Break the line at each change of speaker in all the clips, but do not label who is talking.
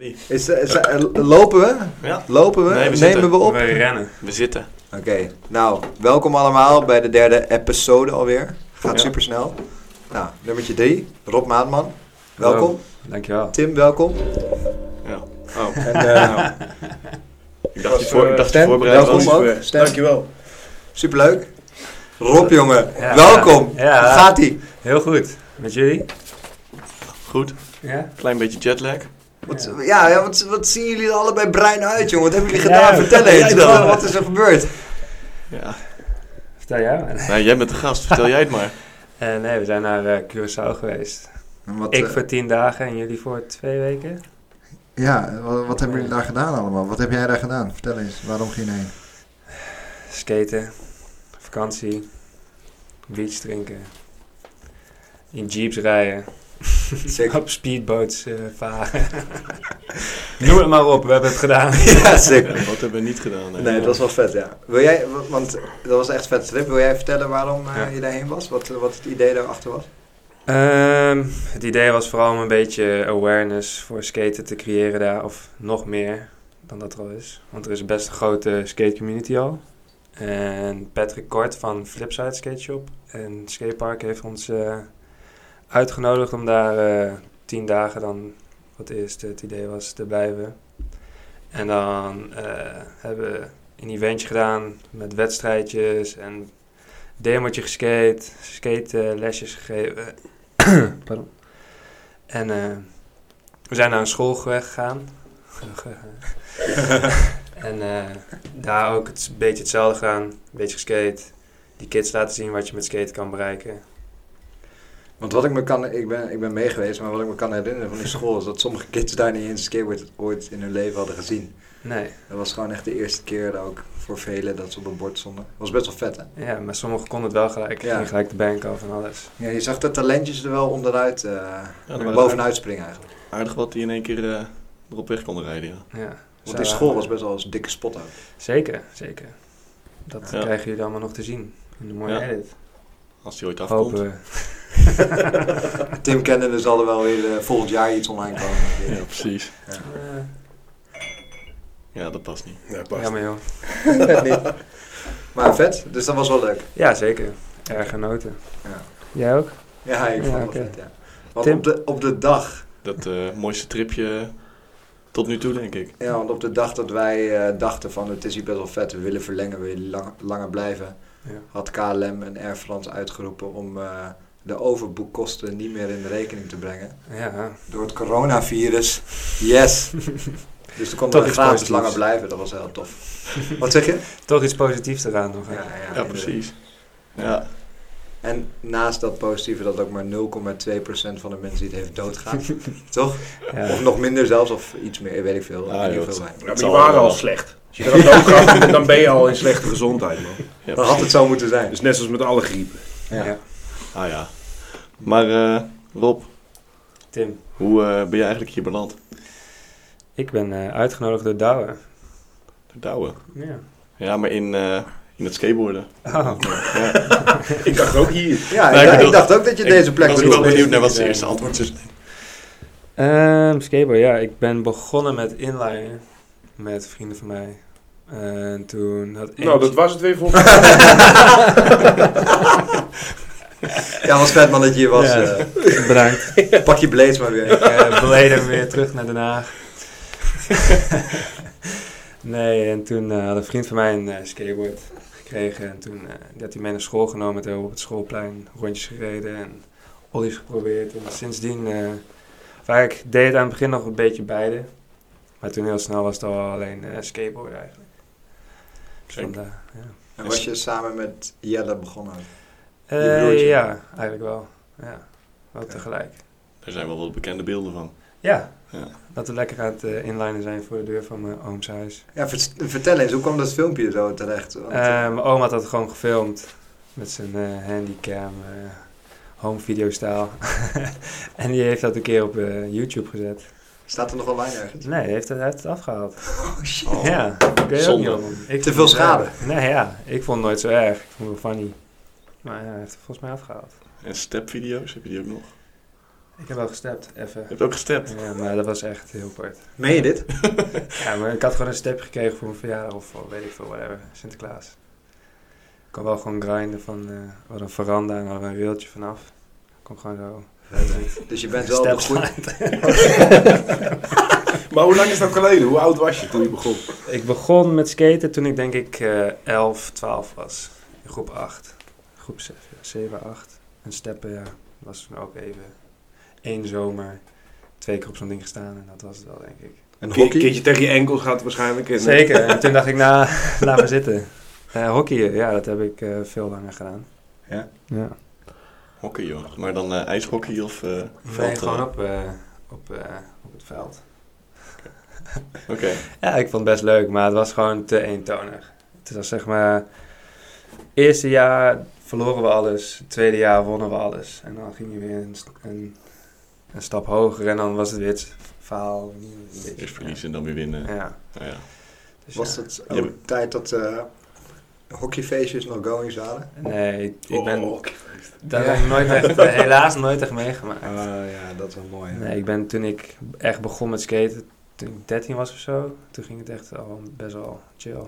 Niet.
Is, eh, is- eh, lopen we?
Ja.
Lopen we?
Nee, we
Nemen
zitten.
we op?
Wij rennen.
We zitten.
Oké, nou, welkom allemaal bij de derde episode alweer. Gaat
Ja.
super snel. Nou, nummertje drie, Rob Maatman. Welkom.
Hallo. Dankjewel.
Tim, welkom.
Ja. Oh.
En, eh,
Nou. Ik dacht,
Was,
je, voor,
eh,
ik dacht je
Stan,
voorbereid
welkom
was.
ook. Stan,
Dankjewel.
superleuk. Rob, jongen,
Ja.
welkom.
Ja.
Hoe gaat ie?
Heel goed. Met jullie?
Goed.
Ja?
Klein beetje jetlag.
Wat,
Ja.
ja, ja, wat, wat zien jullie er allebei bruin uit, jongen? Wat hebben jullie
Ja,
gedaan?
ja,
Vertel
wat
eens,
jij dan?
wat, wat is er gebeurd?
Ja.
Vertel jij maar.
Nou, jij bent de gast. Vertel jij het maar.
Eh, nee, we zijn naar eh, Curaçao geweest.
Wat,
ik
eh,
voor tien dagen en jullie voor twee weken.
Ja, wat, wat hebben jullie daar gedaan allemaal? Wat heb jij daar gedaan? Vertel eens, waarom ging je heen?
Skaten, vakantie, beach drinken, in jeeps rijden,
Sick.
op speedboats eh, varen. Noem het maar op, we hebben het gedaan.
ja, sick.
Ja, wat hebben we niet gedaan? hè?
Nee, dat was wel vet, ja. Wil jij, wa- want dat was echt een vet trip. Wil jij vertellen waarom eh,
Ja.
je daarheen was? Wat, wat het idee daarachter was?
Ehm, het idee was vooral om een beetje awareness voor skaten te creëren daar, of nog meer dan dat er al is. Want er is best een grote skate community al. En Patrick Kort van Flipside Skate Shop en Skatepark heeft ons eh, uitgenodigd om daar eh, tien dagen dan, wat eerst het idee was, te blijven. En dan eh, hebben we een eventje gedaan met wedstrijdjes en demotje geskate, skate eh, lesjes gegeven. Pardon. En eh, we zijn naar een school ge- gegaan. en eh, daar ook het, een beetje hetzelfde gedaan. Een beetje geskate. Die kids laten zien wat je met skaten kan bereiken.
Want wat ik me kan, ik ben, ik ben meegeweest, maar wat ik me kan herinneren van die school is dat sommige kids daar niet eens skateboard ooit in hun leven hadden gezien.
Nee,
Dat was gewoon echt de eerste keer ook voor velen dat ze op een bord stonden. Dat was best wel vet, hè?
ja, maar sommigen konden het wel gelijk.
Ja.
Ging gelijk de bank af en alles.
Ja, je zag de talentjes er wel onderuit, eh,
Ja, dat was
bovenuit springen eigenlijk.
aardig wat die in één keer eh, erop weg konden rijden. Ja.
Ja.
Want
Zo,
die school was best wel een dikke spot ook.
Zeker, zeker. Dat
Ja.
krijgen jullie allemaal nog te zien. In de mooie
Ja.
edit.
Als die ooit afkomt.
Hopen we.
Tim kennen dus al wel weer eh, volgend jaar iets online komen.
Ja, precies.
Eh,
Ja, dat past niet.
Ja, past.
jammer joh.
Net niet. Maar vet, dus dat was wel leuk.
Ja, zeker. Erg genoten.
Ja.
Jij ook?
Ja, ik vond
Ja,
het
oké.
vet, ja. Want
Tim?
op de, op de dag,
Dat eh, mooiste tripje tot nu toe, denk ik.
ja, want op de dag dat wij eh, dachten van het is hier best wel vet, we willen verlengen, we willen lang- langer blijven,
Ja.
had KLM en Air France uitgeroepen om eh, de overboekkosten niet meer in de rekening te brengen.
Ja,
Door het coronavirus. Yes! dus toen konden
Toch
we
iets
gratis
positiefs.
langer blijven, dat was heel tof. Wat zeg je?
toch iets positiefs eraan nog. hè?
Ja, precies. Ja,
En naast dat positieve dat ook maar 0,2% van de mensen die het heeft doodgaan. Toch?
Ja.
Of nog minder zelfs, of iets meer, weet ik veel.
Ah,
in
joh,
ieder geval
Ja, maar
Het
die
zal
waren
wel.
al slecht. Als je er dan doodgaat, dan ben je al in slechte gezondheid, man.
ja
Dan had het zo moeten zijn.
Dus net zoals met alle griepen.
Ja.
Ja.
Ah ja. Maar eh, Rob,
Tim,
hoe eh, ben je eigenlijk hier beland?
ik ben eh, uitgenodigd door Douwe.
De Douwe.
Ja.
Ja, maar in, eh, in het skateboarden.
Oh,
Ja.
Ik dacht ook hier.
Ja,
Nee, ik
ik, dacht-
bedoel-
ik dacht ook dat je deze plek
was ik wel
bedoelde.
benieuwd naar wat het eerste antwoord zou zijn.
Ehm, skateboard, ja. Ik ben begonnen met inlinen met vrienden van mij. En toen had ik...
Nou, dat was het weer voor
Ja, was vet man dat je hier was.
Ja.
eh.
Bedankt.
pak je blades maar
ik
weer.
eh beleden hem weer terug naar Den Haag. nee, en toen eh, had een vriend van mij een eh, skateboard gekregen. En toen eh, die had hij mee naar school genomen. Toen hebben we op het schoolplein rondjes gereden en ollies geprobeerd. En sindsdien, eh of eigenlijk deed het aan het begin nog een beetje beide. Maar toen heel snel was het al alleen eh skateboard eigenlijk. Dus
Kijk.
vandaar, ja.
En was je samen met Jelle begonnen?
Eh,
broertje?
ja, eigenlijk wel. Ja, wel
Oké.
tegelijk.
Er zijn wel wat bekende beelden van.
Ja,
Ja.
dat we lekker aan het eh, inlinen zijn voor de deur van mijn ooms huis.
Ja, vers- vertel eens, hoe kwam dat filmpje zo terecht? Want,
Eh,
Ehm,
mijn oom had dat gewoon gefilmd met zijn eh, handycam, eh, home video stijl. en die heeft dat een keer op eh, YouTube gezet.
staat er nog online ergens?
Nee, die heeft het, hij heeft het afgehaald.
Oh shit.
Oh.
ja, ik weet ook niet
zonde.
waarom. Ik vond
veel
het, eh,
schade.
nee, ja, ik vond het nooit zo erg. Ik vond het wel funny. Maar ja, hij heeft het volgens mij afgehaald.
En stepvideo's heb je die ook nog?
Ik heb wel gestept, even.
Je hebt ook gestept.
Ja, maar dat was echt heel kort.
Meen je dit?
Ja, maar ik had gewoon een step gekregen voor mijn verjaardag of voor, weet ik veel, whatever, Sinterklaas. Ik kon wel gewoon grinden van, eh, we hadden een veranda en hadden we een railtje vanaf. Ik kon gewoon zo...
Dus je bent wel op de
steps
goede...
Maar hoe lang is dat geleden? Hoe oud was je toen je begon?
Ik begon met skaten toen ik denk ik eh 11, 12 was. In groep 8. Groep 7, 7 8. En steppen, ja. Was toen ook even één zomer. Twee keer op zo'n ding gestaan en dat was het wel, denk ik.
Een
Een
hockey?
keertje tegen je enkels gaat waarschijnlijk. En, eh,
Zeker. En toen dacht ik, nou, laat maar zitten. Eh hockeyen, ja, dat heb ik eh, veel langer gedaan.
Ja?
Ja.
Hockey, joh. Maar dan eh, ijshockey of... eh, veld,
Nee,
eh,
gewoon op, eh, op, eh, op het veld.
Oké.
Ja, ik vond het best leuk, maar het was gewoon te eentonig. Het was zeg maar... Eerste jaar verloren we alles, tweede jaar wonnen we alles. En dan ging je weer een, st- een, een stap hoger en dan was het weer het verhaal.
Eerst verliezen en dan weer winnen.
Ja.
Nou ja.
Dus
Was
ja.
het ook tijd dat eh, hockeyfeestjes nog goings waren?
Nee, ik ben...
Oh,
Daar
Ja.
heb ik nooit echt, helaas nooit echt meegemaakt.
Ah ja, dat is wel mooi. hè?
Nee, ik ben toen ik echt begon met skaten, toen ik 13 was of zo, toen ging het echt al best wel chill.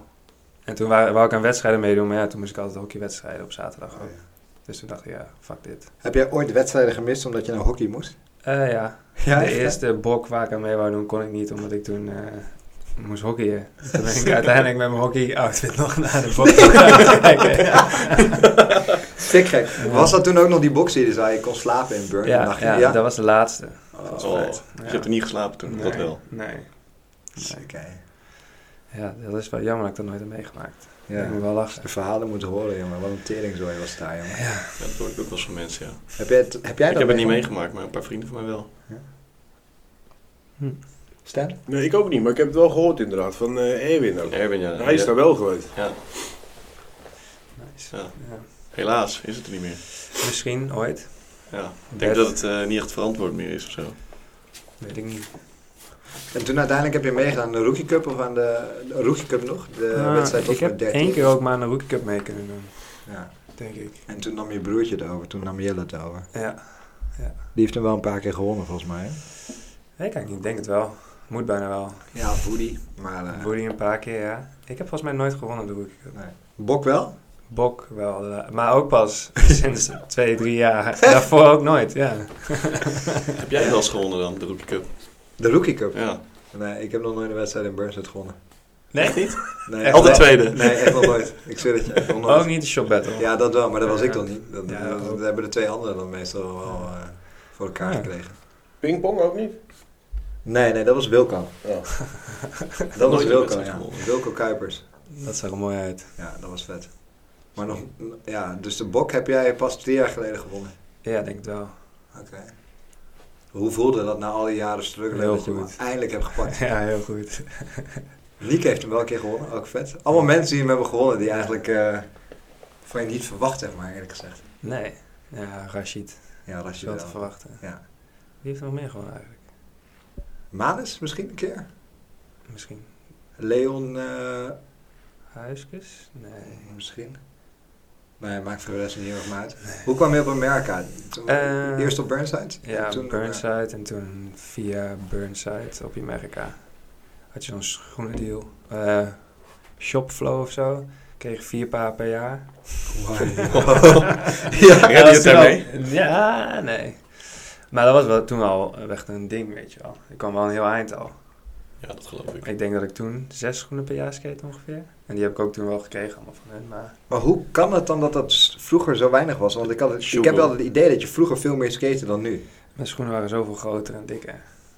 En toen wou, wou ik aan wedstrijden meedoen, maar ja, toen moest ik altijd hockeywedstrijden op zaterdag
Oh,
ook.
ja.
Dus toen dacht ik, ja, fuck dit.
Heb jij ooit wedstrijden gemist omdat je naar hockey moest?
Eh, ja,
Ja,
de eerste bok waar ik aan mee wou doen, kon ik niet, omdat ik toen eh, moest hockeyen. Toen ben ik uiteindelijk met mijn hockey-outfit nog naar de bok gaan kijken.
Sick gek. Was dat toen ook nog die box die je zei, je kon slapen in Burn?
Ja,
dacht je,
ja,
ja.
dat was de laatste.
Oh,
Oh,
vet.
Je
Ja.
hebt er niet geslapen toen, dat
Nee,
wel.
Nee.
Sick, hè.
Ja, dat is wel jammer dat ik dat nooit heb meegemaakt. Ja. Ik
Ja.
moet wel lachen.
De verhalen moeten horen, jongen. Wat een teringzooi was daar, jongen.
Ja, dat hoor ik ook wel eens van mensen, ja.
Heb jij, het, heb jij
ik
dat
heb het niet meegemaakt, maar een paar vrienden van mij wel.
Stan?
Nee, ik ook niet, maar ik heb het wel gehoord inderdaad van eh, Erwin ook.
Erwin, ja.
Hij is
ja.
daar wel geweest.
Nice.
Ja.
Ja.
Helaas is het er niet meer.
Misschien ooit.
Ja. Ik denk
Best.
dat het eh, niet echt verantwoord meer is of zo.
Weet ik niet.
En toen uiteindelijk heb je meegedaan aan de Rookie Cup of aan de, de Rookie Cup nog? De
Ah,
Eh, wedstrijd tot
ik heb
met 13.
één keer ook maar een Rookie Cup mee kunnen doen,
Ja.
denk ik.
En toen nam je broertje het over, toen nam Jelle het over.
Ja,
Die heeft hem wel een paar keer gewonnen volgens mij.
ik kan niet. denk het wel. Moet bijna wel.
Ja, Woody. Maar eh,
Woody een paar keer, ja. Ik heb volgens mij nooit gewonnen de Rookie Cup.
nee. Bok wel?
Bok wel, la- maar ook pas sinds twee, drie jaar. Daarvoor ook nooit, ja.
Heb jij wel eens gewonnen dan, de Rookie Cup?
De Rookie Cup?
Ja.
Nee, ik heb nog nooit een wedstrijd in Burnside gewonnen.
Nee, niet?
Nee,
Echt
Altijd
echt-
tweede.
Nee, echt nog nooit. Ik zweer het je, echt nog nooit.
Ook niet de shop battle.
Ja, dat wel, maar dat was ik dan niet. Dat,
Ja,
dat- dat
ook.
hebben de twee anderen dan meestal wel eh, voor elkaar
Ja.
gekregen.
Pingpong ook niet? Oh.
Nee, nee, dat was Wilco.
Ja.
Dat was
Nooit een
Wilco,
wedstrijd
ja.
gewonnen.
Wilco Kuipers.
Dat zag er mooi uit.
Ja, dat was vet. Maar nog, ja, dus de bok heb jij pas twee jaar geleden gewonnen.
Ja, denk het wel.
Oké. Hoe voelde dat na al die jaren struggelen
Heel
dat je hem
goed.
eindelijk hebt gepakt?
Ja, heel goed.
Liek heeft hem wel een keer gewonnen, ook vet. Allemaal mensen die hem hebben gewonnen, die eigenlijk eh, van je niet verwacht, zeg maar, eerlijk gezegd.
Nee. Ja, Rashid.
Ja,
Dat is
Rashid
wel te
wel.
verwachten.
Ja.
Wie heeft er nog meer gewonnen eigenlijk?
Manus misschien een keer?
Misschien
Leon eh,
Huiskes? Nee.
misschien? Nee, maakt voor de rest niet heel erg veel uit. Hoe kwam je op Amerika? Toen-
Eh,
Eerst op Burnside?
Ja,
En toen-
Burnside en toen via Burnside op Amerika. Had je zo'n schoenendeal. eh Shopflow of zo. Kreeg vier paar per jaar.
Wow. ja,
dat
je het
was toen
daarmee?
al- Ja, nee. Maar dat was wel toen al echt een ding, weet je wel. Ik kwam wel een heel eind al.
Ja, dat geloof ik.
Ik denk dat ik toen zes schoenen per jaar skate ongeveer. En die heb ik ook toen wel gekregen allemaal van hen. Maar
Maar hoe kan het dan dat dat s- vroeger zo weinig was? Want ik, had het, ik
Sjoegel.
heb wel het idee dat je vroeger veel meer skate dan nu.
mijn schoenen waren zoveel groter en dikker.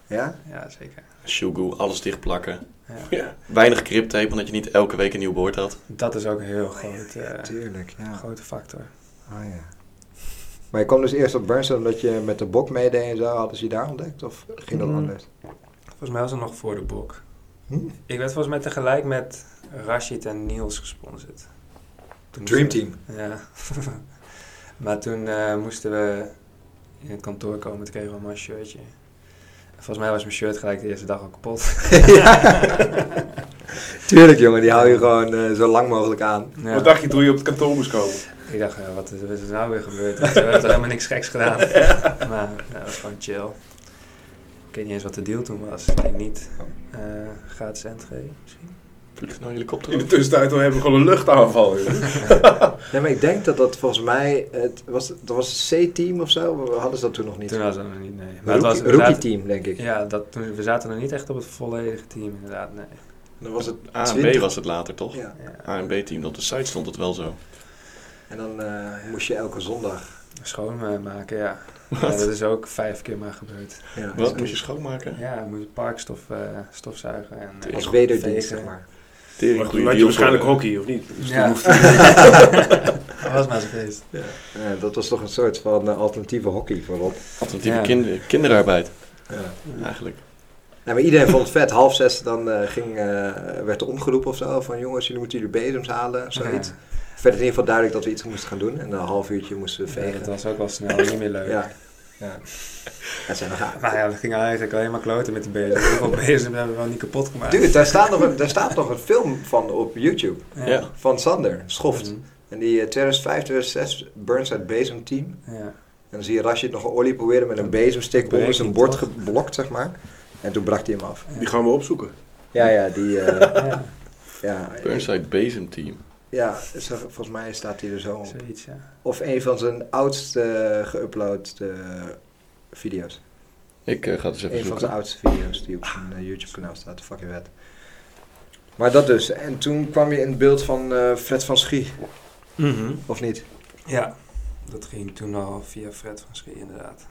Ja?
Ja, zeker.
Shugu, alles dichtplakken.
Ja.
Ja.
Weinig griptape, omdat je niet elke week een nieuw boord had.
Dat is ook een heel groot, eh,
Tuurlijk, ja.
grote factor.
Ah, ja. Maar je kwam dus eerst op Burnside omdat je met de bok meedeed en zo. Hadden ze je daar ontdekt? Of ging dat
Mm.
anders?
Volgens mij was het nog voor de bok.
Hm?
Ik werd volgens mij tegelijk met Rashid en Niels gesponsord. Toen
Dream
moesten
Team.
we- Ja. maar toen eh, moesten we in het kantoor komen. Toen kregen we allemaal een shirtje. En volgens mij was mijn shirt gelijk de eerste dag al kapot.
ja. Tuurlijk, jongen, die hou je gewoon eh, zo lang mogelijk aan.
Ja.
Wat dacht je toen je op het kantoor moest komen?
Ik dacht, eh, wat is, wat is er nou weer gebeurd? We hebben toch helemaal niks geks gedaan. Maar ja, dat was gewoon chill. Ik weet niet eens wat de deal toen was. Ik denk niet. eh gratis entree misschien.
Vliegt nou helikopter
In de
over.
tussentijd hebben we gewoon een luchtaanval. joh.
Nee, maar ik denk dat dat volgens mij, het was, dat was een C-team of zo, we hadden ze dat toen nog niet.
Toen was dat nog niet, nee. Maar het was,
Rookie-
we zaten-
Rookie-team, denk ik.
ja, dat, toen, we zaten nog niet echt op het volledige team inderdaad, nee.
Dan was het
A en Ah, B
20.
was het later, toch?
Ja.
A en B-team. Op de site stond het wel zo.
En dan eh, moest je elke zondag.
Schoonmaken, ja. ja. Dat is ook vijf keer maar gebeurd.
Ja,
Wat moest je schoonmaken?
Ja, moet je parkstof eh, stofzuigen en eh,
Als wederdienst,
vegen.
zeg maar.
Tering,
Maar
goede
toen had je
deal
waarschijnlijk
voor-
hockey, of niet? Dus toen
Ja.
hoefde-
Dat was maar zo geweest.
Ja, dat was toch een soort van eh, alternatieve hockey voorop.
Alternatieve
Ja.
kinder- kinderarbeid,
Ja.
eigenlijk.
Nou, maar iedereen vond het vet. Half zes dan eh, ging, eh, werd er omgeroepen of zo. Van jongens, jullie moeten jullie bezems halen of zoiets.
Ja.
Verder in ieder geval duidelijk dat we iets moesten gaan doen. En een half uurtje moesten we
Ja, dat
vegen.
was ook wel snel niet meer leuk.
Ja.
Ja.
Dat zijn we gaan.
Maar ja, dat ging eigenlijk alleen maar kloten met die bezem. Hoeveel bezem hebben we wel niet kapot gemaakt?
Dude, daar staat, nog een, daar staat nog een film van op YouTube.
Ja.
Van Sander, Schoft.
Mhm.
En die eh, 2005, 2006 Burnside Bezem Team.
Ja.
En dan zie je Rashid nog een olie proberen met een bezemstick onder
Breekt
zijn
niet,
bord
toch?
geblokt, zeg maar. En toen brak hij hem af.
Die gaan we opzoeken.
Ja, ja, die... eh,
ja,
ja,
Burnside bezemteam.
ja, zo- volgens mij staat hij er zo op.
zoiets, ja.
Of een van zijn oudste eh, geüpload eh, video's.
Ik eh, ga het eens even
Een van
zoeken.
zijn oudste video's die op zijn eh, YouTube-kanaal staat. Fucking vet. Maar dat dus. En toen kwam je in het beeld van eh, Fred van Schie, of niet?
Ja, dat ging toen al via Fred van Schie, inderdaad.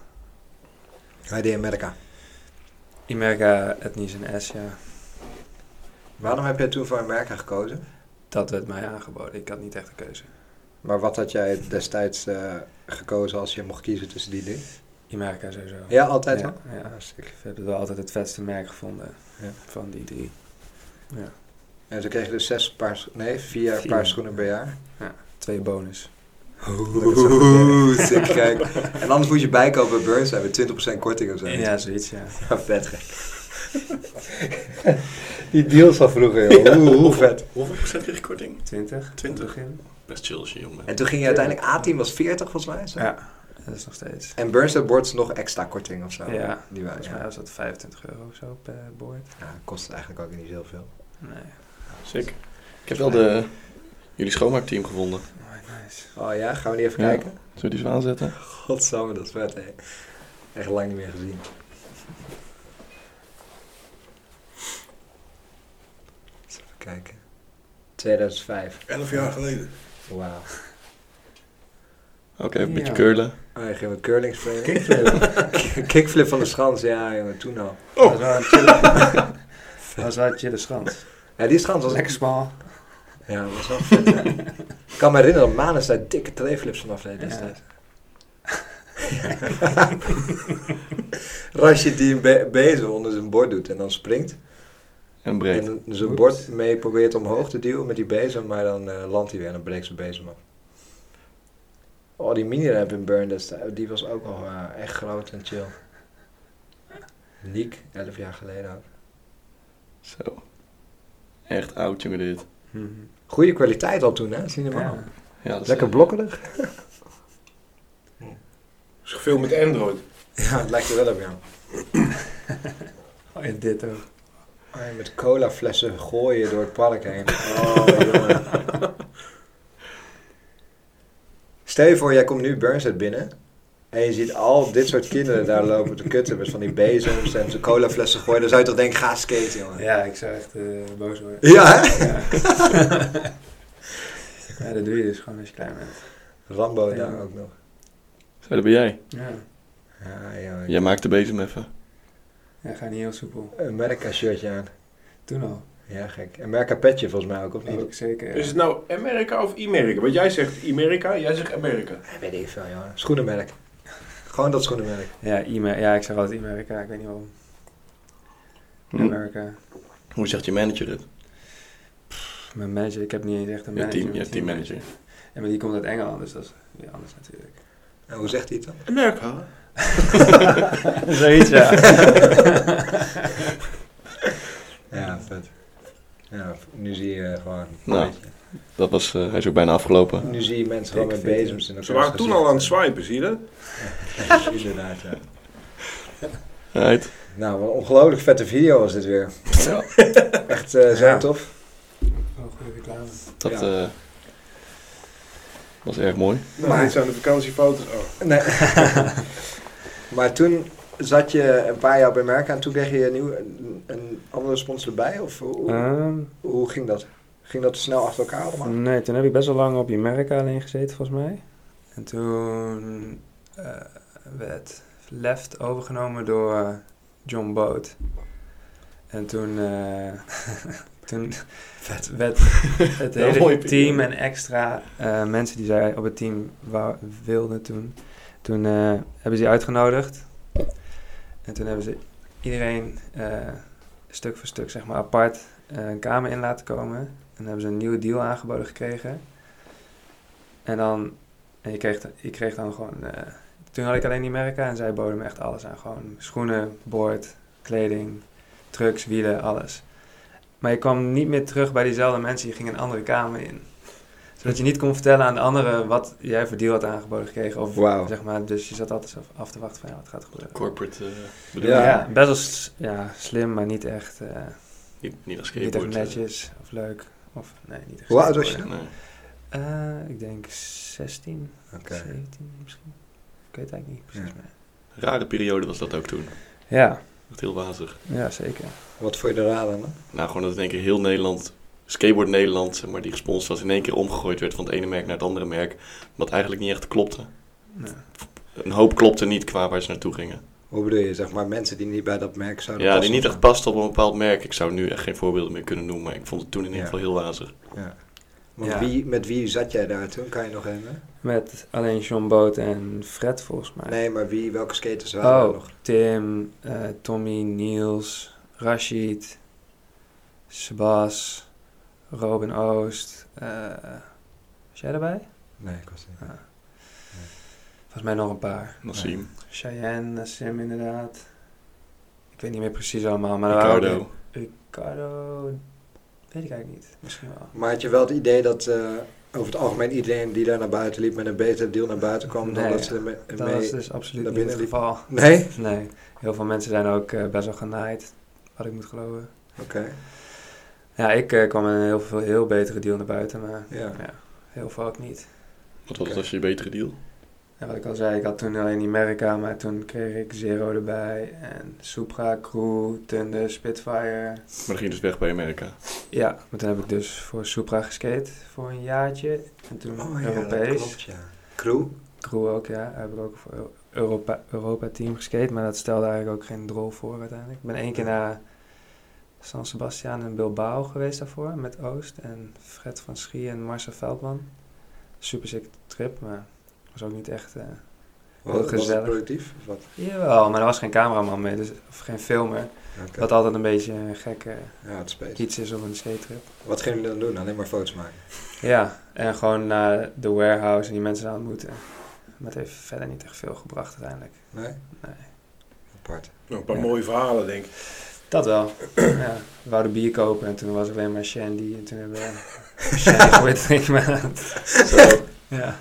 Hij deed Amerika.
Imerga, Etnies en S, ja.
Waarom heb jij toen voor Amerika gekozen?
Dat werd mij aangeboden. Ik had niet echt een keuze.
Maar wat had jij destijds eh, gekozen als je mocht kiezen tussen die dingen?
Imerga sowieso.
Ja, altijd
ja,
wel.
ja. Ik heb het wel altijd het vetste merk gevonden
Ja.
van die drie.
En toen kreeg je dus zes paar, scho- nee, vier,
Vier.
paar schoenen per jaar.
Twee bonus.
Oeh, sick gek. En anders moet je bijkopen bij Burns, hebben we 20% korting of zo.
Ja, zoiets, ja.
Ja, vet gek. Die deals van vroeger, joh. Oeh, hoe vet.
Hoeveel procent kreeg je korting?
20?
20.
Begin.
Best chill als je jong bent.
En toen ging je uiteindelijk, A-team was 40 volgens mij. Zo.
Ja, dat is nog steeds.
En Burns en Boards nog extra korting of zo.
Ja,
Die waren,
Volgens mij
ja.
was dat 25 euro of zo per board.
ja, kost het eigenlijk ook niet heel veel.
Nee,
Sick. Ik heb wel de, jullie schoonmaakteam gevonden.
mooi, nice.
Oh ja, gaan we die even
Ja.
kijken?
Zullen we die eens aanzetten?
Godsamme, dat is vet, hè. Echt lang niet meer gezien. Eens even kijken. 2005.
Elf jaar geleden.
Wauw.
Oké, een beetje
Ja.
curlen.
Oh, je ging met curling spelen. Kickflip. Kickflip van de schans, ja jongen, toen al.
Dat was wel een chille, Oh. dat was wel een chille schans.
Ja, die schans was...
Lekker smal.
Ja, dat was wel vet, hè. Ik kan me herinneren dat Manus daar dikke treeflips vanaf deed
Ja.
destijds. Rasje die een be- bezem onder zijn bord doet en dan springt.
En breed.
En zijn bord mee probeert omhoog te duwen met die bezem, maar dan eh, landt hij weer en dan breekt zijn bezem af. Oh, die mini-ramp in Burn, destijds, die was ook al eh, echt groot en chill. Niek, 11 jaar geleden ook.
Zo. Echt oud, jongen, dit.
Goede kwaliteit al toen, hè? Zie je maar.
Ja.
Ja, dat is-
Lekker blokkerig.
Is gefilmd met Android.
Ja, het lijkt er wel op, ja.
Oh, ja, dit ook.
Oh, ja, met colaflessen gooien door het park heen. Oh, jongen. Stel je voor, jij komt nu Burnside binnen. En je ziet al dit soort kinderen daar lopen te kutten met van die bezems en ze colaflessen gooien. Dan zou je toch denken, ga skaten, jongen.
Ja, ik zou echt eh, boos worden.
Ja, hè?
Ja. ja, dat doe je dus gewoon als je klein bent.
Rambo
Ja.
daar ook nog.
Zo, daar ben jij.
Ja,
Ja, jongen.
Jij maakt de bezem even.
ja ga niet heel soepel.
America shirtje aan.
Toen al.
Ja, gek. America petje volgens mij ook, of niet?
Ook zeker.
Is het nou Amerika of Imerika? Want jij zegt Imerika, jij zegt Amerika.
Ja, weet ik veel, jongen. Schoenenmerk. Gewoon dat schoenenmerk.
Ja, e ja, ik zeg altijd Amerika. Ik weet niet waarom.
Hm.
Amerika.
Hoe zegt je manager het?
Mijn manager, ik heb niet eens echt een
Je
manager.
team,
mijn
je teammanager.
Ja, maar die komt uit Engeland, dus dat is weer anders natuurlijk.
En hoe zegt hij het dan?
Amerika?
Zoiets, ja.
Ja, vet. Ja, nu zie je gewoon...
Nou.
weet je,
Dat was, eh, hij is ook bijna afgelopen.
nu zie je mensen gewoon
Ik
met
vind-
bezems in elkaar.
Ze waren toen al aan het swipen, zie je dat?
zwijgen. Inderdaad, ja.
Right.
Nou, wat een ongelooflijk vette video was dit weer.
Ja.
Echt eh zo
Ja.
tof.
Wel goede reclame.
Dat
Ja.
eh, was erg mooi.
Nou,
Maar-
dit zijn de vakantiefoto's. Oh.
Nee. maar toen zat je een paar jaar bij Merck en toen kreeg je een, nieuw, een, een andere sponsor erbij? Of hoe, hoe-
Ehm,
hoe ging dat? Ging dat snel achter elkaar allemaal?
nee, toen heb ik best wel lang op Amerika alleen gezeten, volgens mij. En toen eh, werd Left overgenomen door eh, John Boot. En toen, eh, toen werd het
Wel een mooie
hele team
periode.
en extra eh, mensen die zij op het team wou- wilden toen, toen eh, hebben ze die uitgenodigd. En toen hebben ze iedereen eh, stuk voor stuk, zeg maar apart, eh, een kamer in laten komen. En dan hebben ze een nieuwe deal aangeboden gekregen. En dan, en je kreeg, je kreeg dan gewoon, eh, toen had ik alleen die merken en zij boden me echt alles aan. Gewoon schoenen, boord, kleding, trucks, wielen, alles. Maar je kwam niet meer terug bij diezelfde mensen, je ging een andere kamer in. Zodat je niet kon vertellen aan de anderen wat jij voor deal had aangeboden gekregen. Of
Wauw.
zeg maar, dus je zat altijd zo af te wachten van ja, wat gaat er gebeuren.
Corporate eh bedoel
Ja,
je?
Ja.
best wel s- ja, slim, maar niet echt, eh,
Niet, niet als
niet echt
skateboard. eh,
netjes of leuk. Of, nee, niet echt
Hoe oud was je?
nee.
Eh, ik denk 16, 17 misschien. Ik weet het eigenlijk niet precies
Ja.
meer.
Rare periode was dat ook toen.
Ja,
Echt heel wazig.
ja zeker.
Wat vond je er raar aan? hè?
Nou, gewoon dat in één keer heel Nederland, skateboard Nederland, zeg maar, die gesponsord was, in één keer omgegooid werd van het ene merk naar het andere merk. Wat eigenlijk niet echt klopte.
Ja.
Een hoop klopte niet qua waar ze naartoe gingen.
Hoe bedoel je, zeg maar, mensen die niet bij dat merk zouden
ja, die
passen?
niet echt pasten op een bepaald merk. Ik zou nu echt geen voorbeelden meer kunnen noemen, maar ik vond het toen in ieder
Ja.
geval heel wazig.
Want
Ja.
wie, met wie zat jij daar toen? Kan je nog herinneren?
Met alleen John Boot en Fred volgens mij.
Nee, maar wie, welke skaters waren er
oh,
nog?
Tim, eh, Tommy, Niels, Rashid, Sebas, Robin Oost. eh, was jij erbij?
Nee, ik was niet.
Volgens mij nog een paar.
Nassim,
Cheyenne, Nassim inderdaad. Ik weet niet meer precies allemaal, maar er waren ook
Ricardo.
Ricardo, weet ik eigenlijk niet. Misschien wel.
Maar had je wel het idee dat eh, over het algemeen iedereen die daar naar buiten liep met een beter deal naar buiten kwam dan
Nee,
dat ze er me-
Dat
mee...
was dus absoluut
naar
niet het
binnen
geval.
Nee?
Nee, heel veel mensen zijn ook eh, best wel genaaid, wat ik moet geloven.
Oké,
Ja, ik eh, kwam met een heel, veel, heel betere deal naar buiten, maar
ja.
ja, heel veel ook niet.
Wat was het als je betere deal?
En wat ik al zei, ik had toen alleen die Merca, maar toen kreeg ik Zero erbij. En Supra, Crew, Thunder, Spitfire.
Maar dan ging je dus weg bij Amerika.
Ja, maar toen heb ik dus voor Supra geskate voor een jaartje. En toen
Oh ja, dat
Mm. Europees.
klopt, ja. Crew?
Crew ook, ja. Daar heb ik ook voor Eu- Europa, Europa Team geskate, maar dat stelde eigenlijk ook geen drol voor uiteindelijk. Ik ben één keer naar San Sebastian en Bilbao geweest daarvoor met Oost en Fred van Schie en Marcel Veldman. Super sick trip, maar was ook niet echt. eh,
Wat, was het
gezellig.
productief? Of wat?
Jawel, maar er was geen cameraman mee, dus, of geen filmer.
Oké.
Wat altijd een beetje een gekke
Ja, het speet.
iets is op een skate trip.
Wat gingen jullie dan doen? Alleen maar foto's maken?
Ja, en gewoon naar de warehouse en die mensen daar ontmoeten. Maar het heeft verder niet echt veel gebracht uiteindelijk.
Nee?
Nee.
Apart.
Nou, een paar
Ja.
mooie verhalen, denk ik.
Dat wel. ja, we wouden bier kopen en toen was er alleen maar Shandy. En toen hebben we Shandy gegooid, denk ik maar. Ja,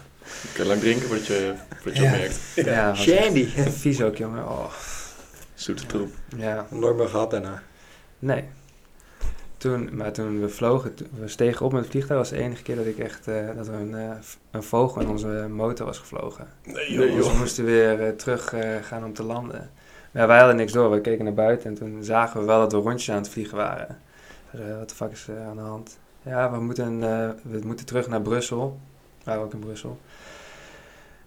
Kan je lang drinken wat je, wat je
Ja.
opmerkt?
ja was
Shandy!
echt vies ook, jongen. Oh,
Zoete troep.
ja,
Nooit meer gehad daarna.
nee. Toen, maar toen we vlogen, toen we stegen op met het vliegtuig, was de enige keer dat ik echt, eh, dat er een, eh, v- een vogel in onze motor was gevlogen.
Nee,
joh.
joh.
Nee,
Dus we moesten weer eh, terug eh, gaan om te landen. Maar ja, wij hadden niks door. We keken naar buiten en toen zagen we wel dat we rondjes aan het vliegen waren. wat de fuck is er aan de hand? Ja, we moeten, eh, we moeten terug naar Brussel. We waren ook in Brussel.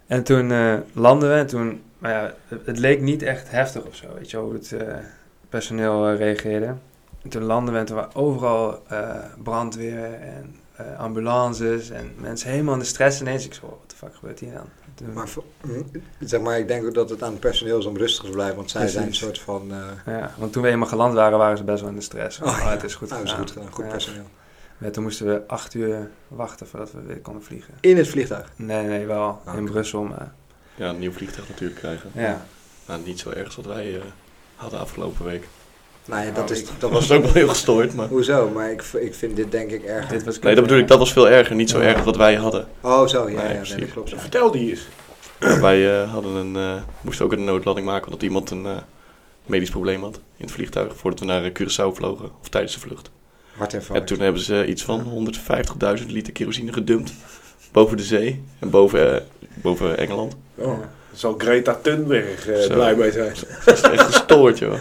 En toen eh, landden we en toen... Maar ja, het, het leek niet echt heftig of zo, weet je wel, hoe het eh, personeel eh, reageerde. En toen landden we en toen waren overal eh, brandweer en eh, ambulances en mensen helemaal in de stress ineens. Ik zo, wat de fuck gebeurt hier dan? Toen-
Maar, voor- hm, zeg maar, ik denk ook dat het aan het personeel is om rustig te blijven, want zij zijn een
Precies.
soort van... eh
Ja, want toen we eenmaal geland waren, waren ze best wel in de stress.
Oh,
Oh,
ja.
het is goed
nou, is
gedaan.
goed gedaan. Goed
Ja.
personeel.
Ja, toen moesten we acht uur wachten voordat we weer konden vliegen.
In het vliegtuig.
Nee, nee, wel
Ah,
in
oké.
Brussel, maar
Ja, een nieuw vliegtuig natuurlijk krijgen.
ja.
Nou, niet zo erg als wat wij eh, hadden afgelopen week.
Nou ja,
Nou,
dat, is,
ik-
dat
Dat was
was
ook wel heel gestoord, maar...
Hoezo? Maar ik, v- ik vind dit denk ik erger.
Dit was
Nee, dat bedoel ik, dat was veel erger. Niet zo erg als wat wij hadden.
Oh, zo, ja,
Nee,
ja, nee,
precies.
dat klopt.
Vertel die eens.
Wij eh, hadden een, eh, moesten ook een noodlanding maken omdat iemand een eh, medisch probleem had in het vliegtuig voordat we naar eh, Curaçao vlogen of tijdens de vlucht. En
Hartinfarct.
toen hebben ze iets van 150.000 liter kerosine gedumpt boven de zee en boven, eh, boven Engeland.
Oh, daar zal Greta Thunberg eh,
Zo.
blij mee zijn.
Dat is echt gestoord, joh.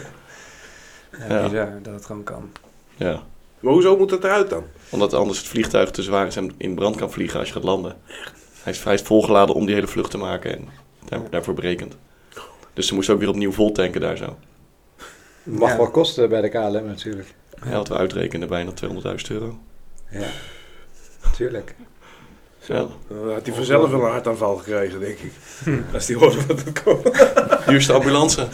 Ja.
Ja, bizar dat het gewoon kan.
Ja.
Maar hoezo moet dat eruit dan?
Omdat anders het vliegtuig te zwaar is en in brand kan vliegen als je gaat landen. Hij is, hij is volgeladen om die hele vlucht te maken en daar- daarvoor berekend. Dus ze moesten ook weer opnieuw vol tanken daar zo.
Mag
Ja.
wel kosten bij de KLM natuurlijk.
Ja, wat we uitrekenden bijna 200.000 euro.
Ja, natuurlijk.
Ja,
Dan had hij vanzelf wel een hartaanval gekregen, denk ik. Als hij hoorde wat het kon.
duurste ambulance.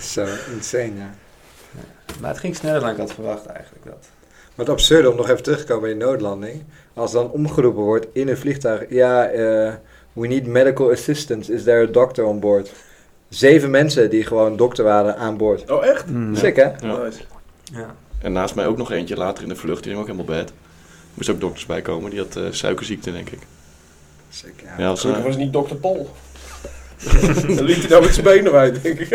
Zo, insane, ja.
Maar het ging sneller dan ik had verwacht eigenlijk. Dat.
Maar het absurde om nog even terug te komen bij die noodlanding. Als dan omgeroepen wordt in een vliegtuig. Ja, eh, we need medical assistance. Is there a doctor on board? Zeven mensen die gewoon dokter waren aan boord.
Oh, echt?
Sick hè?
Mm, Ja.
Nice.
Ja.
En naast mij ook nog eentje later in de vlucht, die ging ook helemaal bad. Er moesten ook dokters bij komen, die had eh, suikerziekte, denk ik.
Sick
Ja, als, eh,
Gelukkig was het niet Dr. Pol. dan liet hij nou met zijn benen uit, denk ik.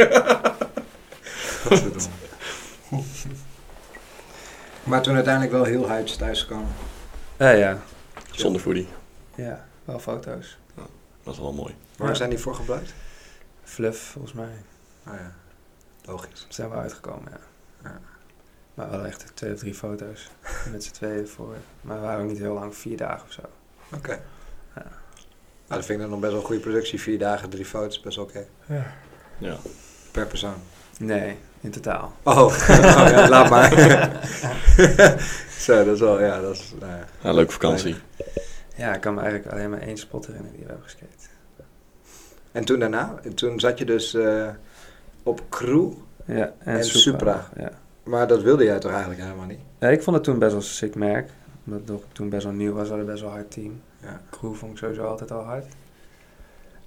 Maar toen uiteindelijk wel heel hyped thuis kwam.
Ja, ja.
zonder foodie.
Ja, wel foto's.
Dat is wel mooi.
Waar
Ja.
zijn die voor gebruikt?
Fluff, volgens mij.
Ah ja, logisch.
Zijn we uitgekomen, ja.
Ja.
Maar wel echt twee of drie foto's. Met z'n tweeën voor. Maar we waren ook niet heel lang, vier dagen of zo.
Nou, dat vind ik dan nog best wel een goede productie. Vier dagen, drie foto's, best oké.
Ja.
Per persoon.
Nee, in totaal.
Oh, oh ja, laat maar. Zo, dat is wel, ja, dat is... nou ja.
Ja, leuke vakantie.
Ja, ik kan me eigenlijk alleen maar één spot herinneren die we hebben geskate.
En toen daarna? En Toen zat je dus eh, op crew,
Ja, en,
En Supra.
Ja.
maar dat wilde jij toch eigenlijk helemaal niet?
ja, ik vond het toen best wel een sick merk. Omdat het nog toen best wel nieuw was, hadden we best wel een hard team.
Ja.
Crew vond ik sowieso altijd al hard.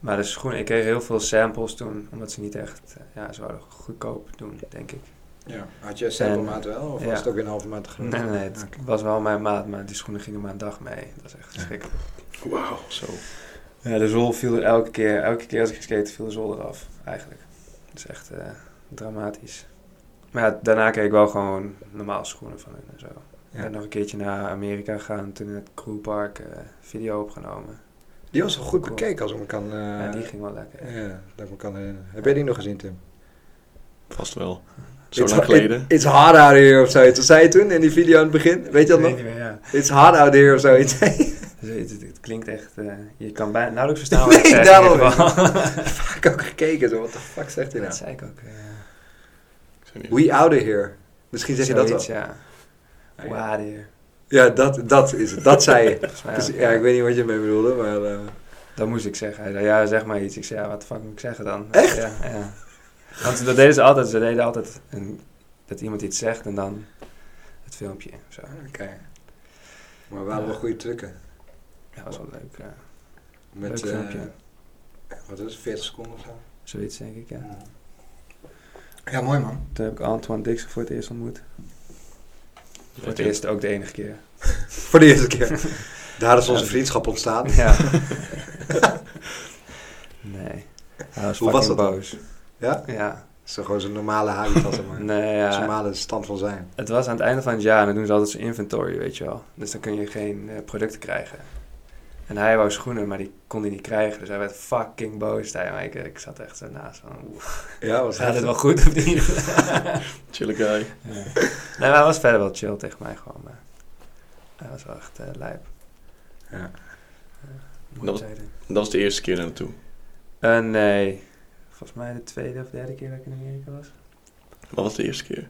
Maar de schoenen, ik kreeg heel veel samples toen, omdat ze niet echt, eh, ja, ze wouden goedkoop doen, denk ik.
Ja. Had je
En-
sample maat wel, of
ja.
was het ook weer een halve maat te groot?
Nee, nee, het was wel mijn maat, maar die schoenen gingen maar een dag mee. Dat is echt verschrikkelijk.
Wauw.
Zo.
Ja, de zol viel er elke keer. Elke keer als ik skate viel de zol eraf, eigenlijk. Dat is echt eh, dramatisch. Maar ja, daarna kreeg ik wel gewoon normaal schoenen van hun en zo. Ik
Ja.
ben nog een keertje naar Amerika gegaan, toen in het crewpark eh, video opgenomen.
Die was wel goed
Cool.
bekeken, als ik me kan... eh,
ja, die ging wel lekker.
ja, dat ik me kan herinneren. Heb jij die nog gezien, Tim?
Vast wel. Zo
It's
lang
ha- it-
geleden.
It's hard out here of zoiets. Wat zei je toen in die video aan het begin? Weet je dat
Ik weet
nog?
niet meer, ja.
It's hard out here of zoiets.
Dus het, het- het klinkt echt... eh, je kan bijna nauwelijks verstaan wat ik
Nee,
zeg.
daarom.
daarom.
Vaak ook gekeken, zo. Wat de fuck zegt hij
dat
nou?
zei ik ook. eh,
Ik weet niet.
We out of here. Misschien zeg je dat wel.
zoiets, Ja.
ja.
Waar hier.
Ja, dat, dat is het. Dat zei je.
Volgens mij
Dus,
ook,
ja, ik weet niet wat je mee bedoelde, maar... eh,
Dat moest ik zeggen. Hij zei, ja, zeg maar iets. Ik zei, ja, wat de fuck moet ik zeggen dan?
Echt?
Ja, ja. Want dat deden ze altijd. Ze deden altijd een, dat iemand iets zegt en dan het filmpje. of Zo.
Oké. Maar we hadden wel goede trucken.
Ja, was wel leuk. ja.
Met,
leuk
eh,
filmpje.
wat is het, 40 seconden of zo? Hmm.
Zoiets, denk ik, ja.
Ja, mooi man.
Toen heb ik Antoine Dixon voor het eerst ontmoet. Voor het
Ja,
eerst ook de enige keer.
Voor de eerste keer. Daar is onze vriendschap ontstaan.
Ja. nee. Hij was
Hoe
Hoe
was
was
dat dan?
boos.
Ja?
Ja,
Zo gewoon zijn normale habitat, maar.
nee,
Zijn
ja.
normale stand van zijn.
Het was aan het einde van het jaar en dan doen ze altijd zijn inventory, weet je wel. Dus dan kun je geen eh, producten krijgen. En hij wou schoenen, maar die kon hij niet krijgen. Dus hij werd fucking boos tegen mij. Ik, ik zat echt zo naast van, oeh,
Ja, was
gaat het wel goed of niet?
Chille guy.
nee, maar hij was verder wel chill tegen mij gewoon. Maar hij was wel echt eh lijp. Eh,
Ja.
Mooie
was-
tijden.
Dat was de eerste keer daar naartoe.
Eh, nee, volgens mij de tweede of derde keer dat ik in Amerika was.
Wat was de eerste keer?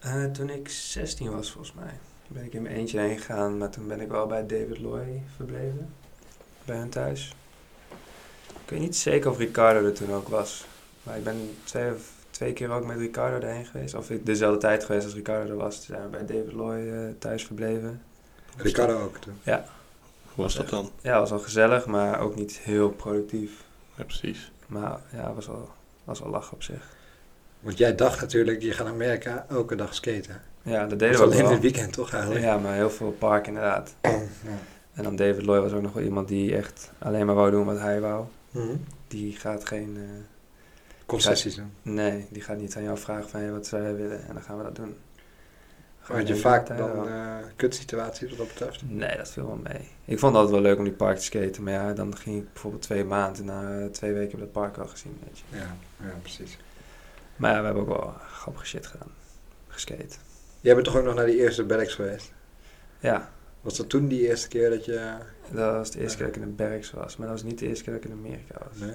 Eh, toen ik 16 was, volgens mij, ben ik in mijn eentje heen gegaan. Maar toen ben ik wel bij David Loy verbleven. Bij hen thuis. Ik weet niet zeker of Ricardo er toen ook was. Maar ik ben twee, of, twee keer ook met Ricardo erheen geweest. Of ik dezelfde tijd geweest als Ricardo er was. Toen zijn we bij David Loy eh, thuis verbleven.
Ricardo ook. Toen.
Hoe was dat dan?
Ja, was wel gezellig, maar ook niet heel productief.
Ja, precies.
Maar ja, was al, was al lachen op zich.
Want jij dacht natuurlijk, je gaat naar Amerika elke dag skaten.
Ja, dat
Dat
deden
is
we ook
alleen dit
wel.
weekend toch eigenlijk?
Ja, maar heel veel park inderdaad. En dan David Lloyd was ook nog wel iemand die echt alleen maar wou doen wat hij wou.
Mhm.
Die gaat geen... eh,
Concessies doen.
nee, die gaat niet aan jou vragen van hey, wat zou jij willen. En dan gaan we dat doen. Gewoon
Had je
doen
vaak
wat hij
dan
wil.
eh kutsituaties wat dat betreft?
Nee, dat viel wel mee. Ik vond het altijd wel leuk om die park te skaten. Maar ja, dan ging ik bijvoorbeeld twee maanden na eh, twee weken heb ik dat park al gezien. Weet je.
Ja, ja, precies.
Maar ja, we hebben ook wel grappige shit gedaan. Geskate.
Jij bent toch ook nog naar die eerste Bellex geweest?
Ja,
Was dat toen die eerste keer dat je...
dat was de eerste keer dat ik in de Berks was. Maar dat was niet de eerste keer dat ik in Amerika was.
Nee?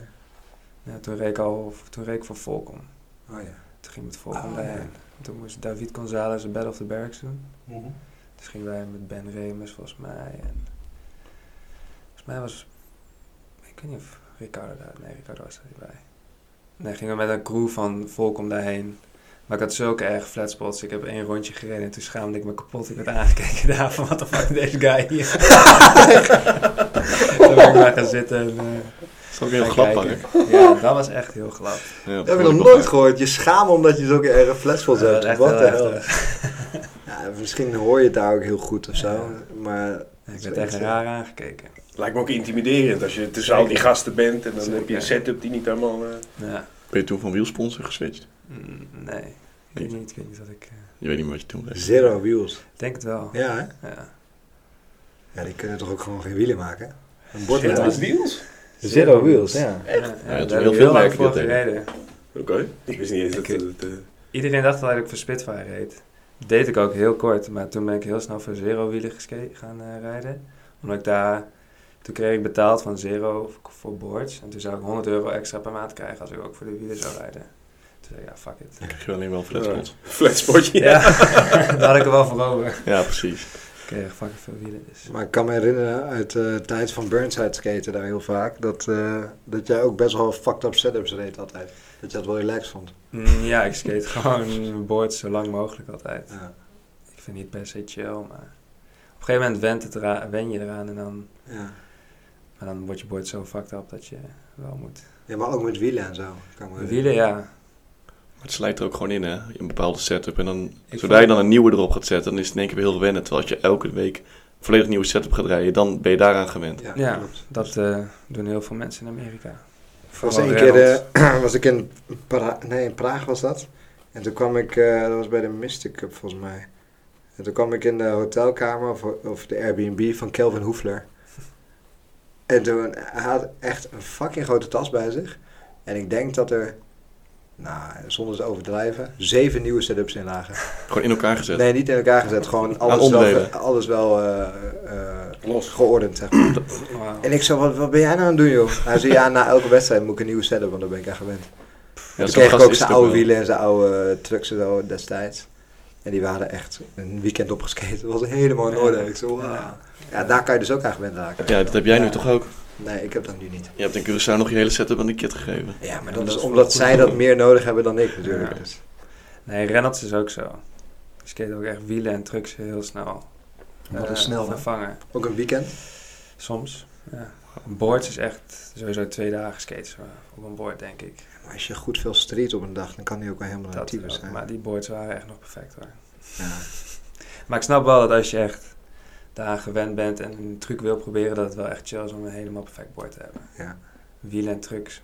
Ja, toen reed ik al toen reed ik voor Volcom.
Oh ja.
Toen ging ik met Volcom
Oh,
bij
ja.
hen. Toen moest David Gonzalez de Battle of the Berks doen.
Mhm.
Dus gingen wij met Ben Remus volgens mij. En volgens mij was. Ik weet niet of Ricardo daar. Nee, Ricardo was daar niet bij. Nee, gingen we met een crew van Volkom daarheen. Maar ik had zulke erg flatspots. Ik heb één rondje gereden en toen schaamde ik me kapot. Ik werd aangekeken daar van wat de fuck deze guy hier. toen ben ik maar gaan zitten. En, eh,
Dat is ook heel
gaan
grappig.
kijken. Ja, dat was echt heel glad.
Ja,
Dat heb ik
vond ik
nog
wel
nooit
gek.
gehoord. Je schaamt omdat je zulke erge flashballs
Dat was
hebt.
echt
Wat
heel
de
erg,
hel.
eh.
Ja, misschien hoor je het daar ook heel goed of zo.
Ja.
Maar
Ik werd echt raar aangekeken.
Lijkt me ook intimiderend als je tussen al die gasten bent en dan heb je een setup die niet helemaal... eh,
Ja.
Ben je toen van wielsponsor geswitcht?
Mm, Nee, ik weet niet. Ik weet niet wat ik... eh,
Je weet niet meer wat je toen deed.
zero wheels.
Ik denk het wel.
Ja, hè?
Ja.
Ja, die kunnen toch ook gewoon geen wielen maken? Een bord
Zero
met-
wheels?
Zero wheels, ja.
Ja, ja,
heel
daar
veel
heb ik heel lang
merken
voor
dit deden.
gereden.
Oké. Ik wist niet eens dat...
Oké.
dat, eh,
Iedereen dacht al dat ik voor Spitfire reed. Dat deed ik ook heel kort, maar toen ben ik heel snel voor Zero wielen geske- gaan eh, rijden. Omdat ik daar... Toen kreeg ik betaald van Zero voor boards. En toen zou ik 100 euro extra per maand krijgen als ik ook voor de wielen zou rijden. Toen zei ik, ja, fuck it.
Dan krijg je alleen wel flatspot.
Flatspotje.
Ja, daar had ik er wel voor over.
Ja. precies.
Ik kreeg fucking veel wielen, dus...
Maar ik kan me herinneren uit de tijd van Burnside skaten daar heel vaak... Dat, eh, dat jij ook best wel fucked up setups reed altijd. Dat je dat wel relaxed vond.
Mm, Ja, ik skate gewoon boards zo lang mogelijk altijd.
Ja.
Ik vind het niet per se chill, maar... Op een gegeven moment went het eraan, wen je eraan en dan...
Ja.
Maar dan wordt je bord zo fucked up dat je wel moet.
ja, maar ook met wielen en zo. Kan me herinneren.
Wielen, ja.
Maar het slijt er ook gewoon in, hè? Een bepaalde setup. En dan,
Ik
zodra je
vond-
dan een nieuwe erop gaat zetten, dan is het in één keer heel gewennen. Terwijl als je elke week een volledig nieuwe setup gaat rijden, dan ben je daaraan gewend.
Ja,
Ja.
klopt.
Dat eh, doen heel veel mensen in Amerika.
was
Vooral
één keer
Reynolds.
eh, was ik in, Para- nee, in Praag was dat. En toen kwam ik, eh, dat was bij de Mystic Cup volgens mij. En toen kwam ik in de hotelkamer of, of de Airbnb van Kelvin Hoefler. En toen hij had echt een fucking grote tas bij zich. En ik denk dat er, nou, zonder te overdrijven, zeven nieuwe setups in lagen.
Gewoon in elkaar gezet.
Nee, niet in elkaar gezet. Gewoon alles wel,
onderdelen.
alles wel eh, eh,
Los.
geordend, zeg maar.
Wauw.
En ik zo, wat, wat ben jij nou aan het doen, joh? Hij zei, ja, na elke wedstrijd moet ik een nieuwe setup, want daar ben ik aan gewend.
Ja,
toen
zo'n
kreeg ik
gast
ook
is
zijn
het ook
oude
wel.
wielen en zijn oude eh, trucks en zo destijds. En die waren echt een weekend opgeskaten. Dat was helemaal in
Ja.
orde. Ik zo, wauw.
Ja.
Ja, daar kan je dus ook aan gewend raken.
Ja, dat heb jij nu
Ja.
toch ook?
Nee, ik heb dat nu niet.
Je hebt in Curaçao nog je hele setup aan de kit gegeven.
Ja, maar
dat
dat is
is
omdat
goed.
zij dat meer nodig hebben dan ik natuurlijk.
Ja.
Dus.
Nee, Reynolds is ook zo. Ik skate ook echt wielen en trucks heel snel.
Wat
eh,
is snel, hè?
vervangen.
Ook een weekend.
Soms. Ja. Boards is echt sowieso twee dagen skates eh, op een board, denk ik.
Maar als je goed veel street op een dag, dan kan die ook wel helemaal een
Dat,
type
ook.
zijn.
maar die boards waren echt nog perfect hoor.
Ja.
Maar ik snap wel dat als je echt daaraan gewend bent en een truc wil proberen, dat het wel echt chill is om een helemaal perfect board te hebben.
Ja.
Wielen en trucks.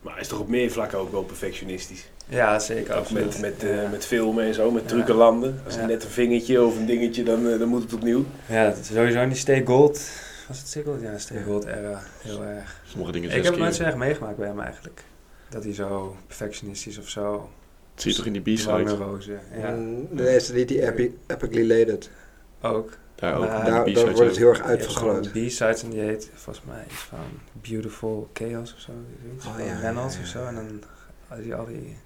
Maar hij is toch op meer vlakken ook wel perfectionistisch?
Ja, zeker.
Ook
absoluut.
met, met,
ja.
eh, met filmen en zo, met
Ja.
trucken landen. Als
Ja.
het net een vingertje of een dingetje, dan, eh, dan moet het opnieuw.
Ja, dat is sowieso in die Stay Gold. Was het Stay Gold? Ja, Stay Gold era. Heel erg.
Sommige dingen
Ik
zes
heb het
keer.
nooit zo erg meegemaakt bij hem eigenlijk. Dat hij zo perfectionistisch of zo.
Dat zie je toch in die
Lange
B-side?
rozen. Ja,
Mm, Nee, is het niet die epi- epically lated.
ook.
Daar ook.
Nou,
in
daar,
de
daar
B-sides
wordt het
ook.
heel erg
Je hebt zo'n
uitvergroot.
B-sides en die heet volgens mij iets van Beautiful Chaos of zo. Iets
Oh,
van
ja,
Reynolds
ja, ja.
of zo. En dan had hij al die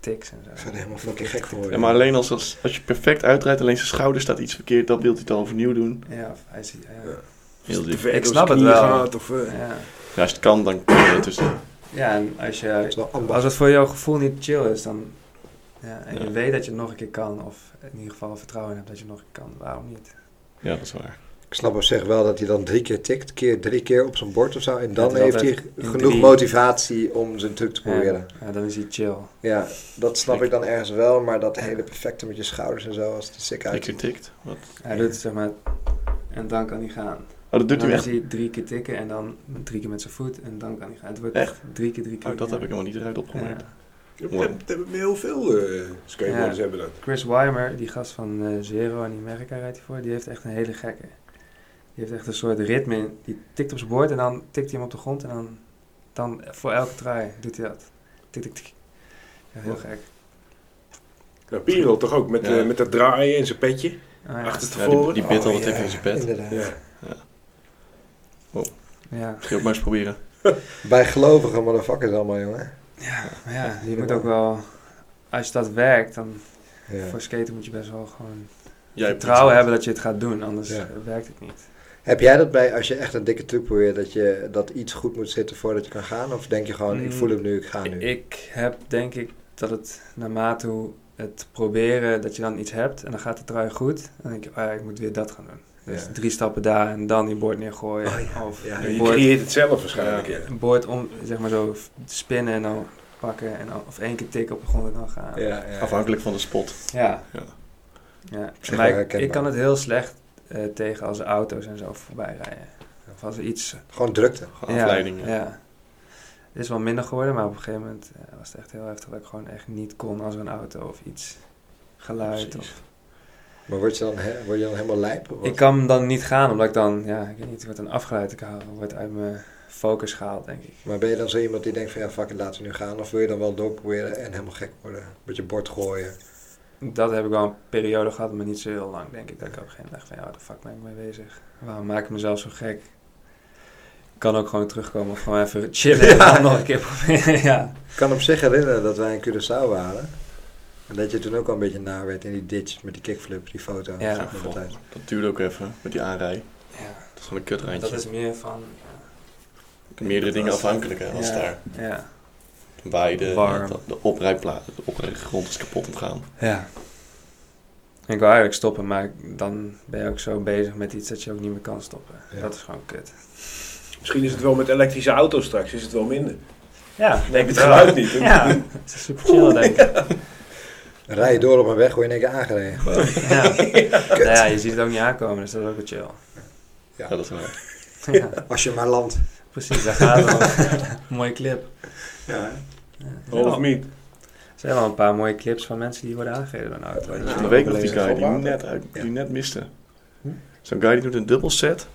tics en zo.
Ik zou er helemaal fucking gek van worden.
Ja, maar alleen als, als, als je perfect uitrijdt, alleen zijn schouder staat iets verkeerd, dan wilt hij het al overnieuw doen.
Ja, of hij ziet. Ja.
Ja.
Heel
Te
diep.
ver
Ik
door
snap
zijn
het
knieën
wel.
gaat of, eh,
Ja.
Ja, als het kan, dan kan je dat dus.
Ja, en als,
Het
je,
is wel ambacht.
als het voor jouw gevoel niet chill is, dan. Ja, en
Ja.
je weet dat je het nog een keer kan, of in ieder geval vertrouwen hebt dat je het nog een keer kan, waarom niet?
Ja, dat is waar.
Ik snap op zich wel dat hij dan drie keer tikt, keer drie keer op zijn bord of zo. En dan
Dat is
heeft hij
altijd in
genoeg
drie.
motivatie om zijn truc te proberen.
Ja, dan is hij chill.
Ja, dat snap ik dan ergens wel, maar dat hele perfecte met je schouders en zo, als het er sick
Drie
uit.
keer tikt. Wat?
Hij doet zeg maar... En dan kan hij gaan.
Oh, dat
Dan
doet hij
is
echt.
hij drie keer tikken en dan drie keer met zijn voet en dan kan hij gaan. Het wordt
Echt?
drie keer drie keer.
Oh, dat
ja.
heb ik helemaal niet eruit opgemerkt.
Ja.
Dat
Mooi.
hebben- dat hebben heel veel eh skateboarders
Ja.
hebben dat.
Chris Weimer, die gast van eh, Zero in Amerika rijdt hij voor, die heeft echt een hele gekke. Die heeft echt een soort ritme. in. Die tikt op zijn boord en dan tikt hij hem op de grond en dan, dan voor elke try doet hij dat. Tik, tik, tik. Ja, heel
Ja.
gek.
Nou, Pirel toch ook met,
Ja.
eh, met dat draaien en zijn petje.
Ah, ja.
Achter
Ja, die,
tevoren.
die bit al wat
Oh,
tikt
ja.
in zijn bed.
Inderdaad.
Ja.
Ja.
Ga je ook maar eens proberen.
Bij gelovige motherfuckers allemaal, jongen.
ja, maar ja, je
die
moet
man.
ook wel. Als dat werkt, dan
Ja.
voor skaten moet je best wel gewoon
Jij hebt
vertrouwen
iets.
hebben dat je het gaat doen, anders
Ja.
eh, werkt het niet.
Heb jij dat bij, als je echt een dikke truc probeert, dat, je, dat iets goed moet zitten voordat je kan gaan? Of denk je gewoon, ik
Mm.
voel hem nu, ik ga nu?
Ik heb denk ik dat het naarmate hoe het proberen dat je dan iets hebt en dan gaat het trui goed. En dan denk je, oh ja, ik moet weer dat gaan doen. Dus
Ja. Oh
drie stappen daar en dan die boord neergooien. Of
Ja,
Ja,
een
je
boord,
creëert het zelf waarschijnlijk. Ja.
een boord om, zeg maar zo f- spinnen en dan pakken. En dan, of één keer tikken op de grond en dan gaan.
Ja, ja.
Afhankelijk van de spot.
Ja.
Ja.
Ja.
zich
Maar
wel
ik,
herkenbaar.
ik kan het heel slecht eh, tegen als er auto's en zo voorbij rijden. Of als er iets...
Gewoon drukte.
Gewoon afleiding.
Ja,
ja.
ja. Het is wel minder geworden, maar op een gegeven moment eh, was het echt heel heftig dat ik gewoon echt niet kon als er een auto of iets geluid.
Precies.
Of...
Maar word je dan, hè, word je dan helemaal lijp? of wat?
Ik kan dan niet gaan, omdat ik dan, ja, ik weet niet, ik word dan afgeleid, ik hou- word uit mijn focus gehaald, denk ik.
Maar ben je dan zo iemand die denkt van, ja, fuck it, laten we nu gaan? Of wil je dan wel doorproberen en helemaal gek worden? Een beetje bord gooien?
Dat heb ik wel een periode gehad, maar niet zo heel lang, denk ik. Dat ik op een gegeven moment dacht van, ja, waar de fuck ben ik mee bezig? Waarom maak ik mezelf zo gek? Ik kan ook gewoon terugkomen, of gewoon even chillen en dan nog een keer proberen, ja.
Ik kan op zich herinneren dat wij in Curaçao waren. En dat je toen ook al een beetje naar werd in die ditch met die kickflip, die foto.
Ja.
Dat is ook nog altijd.
Dat duurt ook even met die aanrij.
ja.
Dat is gewoon een kutrandje.
Dat is meer van,
Meerdere dingen
dat is-
afhankelijk hè, als
Ja.
daar.
ja.
Bij de,
Warm.
de, de oprijpla- de oprijgrond is kapot ontgaan.
Ja. Ik wil eigenlijk stoppen, maar dan ben je ook zo bezig met iets dat je ook niet meer kan stoppen.
Ja.
Dat is gewoon kut.
Misschien is het wel met elektrische auto's straks, is het wel minder.
Ja,
denk het geluid niet.
Ja, het is super chill, denk ik.
Rij je door op een weg, word je in één keer aangereden.
Ja. Nou ja, je ziet het ook niet aankomen, dus dat is ook wel chill.
Ja,
Ja.
dat is wel.
Ja,
Als je maar landt.
precies, daar gaat het om. Mooie clip.
Ja.
Ja.
Half of niet.
Er zijn wel een paar mooie clips van mensen die worden aangereden door een auto. Dat is
Van
wel
de week nog die
beledigend.
guy die
Volwaardig.
net, uit, die
Ja.
net miste.
Hm?
Zo'n guy die doet een dubbel set.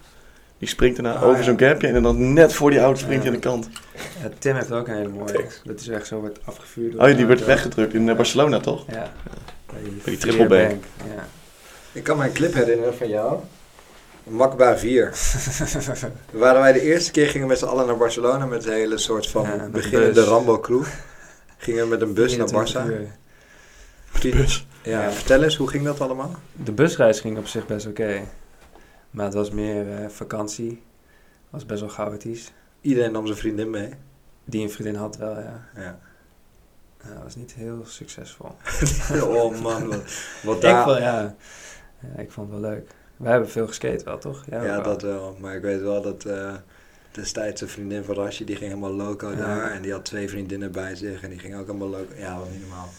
Die springt daarna
Ah,
over
ja.
zo'n gapje en dan net voor die auto springt hij aan de kant.
Ja, Tim heeft ook een hele mooie. Dat is echt zo wordt afgevuurd. door
Oh, ja,
een
die werd
auto.
weggedrukt in eh, Barcelona toch?
Ja. Bij
die triple bank.
Ja.
Ik kan mij een clip herinneren van jou. Makba 4. Waar wij de eerste keer gingen met z'n allen naar Barcelona met een hele soort van
Ja, met een
beginnende
bus.
Rambo-crew. Gingen we met een bus naar
24
Barça.
uur.
Bus.
Ja,
Ja.
Vertel eens, hoe ging dat allemaal?
De busreis ging op zich best oké. Maar het was meer eh, vakantie. Het was best wel chaotisch.
Iedereen nam zijn vriendin mee.
Die een vriendin had wel, ja.
Ja.
Ja, dat was niet heel succesvol.
Oh man, wat, wat
Ik,
daar...
vond, ja, ja, ik vond het wel leuk. Wij hebben veel geskate wel, toch? Jij ook
Ja,
wel.
dat wel. Maar ik weet wel dat eh, destijds een vriendin van Rasje, die ging helemaal loco
Ja.
daar. En die had twee vriendinnen bij zich en die ging ook helemaal loco. Ja, wat niet normaal.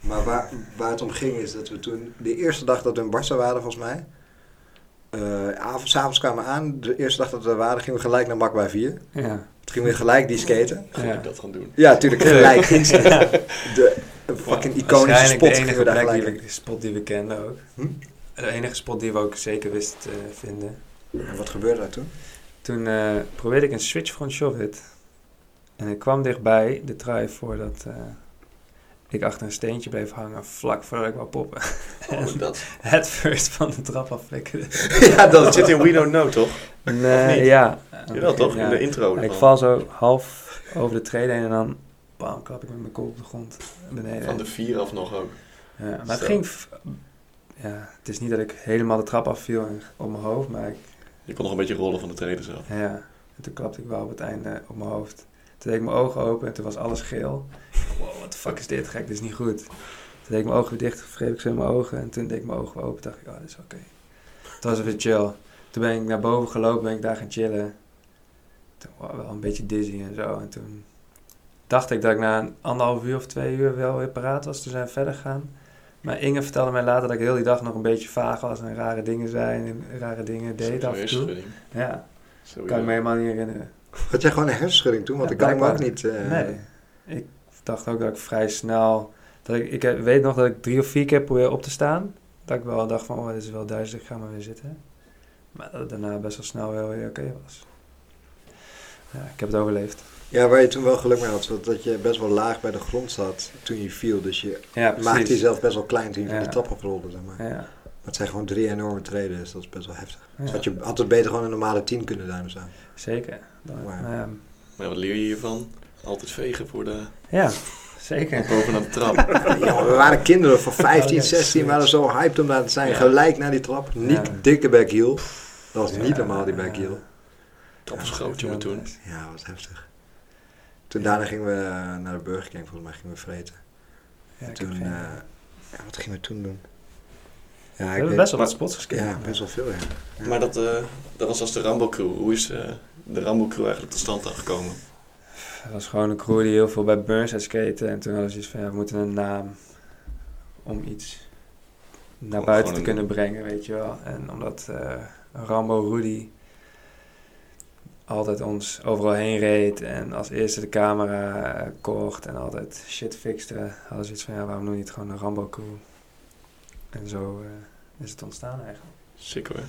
Maar waar, waar het om ging is dat we toen, de eerste dag dat we in Barça waren volgens mij. eh, avond, s'avonds kwamen we aan, de eerste dag dat we er waren, gingen we gelijk naar Mak bij 4.
Ja.
Toen gingen we gelijk die skaten.
Ga
Ja.
ik dat gaan doen?
Ja, tuurlijk, gelijk. instant.
Ja.
De fucking iconische
Waarschijnlijk
spot
de
gingen we
enige
daar
plek die
gelijk
we, spot die we kenden ook.
Hm?
De enige spot die we ook zeker wisten te vinden.
in. En wat gebeurde daar toen?
Toen eh, probeerde ik een switch front shove hit. En ik kwam dichtbij de trui voordat eh, ik achter een steentje bleef hangen, vlak voordat ik wou poppen.
Oh, dat.
Het first van de trap afflikkerde.
ja,
dat zit in We Don't Know toch?
Nee,
niet?
ja.
Jawel toch?
Ja.
In de intro.
ik
ervan.
val zo half over de treden heen en dan bam, klap ik met mijn kop op de grond beneden.
Van de vier af nog ook.
Ja, maar het
Zo.
ging... f- Ja, het is niet dat ik helemaal de trap afviel en op mijn hoofd, maar ik
Je kon nog een beetje rollen van de treden zelf.
Ja, en toen klapte ik wel op het einde op mijn hoofd. Toen deed ik mijn ogen open en toen was alles geel. Wow, what the fuck is dit gek, dit is niet goed. Toen deed ik mijn ogen weer dicht, wreef ik ze in mijn ogen. En toen deed ik mijn ogen weer open, dacht ik, oh, dit is oké. Toen was het weer chill. Toen ben ik naar boven gelopen, ben ik daar gaan chillen. Toen was ik wel een beetje dizzy en zo. En toen dacht ik dat ik na een anderhalf uur of twee uur wel weer paraat was. Toen zijn we verder gegaan. Maar Inge vertelde mij later dat ik heel die dag nog een beetje vaag was en rare dingen zei en rare dingen deed af en toe.
Hersenschudding.
Ja,
Sowieso.
kan ik me helemaal niet herinneren.
Had jij gewoon een hersenschudding toen? Want
Ja,
ik kan hem ook
blijkbaar.
niet... eh,
Nee. Ik dacht ook dat ik vrij snel... Dat ik, ik heb- weet nog dat ik drie of vier keer probeerde op te staan. Dat ik wel dacht van, oh, dit is wel duizelig, ik ga maar weer zitten. Maar dat het daarna best wel snel wel weer oké was. Ja, ik heb het overleefd.
Ja, waar je toen wel geluk mee had, was dat je best wel laag bij de grond zat toen je viel. Dus je
Ja,
maakte jezelf best wel klein toen je van
Ja.
de trap afrolde, zeg maar.
Ja, ja.
Maar het zijn gewoon drie enorme treden, dus dat is best wel heftig. Dus had je had het beter gewoon een normale tien kunnen duimen staan.
Zeker. Dan,
Wauw.
ehm,
Maar wat leer je hiervan? Altijd vegen voor de
ja, zeker.
bovenaan de trap.
Ja, maar we waren kinderen van 15,
Ja,
16, we waren zo hyped om daar te zijn.
Ja.
Gelijk naar die trap, niet
Ja.
dikke backheel. Dat was niet
Ja,
normaal, die
ja.
backheel.
Dat was groot, jongen, toen.
Ja, dat was heftig. Toen daarna gingen we eh, naar de Burger King, volgens mij gingen we vreten.
Ja, ik heb
toen,
geen-
eh, ja, wat gingen we toen doen? Ja,
we
ik
hebben
weet-
best wel wat spots gespeeld.
ja, best wel veel, ja.
Maar dat, eh, dat was als de Rambo Crew. Hoe is eh, de Rambo Crew eigenlijk tot stand gekomen?
Het was gewoon een crew die heel veel bij Burns had skaten. En toen hadden ze iets van, ja, we moeten een naam om iets naar
Om
buiten te
gewoon
kunnen brengen, weet je wel. En omdat eh, Rambo Rudy altijd ons overal heen reed en als eerste de camera eh, kocht en altijd shit fixte, hadden ze iets van, ja, waarom doen we niet gewoon een Rambo crew? En zo eh, is het ontstaan eigenlijk.
Sick hoor.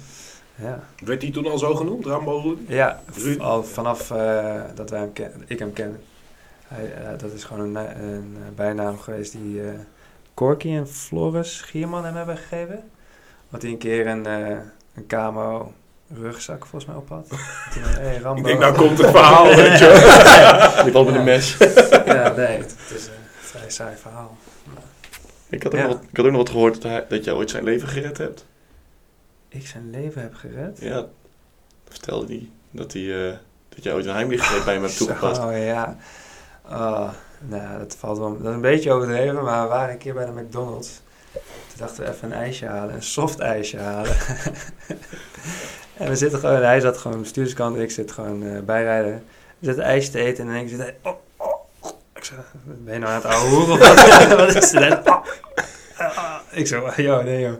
Ja.
Werd die toen al zo genoemd, Rambo Rudy?
Ja, v-
Ruud.
al vanaf eh, dat wij hem ken, ik hem ken. Hij, eh, dat is gewoon een, na- een eh, bijnaam geweest die eh Corky en Floris Gierman hem hebben gegeven. Want die een keer een, eh, een camo rugzak volgens mij op had. Toen, hey, Rambo.
Ik denk, nou komt het verhaal, weet je wel.
Die bal met een mes.
Ja, nee, het is een vrij saai verhaal.
Ik had ook,
Ja.
nog, wat- ik had ook nog wat gehoord dat, hij, dat jij ooit zijn leven gered hebt.
Ik zijn leven heb gered.
Ja, vertelde hij dat, hij, eh, dat jij ooit een heimlichgreep bij hem hebt toegepast.
Zo, ja. Oh, nou, dat valt wel. Dat is een beetje overdreven, maar we waren een keer bij de McDonald's. Toen dachten we even een ijsje halen, een soft ijsje halen. en we zitten gewoon, hij zat gewoon aan de bestuurskant, ik zit gewoon eh, bijrijden. We zitten ijsje te eten en dan zit hij. Oh, oh, oh. Ik zeg, ben je nou aan het ouwe hoeren? of wat? Wat is dit? Hij, Oh, ah, ah. Ik zo, joh, nee joh.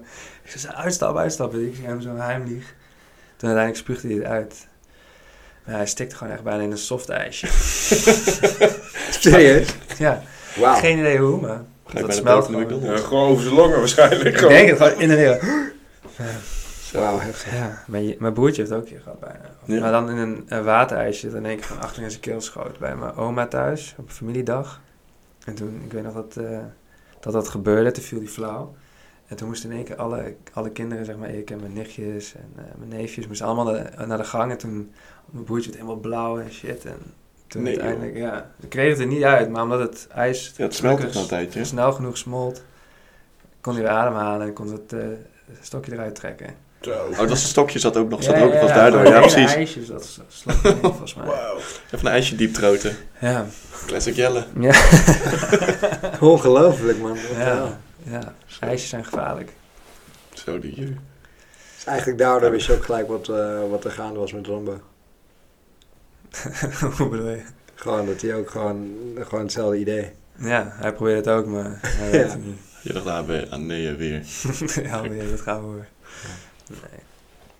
Ik zei, uitstappen, uitstappen. Ik ging hem zo heimlieg. Toen uiteindelijk spuugde hij het uit. Maar hij stikte gewoon echt bijna in een soft ijsje.
Serieus?
Ja,
Wauw.
geen idee hoe, maar
Ga ik bij
dat
de poort
smelt
van de
gewoon.
Ja,
McDonald's.
gewoon over zijn longen waarschijnlijk.
Ik
Gewoon.
denk het gewoon in de hele...
Wauw, heftig.
Ja, mijn, je- mijn broertje heeft ook een keer gehad bijna.
Ja.
Maar dan in een, een waterijsje, dan denk ik gewoon achter in zijn keel schoot bij mijn oma thuis op familiedag. En toen, ik weet nog dat eh, dat, dat gebeurde, toen viel die flauw. En toen moesten in één keer alle, alle kinderen, zeg maar ik en mijn nichtjes en eh, mijn neefjes, moesten allemaal naar, naar de gang. En toen, mijn broertje werd helemaal blauw en shit. En toen
Nee,
uiteindelijk, ja, ik kreeg het er niet uit, maar omdat het ijs
Ja, het smelt
gelukkig
ook na een tijdje. hè?
snel genoeg smolt, kon hij weer ademhalen en kon het eh, stokje eruit trekken.
Zo.
Oh, dat is een stokje zat ook nog. Zat
Ja,
ook
ja,
was daardoor.
maar
Ja,
hele
precies.
ijsjes, dat is- slaat me niet, volgens mij.
Wauw.
Even een ijsje diep troten.
Ja,
Classic Jelle.
ja,
Ongelooflijk, man. Wat de
Ja.
hel.
ja. ijsjes zijn gevaarlijk.
Zo die ju.
Dus eigenlijk daardoor wist je ook gelijk wat, eh, wat er gaande was met Rambo.
Hoe bedoel je?
Gewoon dat hij ook gewoon, gewoon hetzelfde idee.
Ja, hij probeert het ook, maar hij weet het niet.
Je dacht, ah, weer, ah nee, eh, weer.
ja, nee, dat gaan we horen. Nee.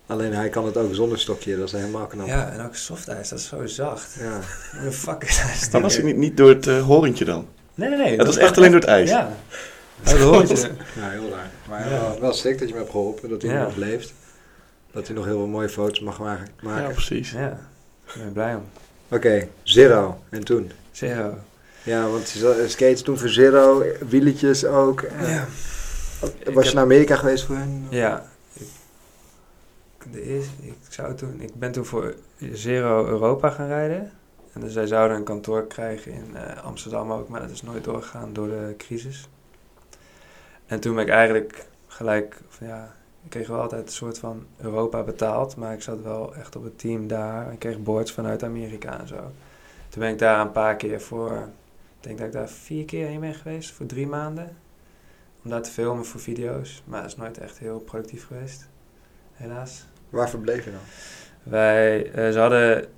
Alleen hij kan het ook zonder stokje, dat is helemaal
Nou.
knap.
Ja, en ook softijs, dat is zo zacht.
Ja.
Hoe de fuck is ijs?
Dan was hij niet, niet door het eh, horentje dan.
Nee, nee, nee.
Ja, dat is echt alleen door het ijs.
Ja. Oh, dat hoort je.
Ja, heel raar. Maar eh,
Ja.
wel, wel sick dat je me hebt geholpen, dat hij
Ja.
nog leeft. Dat hij nog heel veel mooie foto's mag ma- maken.
Ja,
Oké,
precies.
Ja, ik ben blij om.
Zero. En toen?
Zero.
Ja, want je zat- skates toen voor Zero, wieletjes ook. Eh,
Ja.
Was
Ik
je
heb-
naar Amerika geweest voor hen?
Ja. Ik, de eerste, ik, zou toen, ik ben toen voor Zero Europa gaan rijden. En dus zij zouden een kantoor krijgen in eh, Amsterdam ook, maar dat is nooit doorgegaan door de crisis. En toen ben ik eigenlijk gelijk, of ja, ik kreeg wel altijd een soort van Europa betaald, maar ik zat wel echt op het team daar. Ik kreeg boards vanuit Amerika en zo. Toen ben ik daar een paar keer voor, ik denk dat ik daar vier keer heen ben geweest, voor drie maanden om daar te filmen voor video's. Maar dat is nooit echt heel productief geweest, helaas.
Waar verbleef je dan?
Wij, eh, ze hadden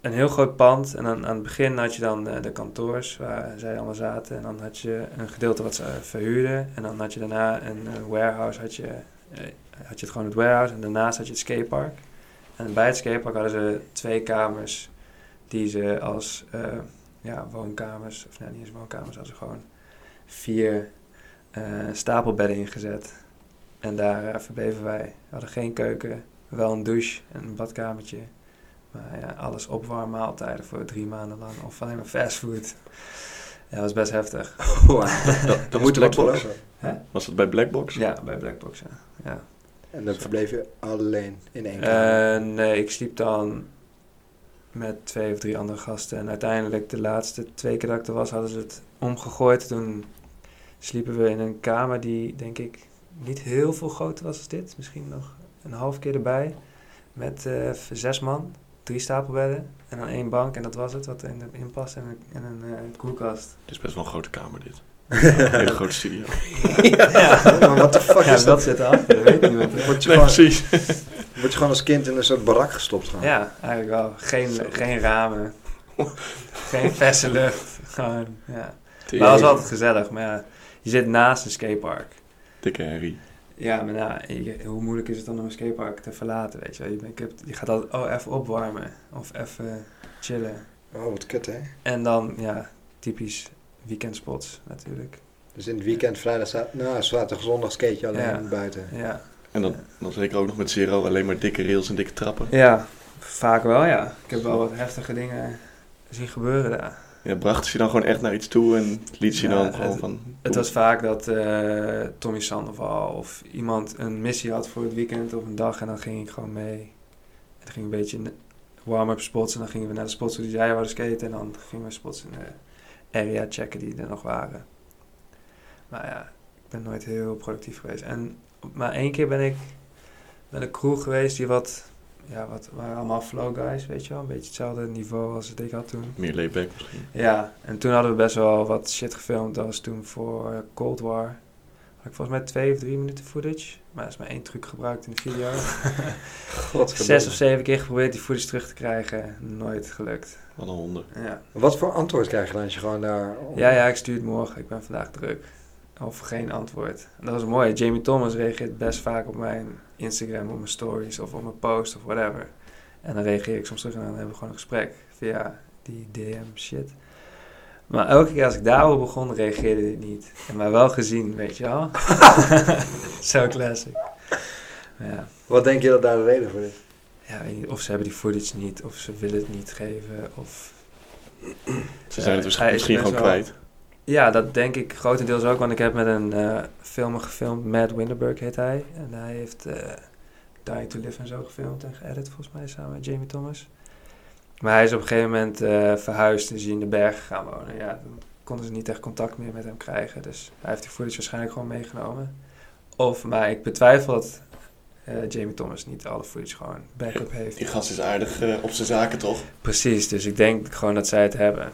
een heel groot pand en aan, aan het begin had je dan eh, de kantoors waar zij allemaal zaten. En dan had je een gedeelte wat ze eh, verhuurden. En dan had je daarna een eh, warehouse, had je, eh, had je het gewoon het warehouse. En daarnaast had je het skatepark. En bij het skatepark hadden ze twee kamers die ze als eh, ja, woonkamers, of nee, niet eens woonkamers, hadden ze gewoon vier eh, stapelbedden ingezet. En daar eh, verbleven wij. We hadden geen keuken, wel een douche en een badkamertje. Maar ja, alles opwarmmaaltijden voor drie maanden lang. Of alleen maar fastfood. Ja, dat was best heftig.
Dat, dat
moet
was, Blackbox.
lopen.
was dat bij Blackbox?
Ja, bij Blackbox, ja. ja.
En dan verbleef je alleen in één kamer.
Eh, nee, ik sliep dan met twee of drie andere gasten. En uiteindelijk, de laatste twee keer dat ik er was, hadden ze het omgegooid. Toen sliepen we in een kamer die, denk ik, niet heel veel groter was als dit. Misschien nog een half keer erbij. Met eh, v- zes man, drie stapelbedden en dan één bank. En dat was het, wat er in de inpas en een, en een eh, koelkast.
Dit is best wel een grote kamer, dit. Een hele grote studio.
ja,
Maar what the fuck
ja,
is
dat
dat?
zit erachter, dat weet niemand. hè?
Word je,
Nee,
gewoon,
precies.
word je gewoon als kind in een soort barak gestopt gaan.
Ja, eigenlijk wel. Geen, geen ramen. geen verse lucht. Gewoon, ja. Maar het was altijd gezellig. Maar ja, je zit naast een skatepark.
Dikke herrie.
Ja, maar nou, je- hoe moeilijk is het dan om een skatepark te verlaten, weet je wel? Je, bent- je hebt- je gaat altijd, oh, even opwarmen. Of even chillen.
Oh, wat kut hè.
En dan, ja, typisch weekendspots natuurlijk.
Dus in het weekend, vrijdag, zaterdag, nou, zaterdag, zondag skate je alleen
Ja.
buiten.
Ja.
En dan, dan zeker ook nog met Zero alleen maar dikke rails en dikke trappen.
ja, vaak wel, ja. Ik heb wel wat heftige dingen zien gebeuren daar.
Ja, brachten ze je dan gewoon echt naar iets toe en liet ze je
Ja,
dan gewoon
het-
van...
Het was vaak dat eh, Tommy Sandoval of iemand een missie had voor het weekend of een dag en dan ging ik gewoon mee. En dan ging ik een beetje in de warm-up spots en dan gingen we naar de spots die zij wouden skaten en dan gingen we spots in de area checken die er nog waren. Maar ja, ik ben nooit heel productief geweest. En maar één keer ben ik met een crew geweest die wat, ja, wat waren allemaal flow guys, weet je wel, een beetje hetzelfde niveau als het ik had toen.
Meer layback misschien.
Ja, en toen hadden we best wel wat shit gefilmd. Dat was toen voor eh, Cold War. Had ik volgens mij twee of drie minuten footage. Maar er is maar één truc gebruikt in de video. Zes of zeven keer geprobeerd die footage terug te krijgen. Nooit gelukt.
Wat een honden.
Ja,
Wat voor antwoord krijg je dan als je gewoon daar...
ja, ja ik stuur het morgen. Ik ben vandaag druk. Of geen antwoord. En dat was mooi. Jamie Thomas reageert best vaak op mijn Instagram, op mijn stories of op mijn post of whatever. En dan reageer ik soms terug en dan hebben we gewoon een gesprek via die DM shit. Maar elke keer als ik daarover begon, reageerde hij niet. En maar wel gezien, weet je wel. Zo classic. Ja.
Wat denk je dat daar de reden voor is?
ja, weet niet, of ze hebben die footage niet, of ze willen het niet geven, of
Ze zijn het
Ja,
waarsch-
hij is
misschien
best
gewoon
wel-
kwijt.
Ja, dat denk ik grotendeels ook, want ik heb met een eh filmer gefilmd, Matt Winderberg heet hij. En hij heeft eh Dying to Live en zo gefilmd en geëdit volgens mij samen met Jamie Thomas. Maar hij is op een gegeven moment eh, verhuisd en is hij in de bergen gaan wonen. Ja, dan konden ze niet echt contact meer met hem krijgen, dus hij heeft die footage waarschijnlijk gewoon meegenomen. Of, maar ik betwijfel dat eh, Jamie Thomas niet alle footage gewoon backup heeft.
Die gast is aardig eh, op zijn zaken toch?
Precies, dus ik denk gewoon dat zij het hebben.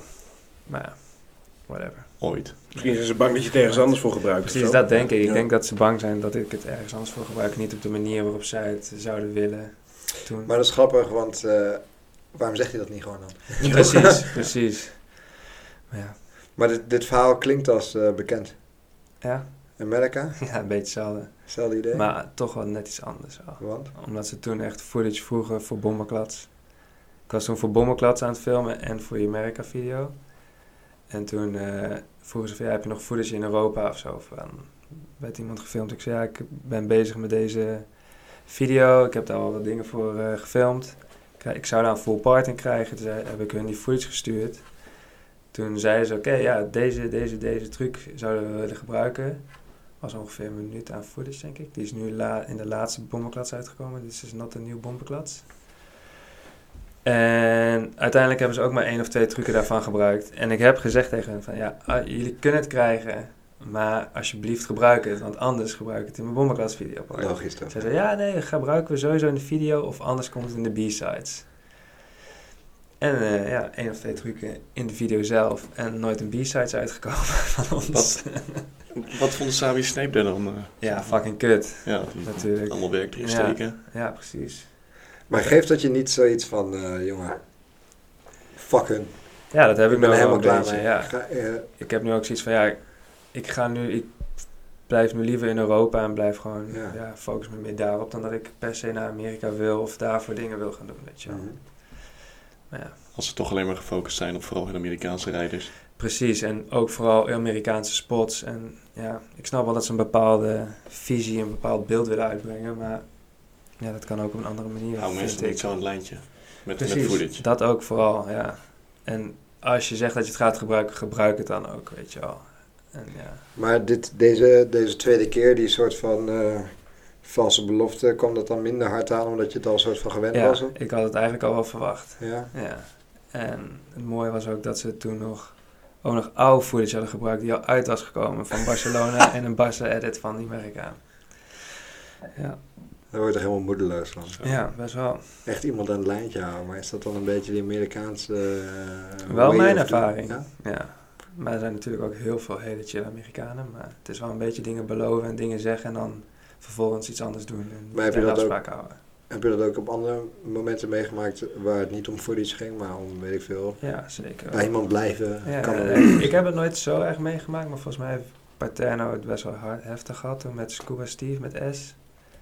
Maar ja, whatever.
Ooit.
Misschien zijn ze bang dat je het ergens anders voor gebruikt.
Precies,
of zo.
dat denk ik. Ik
Ja.
denk dat ze bang zijn dat ik het ergens anders voor gebruik. Niet op de manier waarop zij het zouden willen doen.
Maar dat is grappig, want eh, waarom zegt hij dat niet gewoon dan?
Precies, precies. Maar ja.
Maar dit, dit verhaal klinkt als eh, bekend.
Ja,
Amerika,
ja, een beetje hetzelfde.
hetzelfde idee.
Maar toch wel net iets anders wel.
Want?
Omdat ze toen echt footage vroegen voor Bomberklats. Ik was toen voor Bomberklats aan het filmen en voor die America-video. En toen eh, vroegen ze van, ja, heb je nog footage in Europa of zo? Van, werd iemand gefilmd? Ik zei, ja, ik ben bezig met deze video. Ik heb daar al wat dingen voor eh, gefilmd. Ik, zei, ik zou daar een full part in krijgen. Toen zei- heb ik hun die footage gestuurd. Toen zeiden ze, oké, ja, deze, deze, deze truc zouden we willen gebruiken was ongeveer een minuut aan footage, denk ik. Die is nu la- in de laatste bombenklats uitgekomen. Dit is dus not een nieuw bombenklats. En uiteindelijk hebben ze ook maar één of twee trucken daarvan gebruikt. En ik heb gezegd tegen hen van, ja, ah, jullie kunnen het krijgen, maar alsjeblieft gebruik het, want anders gebruik ik het in mijn bombenklats video.
Logisch toch?
Zij zei, ja, nee, gebruiken we sowieso in de video of anders komt het in de B-sides. En eh, ja, één of twee trucken in de video zelf. En nooit een B-sides uitgekomen van ons.
Wat? Wat vond Sabi Snape daar dan? eh,
Ja, fucking kut.
ja,
Natuurlijk.
Oh.
allemaal werk erin
Ja.
steken.
Ja, precies.
Maar geeft dat je niet zoiets van, eh, jongen, fuck hun.
Ja, dat heb ik,
Ik ben er
nou
helemaal
wel een
klaar
beetje,
mee.
Ja.
Ga- eh,
Ik heb nu ook zoiets van, ja, ik- ik ga nu... Ik blijf nu liever in Europa en blijf gewoon... Ja.
Ja.
focus me meer daarop dan dat ik per se naar Amerika wil... of daarvoor dingen wil gaan doen, weet je wel.
mhm.
Maar ja,
Als ze toch alleen maar gefocust zijn op vooral hun Amerikaanse rijders.
precies. En ook vooral Amerikaanse spots. En ja, ik snap wel dat ze een bepaalde visie... een bepaald beeld willen uitbrengen, maar... Ja, dat kan ook op een andere manier,
Hou
vind
mensen
ik.
niet zo aan het lijntje. Met, met
Precies,
footage.
dat ook vooral, ja. En als je zegt dat je het gaat gebruiken, gebruik het dan ook, weet je wel. En ja,
Maar dit, deze, deze tweede keer, die soort van eh, valse belofte, kwam dat dan minder hard aan omdat je het al een soort van gewend was?
ja
of?
ik had het eigenlijk al wel verwacht.
Ja.
Ja. En het mooie was ook dat ze toen nog ook nog oude footage hadden gebruikt die al uit was gekomen van Barcelona en een Barca edit van die Amerikaan. Ja,
Daar word je toch helemaal moedeloos van.
ja, best wel.
Echt iemand aan het lijntje houden, maar is dat dan een beetje die Amerikaanse... eh,
Wel
way of
mijn
doing?
ervaring.
Ja?
Ja. Maar er zijn natuurlijk ook heel veel hele chill Amerikanen. Maar het is wel een beetje dingen beloven en dingen zeggen en dan vervolgens iets anders doen. En
Maar heb je
geen
dat ook-
afspraak houden.
Heb je dat ook op andere momenten meegemaakt waar het niet om footage ging, maar om, weet ik veel,
Ja, zeker.
bij iemand blijven?
Ja,
kan
ja,
er-
ja. ik heb het nooit zo erg meegemaakt, maar volgens mij heeft Paterno het best wel hard, heftig gehad toen met Scuba Steve, met S.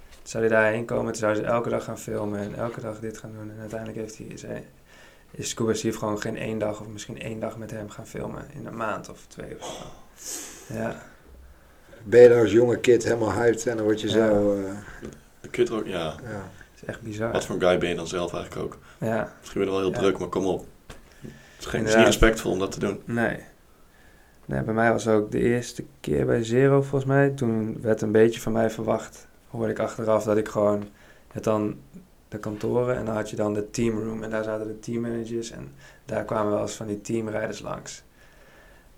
Toen zou hij daarheen komen, toen zou ze elke dag gaan filmen en elke dag dit gaan doen. En uiteindelijk heeft hij, is, hij- is Scuba Steve gewoon geen één dag of misschien één dag met hem gaan filmen in een maand of twee of zo. Ja,
Ben je daar als jonge kid helemaal hyped en dan word je
Ja.
zo... eh,
De kut ook, ja.
ja.
het is echt bizar.
Wat voor een guy ben je dan zelf eigenlijk ook?
Ja,
Misschien ben je wel heel
Ja.
druk, maar kom op. Het is, geen, het is
Inderdaad.
niet respectvol om dat te doen.
nee. Nee, bij mij was ook de eerste keer bij Zero volgens mij. Toen werd een beetje van mij verwacht, hoorde ik achteraf, dat ik gewoon het dan de kantoren en dan had je dan de teamroom en daar zaten de teammanagers en daar kwamen wel eens van die teamrijders langs.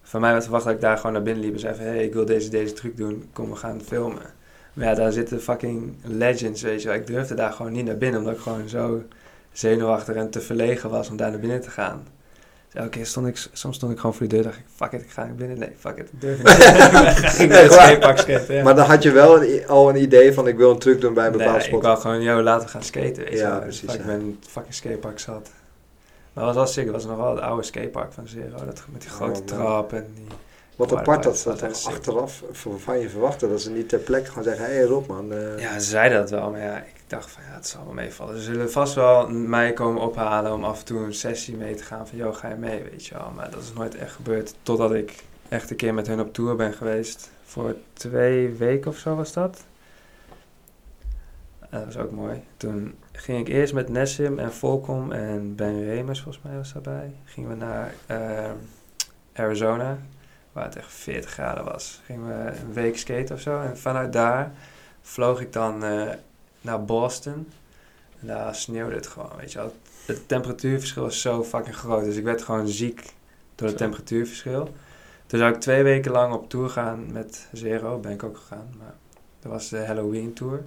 Van mij werd verwacht dat ik daar gewoon naar binnen liep en zei van hé, hey, ik wil deze, deze truc doen, kom we gaan filmen. Maar ja, daar zitten fucking legends, weet je wel. Ik durfde daar gewoon niet naar binnen omdat ik gewoon zo zenuwachtig en te verlegen was om daar naar binnen te gaan. Dus elke keer stond ik, soms stond ik gewoon voor de deur dacht ik, fuck it, ik ga naar binnen. Nee, fuck it, ik durf niet. Ik ging naar het skatepark skaten, ja.
Maar dan had je wel een- al een idee van ik wil een truc doen bij een bepaald
Nee,
spot.
ik wou gewoon, yo, laten we gaan skaten, weet je
Ja,
wel. Dus
precies,
Fuck, Ik
ja.
ben in het fucking skatepark zat. Maar het was wel sick, het was nog wel het oude skatepark van Zero. Dat, met die
Oh,
grote
man.
trap en die...
Wat
Maar
apart
dat
dat ze
was
dat dan
echt sick.
achteraf van van je verwachten. Dat ze niet ter plekke gaan zeggen, hé hey, Rob man. eh,
Ja, ze zeiden dat wel, maar ja, ik dacht van, ja, het zal wel meevallen. Ze zullen vast wel mij komen ophalen om af en toe een sessie mee te gaan van, yo, ga je mee, weet je wel. Maar dat is nooit echt gebeurd, totdat ik echt een keer met hun op tour ben geweest. Voor twee weken of zo was dat. En Dat was ook mooi. Toen ging ik eerst met Nessim en Volkom en Ben Remus, volgens mij was daarbij. Gingen we naar eh, Arizona, waar het echt 40 graden was. Gingen we een week skaten of zo. En vanuit daar vloog ik dan eh, naar Boston. En daar sneeuwde het gewoon, weet je wel. Het temperatuurverschil was zo fucking groot. Dus ik werd gewoon ziek door het
Zo.
temperatuurverschil. Toen zou ik twee weken lang op tour gaan met Zero. Ben ik ook gegaan. Maar dat was de Halloween tour.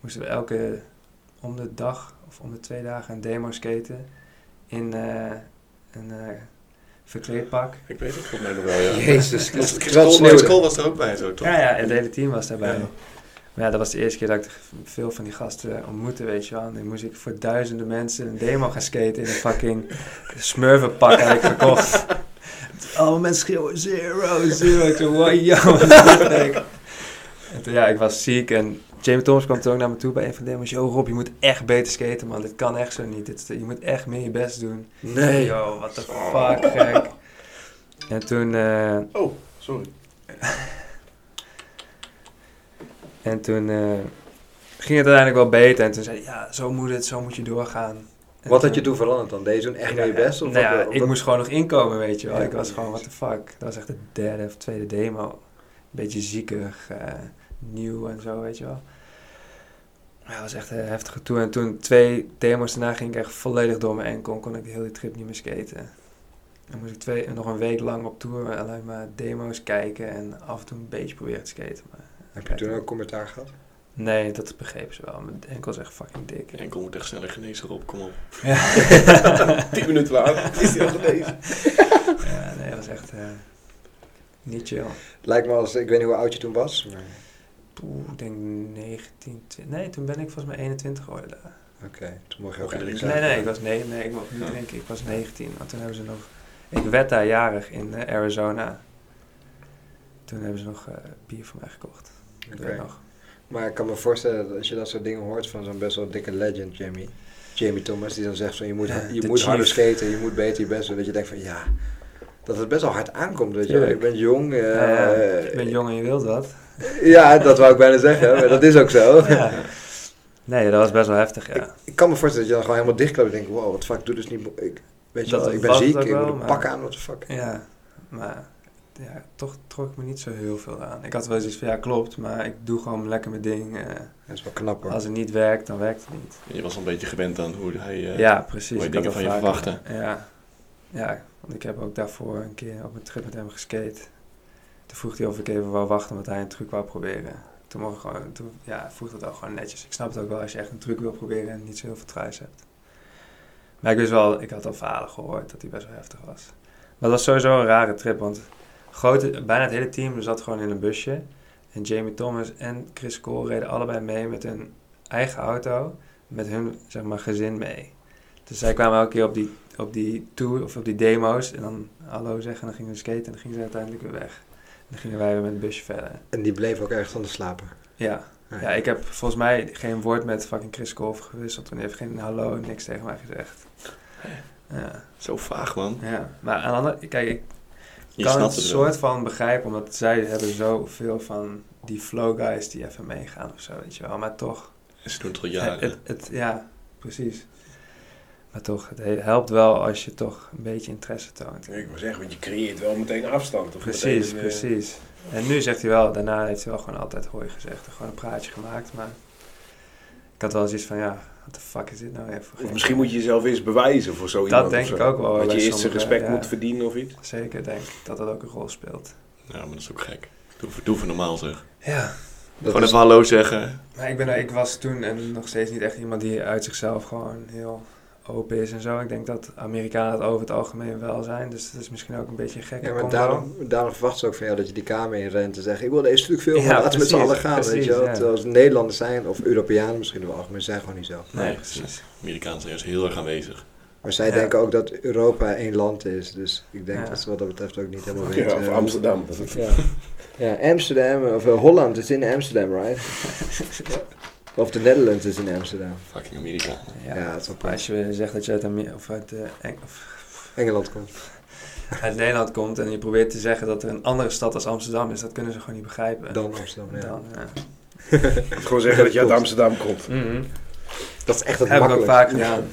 Moesten we elke om de dag of om de twee dagen een demo skaten. In eh, een eh verkleedpak.
Ik weet het volgens mij nog wel, ja.
Jezus,
Chris
het
Cole-
sneeuwde.
Chris Cole was er ook bij, zo toch?
Ja, ja, het hele team was daarbij.
Ja.
Maar ja, dat was de eerste keer dat ik veel van die gasten ontmoette, weet je wel. En dan moest ik voor duizenden mensen een demo gaan skaten in een fucking smurvenpak had ik gekocht. Alle mensen schreeuwen, zero, zero. Ik zei, wow, yo, wat is dit, denk ik. En toen, ja, ik was ziek en Jamie Thomas kwam toen ook naar me toe bij een van de demos. Yo, Rob, je moet echt beter skaten, man. Dit kan echt zo niet. Dit, is- je moet echt meer je best doen.
Nee.
Yo, what the fuck, gek. En toen... eh,
Sorry.
En toen eh, ging het uiteindelijk wel beter. En toen zei hij, ja, zo moet het, zo moet je doorgaan. En
Wat had je toen veranderd dan? Deed je toen echt
Ik
naar je
dacht,
best? Of
nou
wat-
ja,
wat-
ik moest gewoon nog inkomen, weet je wel.
Ja,
ik was gewoon, what the
precies.
fuck. Dat was echt de derde of tweede demo. Een beetje ziekig, eh, nieuw en zo, weet je wel. Maar dat was echt een heftige tour. En toen twee demo's daarna ging ik echt volledig door mijn enkel. Kon ik de hele trip niet meer skaten. Dan moest ik twee, nog een week lang op tour maar alleen maar demo's kijken en af en toe een beetje proberen te skaten. Maar
Heb je toen ook commentaar gehad?
Nee, dat begrepen ze wel. Mijn enkel is echt fucking dik.
Je enkel moet echt sneller genezen erop, kom op.
Tien minuten later is hij al genezen.
Ja, nee, dat was echt eh, niet chill.
Lijkt me als, ik weet niet hoe oud je toen was. Maar,
Poeh, ik denk 19, 20. Nee, toen ben ik volgens mij 21 geworden daar.
Oké, toen mocht je ook
Mocht je
eigenlijk
er
Nee,
zijn.
nee, ik was, nee, nee, ik was, nu
Oh.
Ja.
denk ik, ik was 19. Want toen hebben ze nog... Ik werd daar jarig in eh, Arizona. Toen hebben ze nog eh, bier voor mij gekocht. Ik weet
Oké.
nog.
Maar ik kan me voorstellen dat als je dat soort dingen hoort van zo'n best wel dikke legend, Jamie. Jamie Thomas, die dan zegt van je moet,
Ja,
je
de
moet
chief.
harder skaten, je moet beter je best doen. Dat je denkt van ja, dat het best wel hard aankomt. Weet je,
Tuurlijk.
ik ben jong. eh,
Ja, ik ben jong en je wilt wat.
Ja, dat wou ik bijna zeggen, maar dat is ook zo.
oh.
Ja. Nee, dat was best wel heftig, ja.
Ik kan me voorstellen dat je dan gewoon helemaal dichtklapt en denkt, wow, wat fuck, doe dus niet. mo- Ik, weet je
Dat
wel, ik ben
was het
ziek,
ook
ik
wel,
moet een
maar-
pak aan, what the fuck.
Ja, maar ja, toch trok ik me niet zo heel veel aan. Ik had wel eens iets van, ja klopt, maar ik doe gewoon lekker mijn ding. eh.
Dat is wel knap hoor.
als het niet werkt, dan werkt het niet.
Je was al een beetje gewend aan hoe hij eh,
ja, precies.
hoe je
Ik had
dingen van je
dat vaker.
verwachtte.
Ja. ja, want ik heb ook daarvoor een keer op een trip met hem geskate. Toen vroeg hij of ik even wou wachten omdat hij een truc wou proberen. Toen, mocht ik gewoon, toen ja, vroeg dat ook gewoon netjes. Ik snap het ook wel als je echt een truc wil proberen en niet zo heel veel tries hebt. Maar ik wist wel, ik had al verhalen gehoord dat hij best wel heftig was. Maar dat was sowieso een rare trip, want grote, bijna het hele team zat gewoon in een busje. En Jamie Thomas en Chris Cole reden allebei mee met hun eigen auto, met hun zeg maar, gezin mee. Dus zij kwamen elke keer op die, op die tour of op die demo's en dan hallo zeggen en dan gingen ze skaten en dan gingen ze uiteindelijk weer weg. En dan gingen wij weer met het busje verder.
En die bleef ook ergens anders slapen.
Ja. ja, ik heb volgens mij geen woord met fucking Chris Cole gewisseld. En die heeft geen hallo, niks tegen mij gezegd. Ja,
Zo vaag, man.
ja. maar aan de andere kijk, ik
Je
kan het
snapt het wel.
soort van begrijpen, omdat zij hebben zoveel van die flow guys die even meegaan of zo, weet je wel. Maar toch,
Ze doen het al jaren.
het, het- ja, precies. Maar toch, het he- helpt wel als je toch een beetje interesse toont.
Ik wil zeggen, want je creëert wel meteen afstand. Of
Precies,
meteen, eh,
precies. En nu zegt hij wel, daarna heeft hij wel gewoon altijd hooi gezegd. en Gewoon een praatje gemaakt, maar ik had wel eens iets van, ja, what the fuck is dit nou even?
Of misschien moet je jezelf eens bewijzen voor zo iemand.
Dat denk
of zo.
ik ook wel.
Dat
bij
je eerst zijn
sommige-
respect
ja,
moet verdienen of iets.
Zeker, denk ik dat dat ook een rol speelt.
Ja, maar dat is ook gek. Doe, doe even normaal, zeg.
Ja,
Dat
Gewoon
is-
even hallo zeggen.
maar ik, ben, ik was toen en nog steeds niet echt iemand die uit zichzelf gewoon heel open is en zo. Ik denk dat Amerikanen het over het algemeen wel zijn, dus dat is misschien ook een beetje gek.
Ja, maar daarom, daarom verwachten ze ook van jou dat je die kamer in rent en zeggen: Ik wil deze stuk veel,
Ja,
maar laten we met z'n
precies,
allen gaan. weet
precies,
je wel?
ja.
Terwijl ze Nederlanders zijn, of Europeanen misschien wel algemeen, zijn gewoon niet zo.
Nee,
Nee,
precies.
Amerikanen zijn juist heel erg aanwezig.
Maar zij
Ja.
denken ook dat Europa één land is. Dus ik denk
Ja.
dat ze wat dat betreft ook niet helemaal
Ja,
weten. eh,
of Amsterdam. Dat is-
Ja. ja, Amsterdam, of eh, Holland is in Amsterdam, right? Of de Netherlands is in Amsterdam.
Fucking Amerikanen.
Ja,
Ja, dat is wel
maar als je zegt dat je uit, Amer- of uit, eh, Eng- of
Engeland komt.
uit Nederland komt en je probeert te zeggen dat er een andere stad als Amsterdam is, dat kunnen ze gewoon niet begrijpen.
Dan Amsterdam, ja.
Dan, ja.
Gewoon zeggen dat je uit
Klopt.
Amsterdam komt.
Mhm.
Dat is echt het
Heb ik ook
makkelijkste.
vaak gedaan.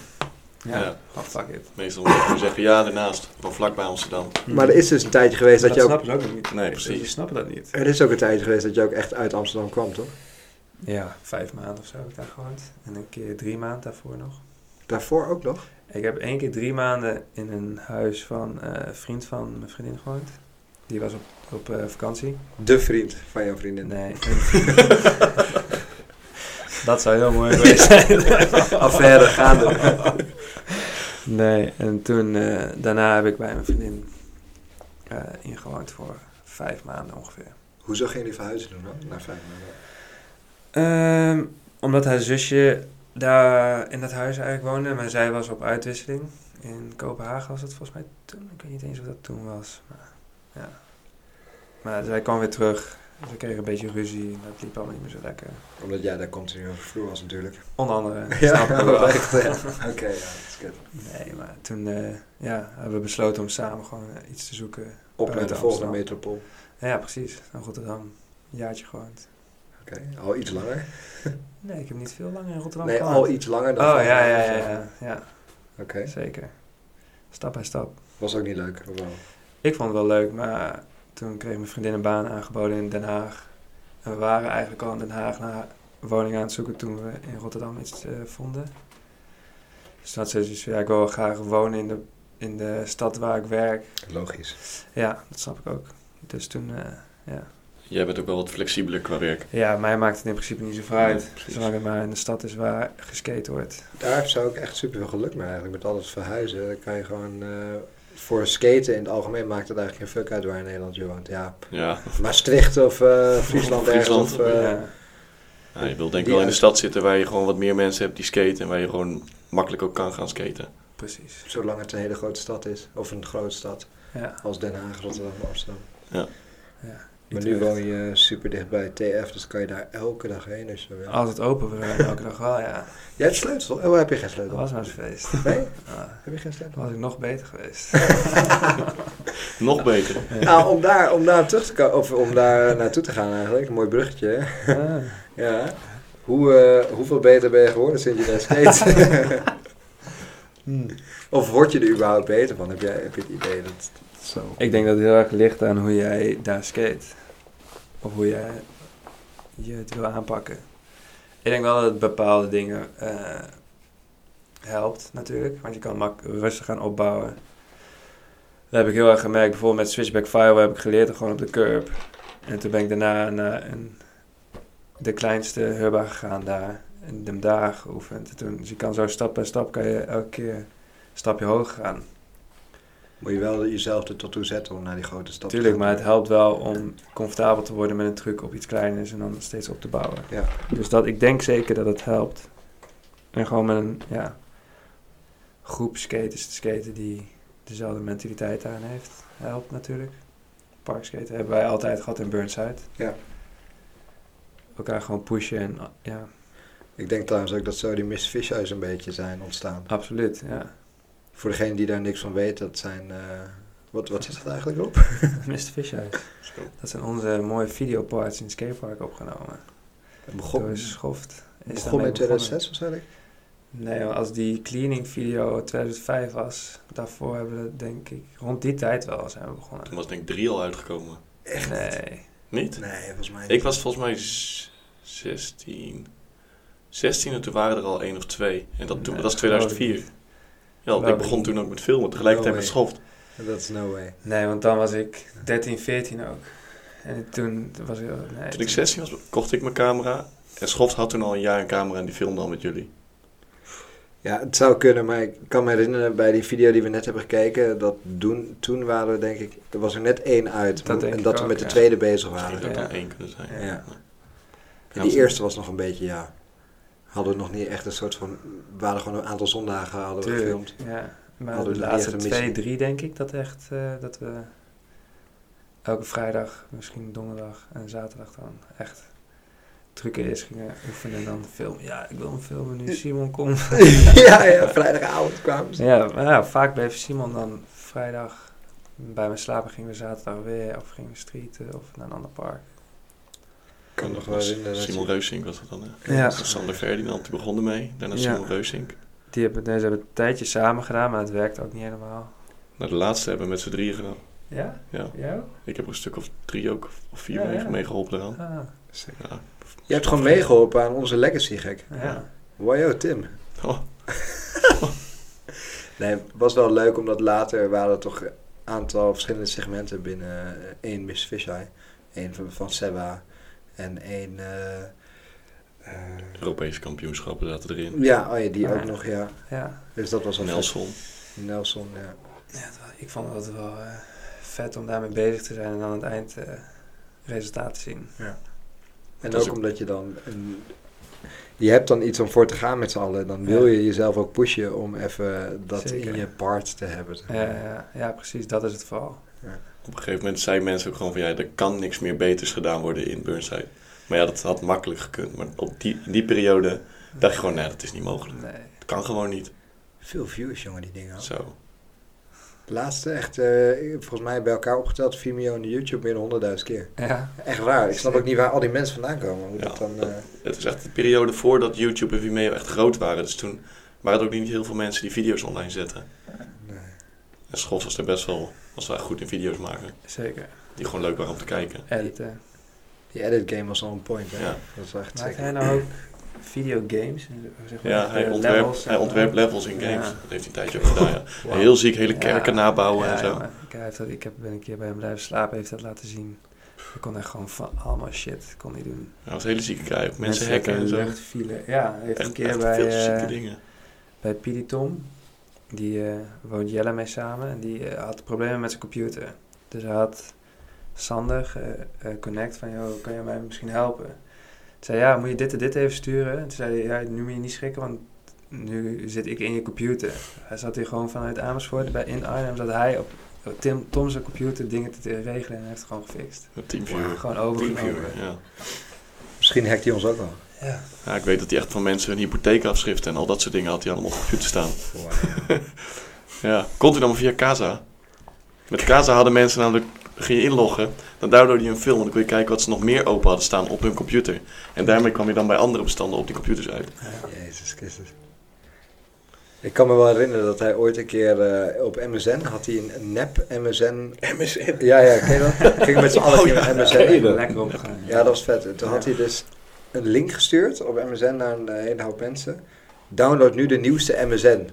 Ja,
Ja.
gewoon fuck it.
Meestal moet je gewoon zeggen, ja, daarnaast. Van vlakbij Amsterdam.
Maar er is dus een tijdje geweest dat,
dat
je ook...
snappen ze ook niet.
Nee,
Ze
precies.
snappen dat niet.
Er is ook een tijdje geweest dat je ook echt uit Amsterdam kwam, toch?
Ja, vijf maanden of zo heb ik daar gewoond. En een keer drie maanden daarvoor nog.
Daarvoor ook nog?
Ik heb één keer drie maanden in een huis van eh, een vriend van mijn vriendin gewoond. Die was op, op eh, vakantie.
De vriend van jouw vriendin.
Nee. dat zou heel mooi geweest zijn.
Affaire gaande.
Nee, en toen, eh, daarna heb ik bij mijn vriendin eh, ingewoond voor vijf maanden ongeveer.
Hoezo gingen jullie verhuizen doen hoor? Na vijf maanden.
Ehm, omdat haar zusje daar in dat huis eigenlijk woonde, maar zij was op uitwisseling. In Kopenhagen was dat volgens mij toen. Ik weet niet eens of dat toen was. Maar, ja. maar zij kwam weer terug. Ze kregen een beetje ruzie en dat liep allemaal niet meer zo lekker.
Omdat jij daar continu over vloer was natuurlijk.
Onder andere. snap ik ook wel.
echt. ja. Oké, ja, dat is kut.
Nee, maar toen eh, ja, hebben we besloten om samen gewoon eh, iets te zoeken
Op naar de
Buiten
volgende
Amsterdam.
metropool.
Ja, precies. In Rotterdam. Een jaartje gewoond.
Oké, al iets langer.
Nee, ik heb niet veel langer in Rotterdam
Nee,
gewoond.
al iets langer dan
Oh, ja,
vijf
ja,
jaar
ja,
of zo.
ja, ja.
Oké,
Zeker. Stap bij stap.
was ook niet leuk. of wel?
Ik vond het wel leuk, maar toen kreeg mijn vriendin een baan aangeboden in Den Haag. En we waren eigenlijk al in Den Haag naar een woning aan het zoeken toen we in Rotterdam iets eh, vonden. Dus toen had ze zoiets van, ja, ik wil wel graag wonen in de, in de stad waar ik werk.
Logisch.
Ja, dat snap ik ook. Dus toen, eh, ja,
Jij bent ook wel wat flexibeler qua werk.
Ja, mij maakt het in principe niet zoveel uit.
Nee, precies.
zolang het maar in de stad is waar geskate wordt.
Daar zou ik echt super veel geluk mee eigenlijk met alles verhuizen. Dan kan je gewoon eh, voor skaten in het algemeen maakt het eigenlijk geen fuck uit waar in Nederland je woont. Ja,
Ja,
Maastricht of eh, Friesland ergens.
Friesland,
of, eh,
ja.
nou, je wilt denk
Die
ik wel in de
uit-
stad zitten waar je gewoon wat meer mensen hebt die skaten. En waar je gewoon makkelijk ook kan gaan skaten.
Precies.
Zolang het een hele grote stad is. Of een grote stad.
Ja.
Als Den Haag, Rotterdam, Amsterdam.
ja.
Maar nu
Utrecht.
woon je super dicht bij TF, dus kan je daar elke dag heen als je wil.
Altijd open, we zijn elke dag wel, ja.
Jij hebt sleutel? Oh, heb je geen
Dat
sleutel?
was nou eens feest.
Nee?
Ah,
Heb je geen sleutel?
dan was ik nog beter geweest.
Nog beter.
Nou, om daar, om daar terug te komen, of om daar naartoe te gaan eigenlijk, een mooi bruggetje. hè?
Ah.
Ja. Hoe, eh, hoeveel beter ben je geworden sinds je daar skate? Hmm. Of word je er überhaupt beter van? Heb, jij, heb je het idee dat het zo...
Ik denk dat het heel erg ligt aan hoe jij daar skate. Of hoe jij je het wil aanpakken. Ik denk wel dat het bepaalde dingen eh, helpt natuurlijk. Want je kan mak rustig gaan opbouwen. Dat heb ik heel erg gemerkt. Bijvoorbeeld met Switchback Firewall heb ik geleerd gewoon op de curb. En toen ben ik daarna naar een, de kleinste hubba gegaan daar. En hem daar geoefend. En Toen, dus je kan zo stap bij stap kan je elke keer een stapje hoger gaan.
Moet je wel jezelf er tot toe zetten om naar die grote stad
Tuurlijk,
te
maar
gaan.
het helpt wel om comfortabel te worden met een truc op iets kleiners en dan steeds op te bouwen.
Ja.
Dus dat, ik denk zeker dat het helpt. En gewoon met een ja, groep skaters te skaten die dezelfde mentaliteit aan heeft, helpt natuurlijk. Parkskaten hebben wij altijd gehad in Burnside.
Ja.
Elkaar gewoon pushen en ja,
Ik denk trouwens ook dat zo die Miss Fishers een beetje zijn ontstaan.
absoluut. Ja.
Voor degene die daar niks van weet, dat zijn... eh, wat, wat zit dat eigenlijk op?
Mr. Fishhouse. Dat zijn onze mooie videoparts in het skatepark opgenomen.
Het begon,
Door Schoft.
begon
is daarmee
in
begonnen.
2006 waarschijnlijk.
Nee, maar als die cleaning video 2005 was, daarvoor hebben we denk ik rond die tijd wel zijn we begonnen.
Toen was denk ik drie al uitgekomen.
Echt?
Nee.
Niet?
Nee, volgens mij
Ik was volgens mij z- 16. 16 en toen waren er al één of twee. En dat, toen,
Nee,
dat is
geloof ik
2004.
niet.
Ja, want ik
Geloof
begon
ik
toen ook met filmen, tegelijkertijd
No
met schoft.
That's no way.
Nee, want dan was ik 13, 14 ook. En toen was ik... Nee,
Toen ik 16 was, kocht ik mijn camera. En Schoft had toen al een jaar een camera en die filmde al met jullie.
Ja, het zou kunnen, maar ik kan me herinneren bij die video die we net hebben gekeken, dat doen, toen waren we denk ik, er was er net één uit.
Dat denk
en
ik
dat we
ook,
met de
ja.
tweede bezig
Misschien
waren.
zou
Ja.
het dan één kunnen zijn.
Ah, Ja.
Ja.
En die eerste was nog een beetje, ja, hadden we nog niet echt een soort van, we hadden gewoon een aantal zondagen hadden we
Tuurlijk,
gefilmd.
ja. Maar
Hadden we
de
niet
laatste
echt een
twee,
missie.
drie denk ik dat echt, eh, dat we elke vrijdag, misschien donderdag en zaterdag dan echt trucken eerst gingen oefenen en dan filmen. Ja, ik wil hem filmen nu, Simon, kom.
ja, ja, vrijdagavond kwamen ze.
Ja, maar ja, vaak bleef Simon dan vrijdag bij me slapen. Gingen we zaterdag weer of gingen we streeten of naar een ander park.
Ik kan me nog wel herinneren. dat
Dus Simon
je-
Reusink was dat dan, hè?
Ja.
Sander Ferdinand, die begon ermee. Daarna
Ja.
Simon Reusink.
Die hebben, nee, ze hebben het een tijdje samen gedaan, maar het werkte ook niet helemaal.
Nou, de laatste hebben we met z'n drieën gedaan.
Ja?
Ja.
Jou?
Ik heb er een stuk of drie ook, of vier
Ja,
mee-
ja.
meegeholpen eraan.
Ah,
Ja.
Je hebt gewoon meegeholpen aan onze legacy, gek.
ja.
Wajo, Tim.
Oh,
Nee, het was wel leuk, omdat later waren er toch een aantal verschillende segmenten binnen eh, één Miss Fisheye. Eén van, van Seba en één... eh, eh,
Europese kampioenschappen zaten erin.
ja, oh ja, die ook
Ah.
nog, ja.
ja.
Dus dat was wel
Nelson.
vet. Nelson, ja.
Ja, het wa- ik vond het wel eh, vet om daarmee bezig te zijn en aan het eind eh resultaat te zien.
En
Dat is
ook
ook-
omdat je dan... Een, je hebt dan iets om voor te gaan met z'n allen. Dan wil
Ja.
je jezelf ook pushen om even dat
Zeker.
in je part te hebben. zeg
Ja,
maar.
ja, ja, precies, dat is het vooral.
Op een gegeven moment zeiden mensen ook gewoon van... ja, er kan niks meer beters gedaan worden in Burnside. Maar ja, dat had makkelijk gekund. Maar op die, in die periode dacht je gewoon... nee, dat is niet mogelijk.
Nee.
Dat kan gewoon niet.
Veel views, jongen, die dingen. ook.
Zo.
De laatste echt, eh, volgens mij bij elkaar opgeteld, Vimeo en YouTube meer dan 100.000 keer.
Ja,
Echt waar. Ik snap ook niet waar al die mensen vandaan komen. Hoe dat
Ja,
dan,
dat-
eh,
Het is echt de periode voordat YouTube en Vimeo echt groot waren. Dus toen waren er ook niet heel veel mensen die video's online zetten.
nee.
En Schof was er best wel... was wel echt goed in video's maken.
zeker. eh,
Die gewoon leuk waren om te kijken.
Editen.
Die edit game was al een point. Hè?
Ja.
Dat was echt
Maakt
zeker.
hij nou ook videogames? Zeg maar,
Ja, hij
eh,
ontwerpt,
levels en
hij
zo?
ontwerpt levels in games.
Ja.
Dat heeft hij een tijdje ook gedaan, ja.
Wauw.
Heel ziek, hele
Ja.
kerken nabouwen
Ja,
en zo.
jongen. Ik, hij heeft dat, ik heb, ben een keer bij hem blijven slapen, heeft dat laten zien. Ik kon echt gewoon van allemaal shit kon niet doen.
Dat was een hele zieke guy. Ook mensen hacken en
in
zo.
de lucht vielen. Ja, hij heeft een
Echt,
keer
echt
bij,
veel zieke
eh,
dingen.
bij Piditom. Die eh, woont Jelle mee samen en die eh, had problemen met zijn computer. Dus hij had Sander eh, eh, connect van, joh, kan je mij misschien helpen? Toen zei hij, ja, moet je dit en dit even sturen? En toen zei hij, ja, nu moet je niet schrikken, want nu zit ik in je computer. Hij zat hier gewoon vanuit Amersfoort bij in Arnhem, zat hij op, op Tim, Tom zijn computer dingen te, te regelen en hij heeft het gewoon gefixt.
Een
Mm.
teamviewer.
Gewoon overgenomen.
Ja.
Misschien hackt hij ons ook wel.
Ja.
ja, ik weet dat hij echt van mensen hun hypotheekafschriften en al dat soort dingen had hij allemaal op de computer staan. Ja, komt hij dan via Casa. Met Casa hadden mensen namelijk, ging je inloggen, dan daardoor hij een film en dan kon je kijken wat ze nog meer open hadden staan op hun computer. En daarmee kwam je dan bij andere bestanden op die computers uit.
Jezus Christus. Ik kan me wel herinneren dat hij ooit een keer eh, op MSN had hij een nep MSN.
MSN.
Ja, ja, ken je dat? Ging met z'n allen
Oh,
in
ja.
MSN.
Lekker omgegaan.
Ja, dat was vet. En toen had hij dus een link gestuurd op MSN naar een eh, hele hoop mensen. Download nu de nieuwste MSN.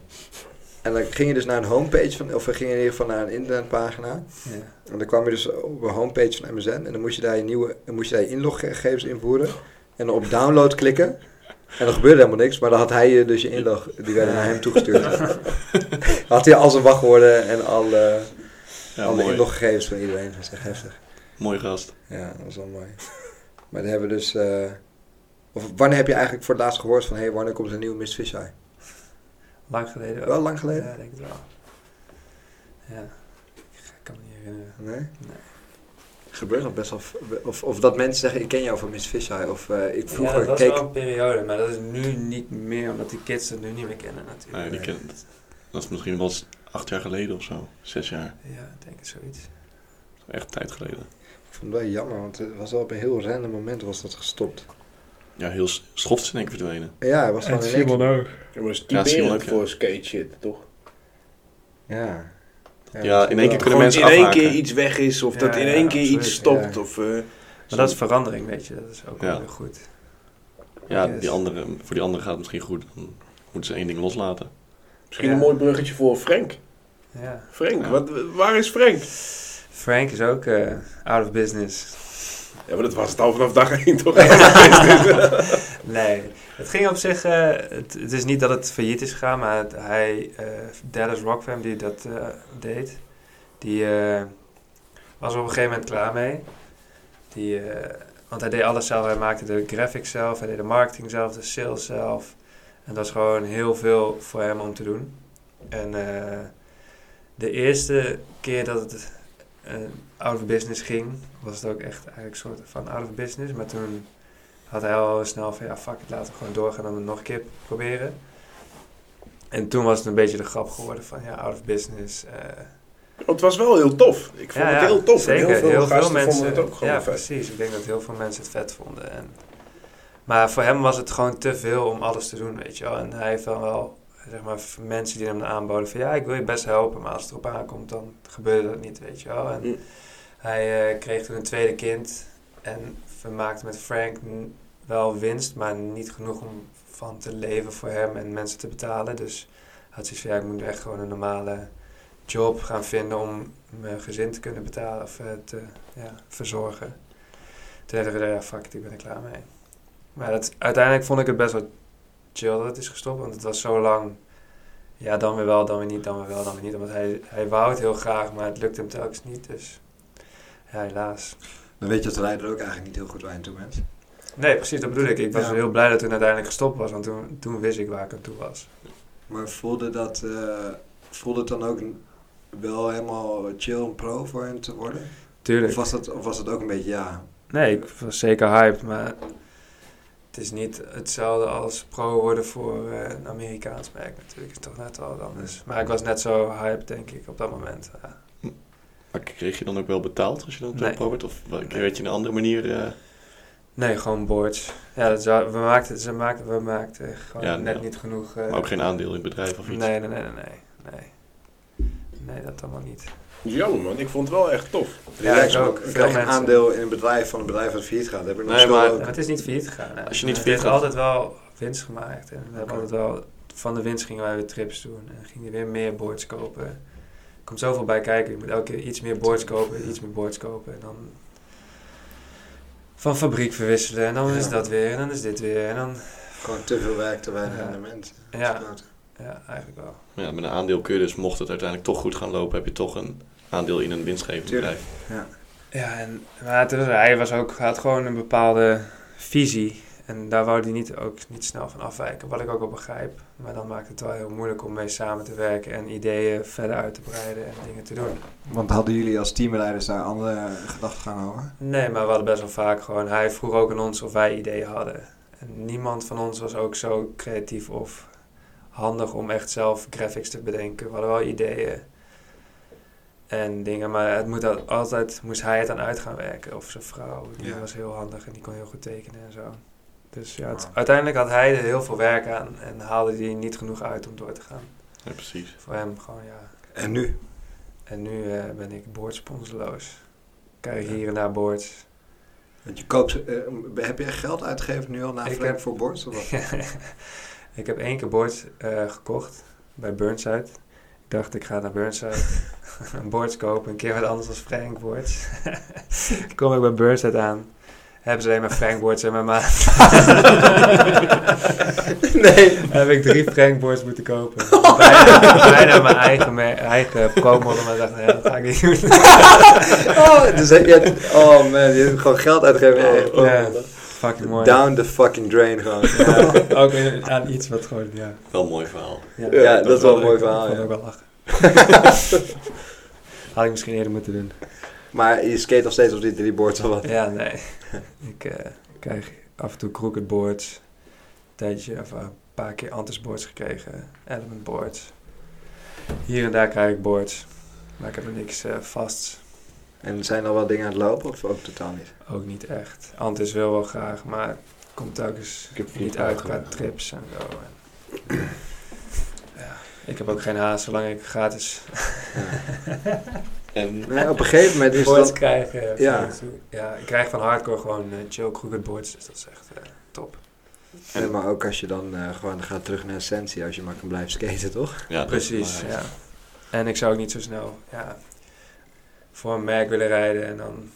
En dan ging je dus naar een homepage van, of we gingen in ieder geval naar een internetpagina.
Ja.
En dan kwam je dus op een homepage van MSN en dan moest je daar je nieuwe, dan moest je daar je inloggegevens invoeren. En dan op download klikken. En dan gebeurde helemaal niks, maar dan had hij je dus je inlog, die werden naar hem toegestuurd. had hij al zijn wachtwoorden en alle,
Ja,
alle
Nou, mooi.
inloggegevens van iedereen. Dat is echt heftig.
Mooi gast.
Ja, dat was wel mooi. maar dan hebben we dus... eh, of wanneer heb je eigenlijk voor het laatst gehoord van... hey, wanneer komt er een nieuwe Miss Fisheye?
Lang geleden. ook.
Wel lang geleden?
Ja, ik denk het wel. Ja, ik kan me niet herinneren.
Nee?
Nee.
Gebeurt dat best wel... Of, of dat mensen zeggen, ik ken jou van Miss Fisheye. Of eh, ik
ja,
vroeger
dat was
keek...
wel een periode, maar dat is nu niet meer, omdat die kids het nu niet meer kennen natuurlijk.
Nee, die ken- dat- dat is misschien wel eens acht jaar geleden of zo. Zes jaar.
Ja, ik denk het zoiets.
Echt een tijd geleden.
Ik vond het wel jammer, want het was wel op een heel random moment was dat gestopt.
Ja, heel s- schoft is in één keer verdwenen.
Ja, het was gewoon in één keer-
ook.
Ja, maar dat is
Ja, Simon
typerend
ook, ja.
voor skate shit, toch?
Ja.
Ja, in één keer kunnen
Dat gewoon
mensen
in één
afhaken.
keer iets weg is of
Ja,
dat in
ja,
één keer
absoluut,
iets stopt.
ja.
Of, eh,
Maar dat is verandering, weet je. Dat is ook
Ja.
wel weer goed.
Ja,
Yes.
die andere, voor die andere gaat het misschien goed. Dan moeten ze één ding loslaten.
misschien
Ja.
een mooi bruggetje voor Frank.
Ja.
Frank,
Ja.
wat, waar is Frank?
Frank is ook eh, out of business.
Ja, maar dat was het al vanaf dag 1 toch?
Nee, het ging op zich. eh, het, het is niet dat het failliet is gegaan, maar het- hij, eh Dallas Rockfam die dat eh, deed, die eh, was er op een gegeven moment klaar mee. Die, eh, want hij deed alles zelf. Hij maakte de graphics zelf, hij deed de marketing zelf, de sales zelf. En dat is gewoon heel veel voor hem om te doen. En eh, de eerste keer dat het eh, out of business ging, was het ook echt eigenlijk een soort van out of business. Maar toen had hij al snel van ja, fuck it, laten we gewoon doorgaan en het nog een keer proberen. En toen was het een beetje de grap geworden van ja, out of business. eh.
het was wel heel tof. Ik vond
Ja,
het
ja,
heel tof. En
Zeker,
heel veel, gasten
mensen.
vonden het ook gewoon
ja,
vet.
precies. Ik denk dat heel veel mensen het vet vonden. En, maar voor hem was het gewoon te veel om alles te doen, weet je wel. En hij heeft dan wel, zeg maar, v- mensen die hem aanboden van ja, ik wil je best helpen, maar als het erop aankomt, dan gebeurde dat niet, weet je wel. En
Mm.
hij eh, kreeg toen een tweede kind en we maakten met Frank n- wel winst, maar niet genoeg om van te leven voor hem en mensen te betalen. Dus had zoiets van ja, ik moet echt gewoon een normale job gaan vinden om mijn gezin te kunnen betalen of eh, te ja, verzorgen. Toen dacht ik, ja fuck it, ik ben er klaar mee. Maar dat, uiteindelijk vond ik het best wel chill dat het is gestopt, want het was zo lang. Ja, dan weer wel, dan weer niet, dan weer wel, dan weer niet. Want hij, hij wou het heel graag, maar het lukte hem telkens niet. Dus ja, helaas.
Dan weet je dat wij er ook eigenlijk niet heel goed aan toe bent.
Nee, precies, dat bedoel ik. Ik was
Ja.
heel blij dat toen uiteindelijk gestopt was, want toen, toen wist ik waar ik aan toe was.
Maar voelde dat... eh, voelde het dan ook wel helemaal chill en pro voor hem te worden?
Tuurlijk.
Of was dat, of was dat ook een beetje ja?
Nee, ik was zeker hyped, maar het is niet hetzelfde als pro worden voor eh, een Amerikaans merk natuurlijk. Het is toch net wel wat anders. Maar ik was net zo hyped, denk ik, op dat moment. Eh, ja.
Maar kreeg je dan ook wel betaald als je dan
Nee.
nee. probeert? Of wel- werd je een andere manier... eh,
Nee, gewoon boards. Ja, dat zou- we maakten, ze maakten, we maakten gewoon
Ja,
net
ja.
niet genoeg. eh,
maar ook geen aandeel in het bedrijf of iets?
nee, nee, nee, nee, nee, nee. Nee, dat allemaal niet.
Jammer man, ik vond het wel echt tof.
Ja,
Relax,
ik
maar
ook.
ik
Veel
krijg een
mensen.
aandeel in een bedrijf van een bedrijf dat failliet gaat. Heb ik nog
Nee,
nee,
maar-
Maar het is niet failliet gegaan. hè.
Als je niet
We
failliet
hebben
gaat-
altijd wel winst gemaakt. En we hebben
Oké.
altijd wel, van de winst gingen wij weer trips doen. En gingen we weer meer boards kopen. Er komt zoveel bij kijken. Je moet elke keer iets meer boards kopen, iets meer boards kopen. En dan van fabriek verwisselen. En dan is
Ja.
dat weer, en dan is dit weer. En dan,
Gewoon te veel werk, te weinig
Ja.
rendement.
ja, ja eigenlijk wel.
Maar ja, met een aandeel kun je dus, mocht het uiteindelijk toch goed gaan lopen, heb je toch een aandeel in een winstgevend
Tuurlijk.
bedrijf.
Ja, en, maar het was, hij was ook, hij had gewoon een bepaalde visie. En daar wou hij niet, ook niet snel van afwijken, wat ik ook wel begrijp. Maar dan maakt het wel heel moeilijk om mee samen te werken en ideeën verder uit te breiden en dingen te doen.
Want hadden jullie als teamleiders daar andere gedachten gaan over?
Nee, maar we hadden best wel vaak gewoon, hij vroeg ook aan ons of wij ideeën hadden. En niemand van ons was ook zo creatief of handig om echt zelf graphics te bedenken. We hadden wel ideeën en dingen, maar het moet al- altijd moest hij het aan uit gaan werken. Of zijn vrouw, die
Ja.
was heel handig en die kon heel goed tekenen en zo. Dus ja, het-
Wauw.
uiteindelijk had hij er heel veel werk aan en haalde hij niet genoeg uit om door te gaan.
Ja, precies.
Voor hem gewoon, ja.
En nu?
En nu eh, ben ik boordsponsorloos. Kijk hier en daar boords.
Want je koopt, eh, heb je echt geld uitgegeven nu al na
Ik
Frank
heb-
voor Borst? Of wat?
ik heb één keer boards eh, gekocht bij Burnside. Ik dacht, ik ga naar Burnside een boards kopen. Een keer wat anders dan Frank boards. Kom ik bij Burnside aan. Hebben ze alleen maar Frank boards in mijn maat.
Nee.
Heb ik drie Frank boards moeten kopen. Bijna, bijna mijn eigen, mer- eigen pro-model. Maar ik dacht, nee, dat ga ik niet doen.
Oh, dus heb je hebt- oh man, je hebt gewoon geld uitgegeven.
Oh,
Echt,
oh.
ja.
Fucking mooi.
Down the fucking drain gewoon.
Ja, ook in- aan iets wat gewoon, ja.
Wel een mooi verhaal.
Ja,
Ja, dat is wel een mooi
leuk.
verhaal,
Vond ik
ja.
ook wel lachen. Had ik misschien eerder moeten doen.
Maar je skate nog steeds op die drie boards of wat.
Ja, nee. ik eh, krijg af en toe crooketboards. Een tijdje of eh, een paar keer antisboards gekregen. Element boards. Hier en daar krijg ik boards. Maar ik heb er niks eh, vasts.
En zijn er wel dingen aan het lopen of ook totaal niet?
Ook niet echt. Antis wil wel graag, maar het komt telkens
Ik heb
niet uit qua trips en zo. En, ja, ik heb ook geen haast zolang ik gratis
En
Nee, op een gegeven moment is
boards
dat...
krijg. eh,
Ja.
af en toe. ja, ik krijg van hardcore gewoon eh, chill crooketboards. Dus dat is echt eh, top.
Nee, maar ook als je dan eh, gewoon gaat terug naar essentie, als je maar kan blijven skaten, toch?
ja, dat is
Precies,
belangrijk.
ja. En ik zou ook niet zo snel ja, voor een merk willen rijden en dan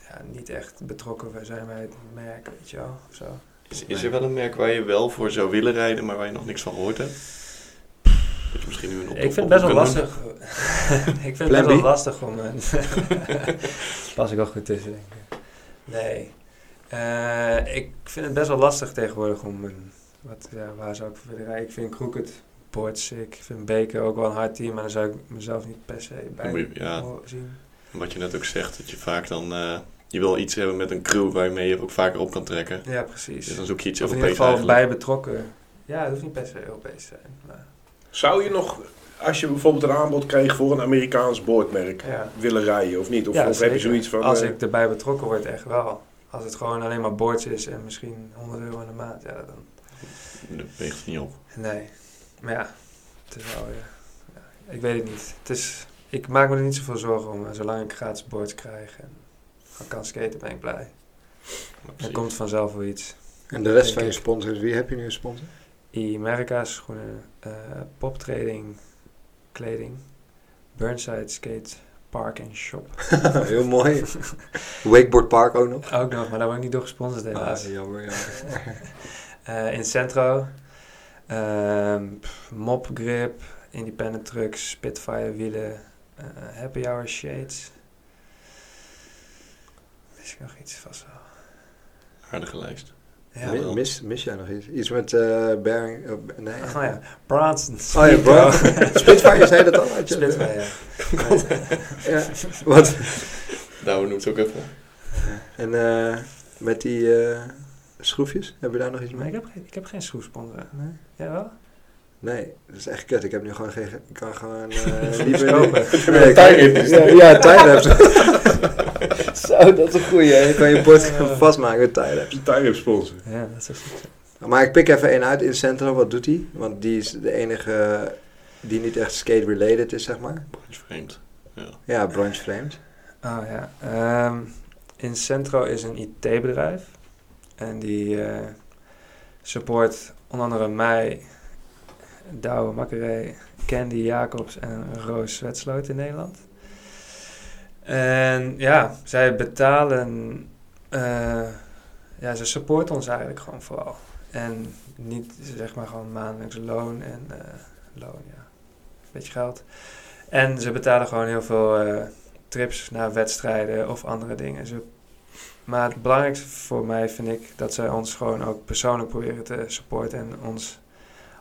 ja, niet echt betrokken bij zijn bij het merk, weet je wel. Of zo.
Is, is er wel een merk waar je wel voor zou willen rijden, maar waar je nog niks van gehoord hebt? Dat je misschien nu een op-
Ik vind het
oproep
best wel
kunt doen.
lastig. ik vind het best
B.
wel lastig om... eh, Pas ik wel goed tussen, denk ik. Nee. Eh, ik vind het best wel lastig tegenwoordig om... een- wat, ja, waar zou ik voor willen rijden? Ik vind Crooked Board sick. Ik vind Baker ook wel een hard team, maar daar zou ik mezelf niet per se
Dan moet
bij
je- ja.
horen zien.
En Wat je net ook zegt, dat je vaak dan... eh, je wil iets hebben met een crew waarmee je ook vaker op kan trekken.
Ja, precies.
Dus dan zoek je iets
Of in
Europees
ieder geval
eigenlijk.
bij betrokken. Ja, het hoeft niet per se Europees te zijn. Maar,
Zou je nog, als je bijvoorbeeld een aanbod kreeg voor een Amerikaans boordmerk,
ja.
willen rijden of niet? Of,
Ja,
of heb je
zeker.
zoiets van...
Als
eh,
ik erbij betrokken word, echt wel. Als het gewoon alleen maar boards is en misschien 100 euro in de maand, ja, dan...
Dat weegt het niet op.
Nee. Maar ja, het is wel... Ja, ja, ik weet het niet. Het is, ik maak me er niet zoveel zorgen om. eh, Zolang ik gratis boards krijg en gewoon kan skaten, ben ik blij.
Maar
Er
precies.
komt vanzelf wel iets.
En de rest
Denk
van je
ik.
sponsors, wie heb je nu als sponsor?
E-America schoenen, eh poptrading, kleding, Burnside Skate Park en Shop.
Oh, Heel mooi. Wakeboard Park ook nog.
Ook nog, maar daar word ik niet door gesponsord helaas.
Ah, jammer, jammer.
Eh, in Centro, ehm, pff, Mop Grip, Independent Trucks, Spitfire wielen, eh, Happy Hour Shades. Is ik nog iets vast wel?
Aardige lijst.
Ja.
Mi- mis, mis jij nog iets? Iets met eh Bering... eh, b- nee.
Oh ja, Bronson.
Oh ja, bro. Spitfire zei dat al. had je-
Spitfire, ja.
Ja, wat?
Douwe noemt het ook even.
En eh, met die eh schroefjes, heb je daar nog iets
Maar ik
mee?
heb, geen- ik heb geen schroefsponsoren.
Nee.
Jawel?
Nee, dat is echt kut. Ik heb nu gewoon geen... Ik kan gewoon... eh
Niks
liever...
kopen.
Nee, ik-
Tuinrips.
Ja, ja timelapse. Zo, dat is een goeie. hè. Je kan je bord gaan vastmaken met timelapse.
Een tie-up sponsor.
Ja, dat is echt goed.
Maar ik pik even één uit in Centro. Wat doet die? Want die is de enige die niet echt skate-related is, zeg maar.
Dat is vreemd.
Ja, bronze framed.
Oh ja. Ehm Incentro is een IT-bedrijf. En die eh, support onder andere mij, Douwe Makkeré, Candy Jacobs en Roos Zwetsloot in Nederland. En ja, zij betalen eh, ja, ze supporten ons eigenlijk gewoon vooral. En niet zeg maar gewoon maandelijks loon en eh, loon, ja. Beetje geld. En ze betalen gewoon heel veel eh, trips naar wedstrijden of andere dingen. Ze, maar het belangrijkste voor mij vind ik dat zij ons gewoon ook persoonlijk proberen te supporten en ons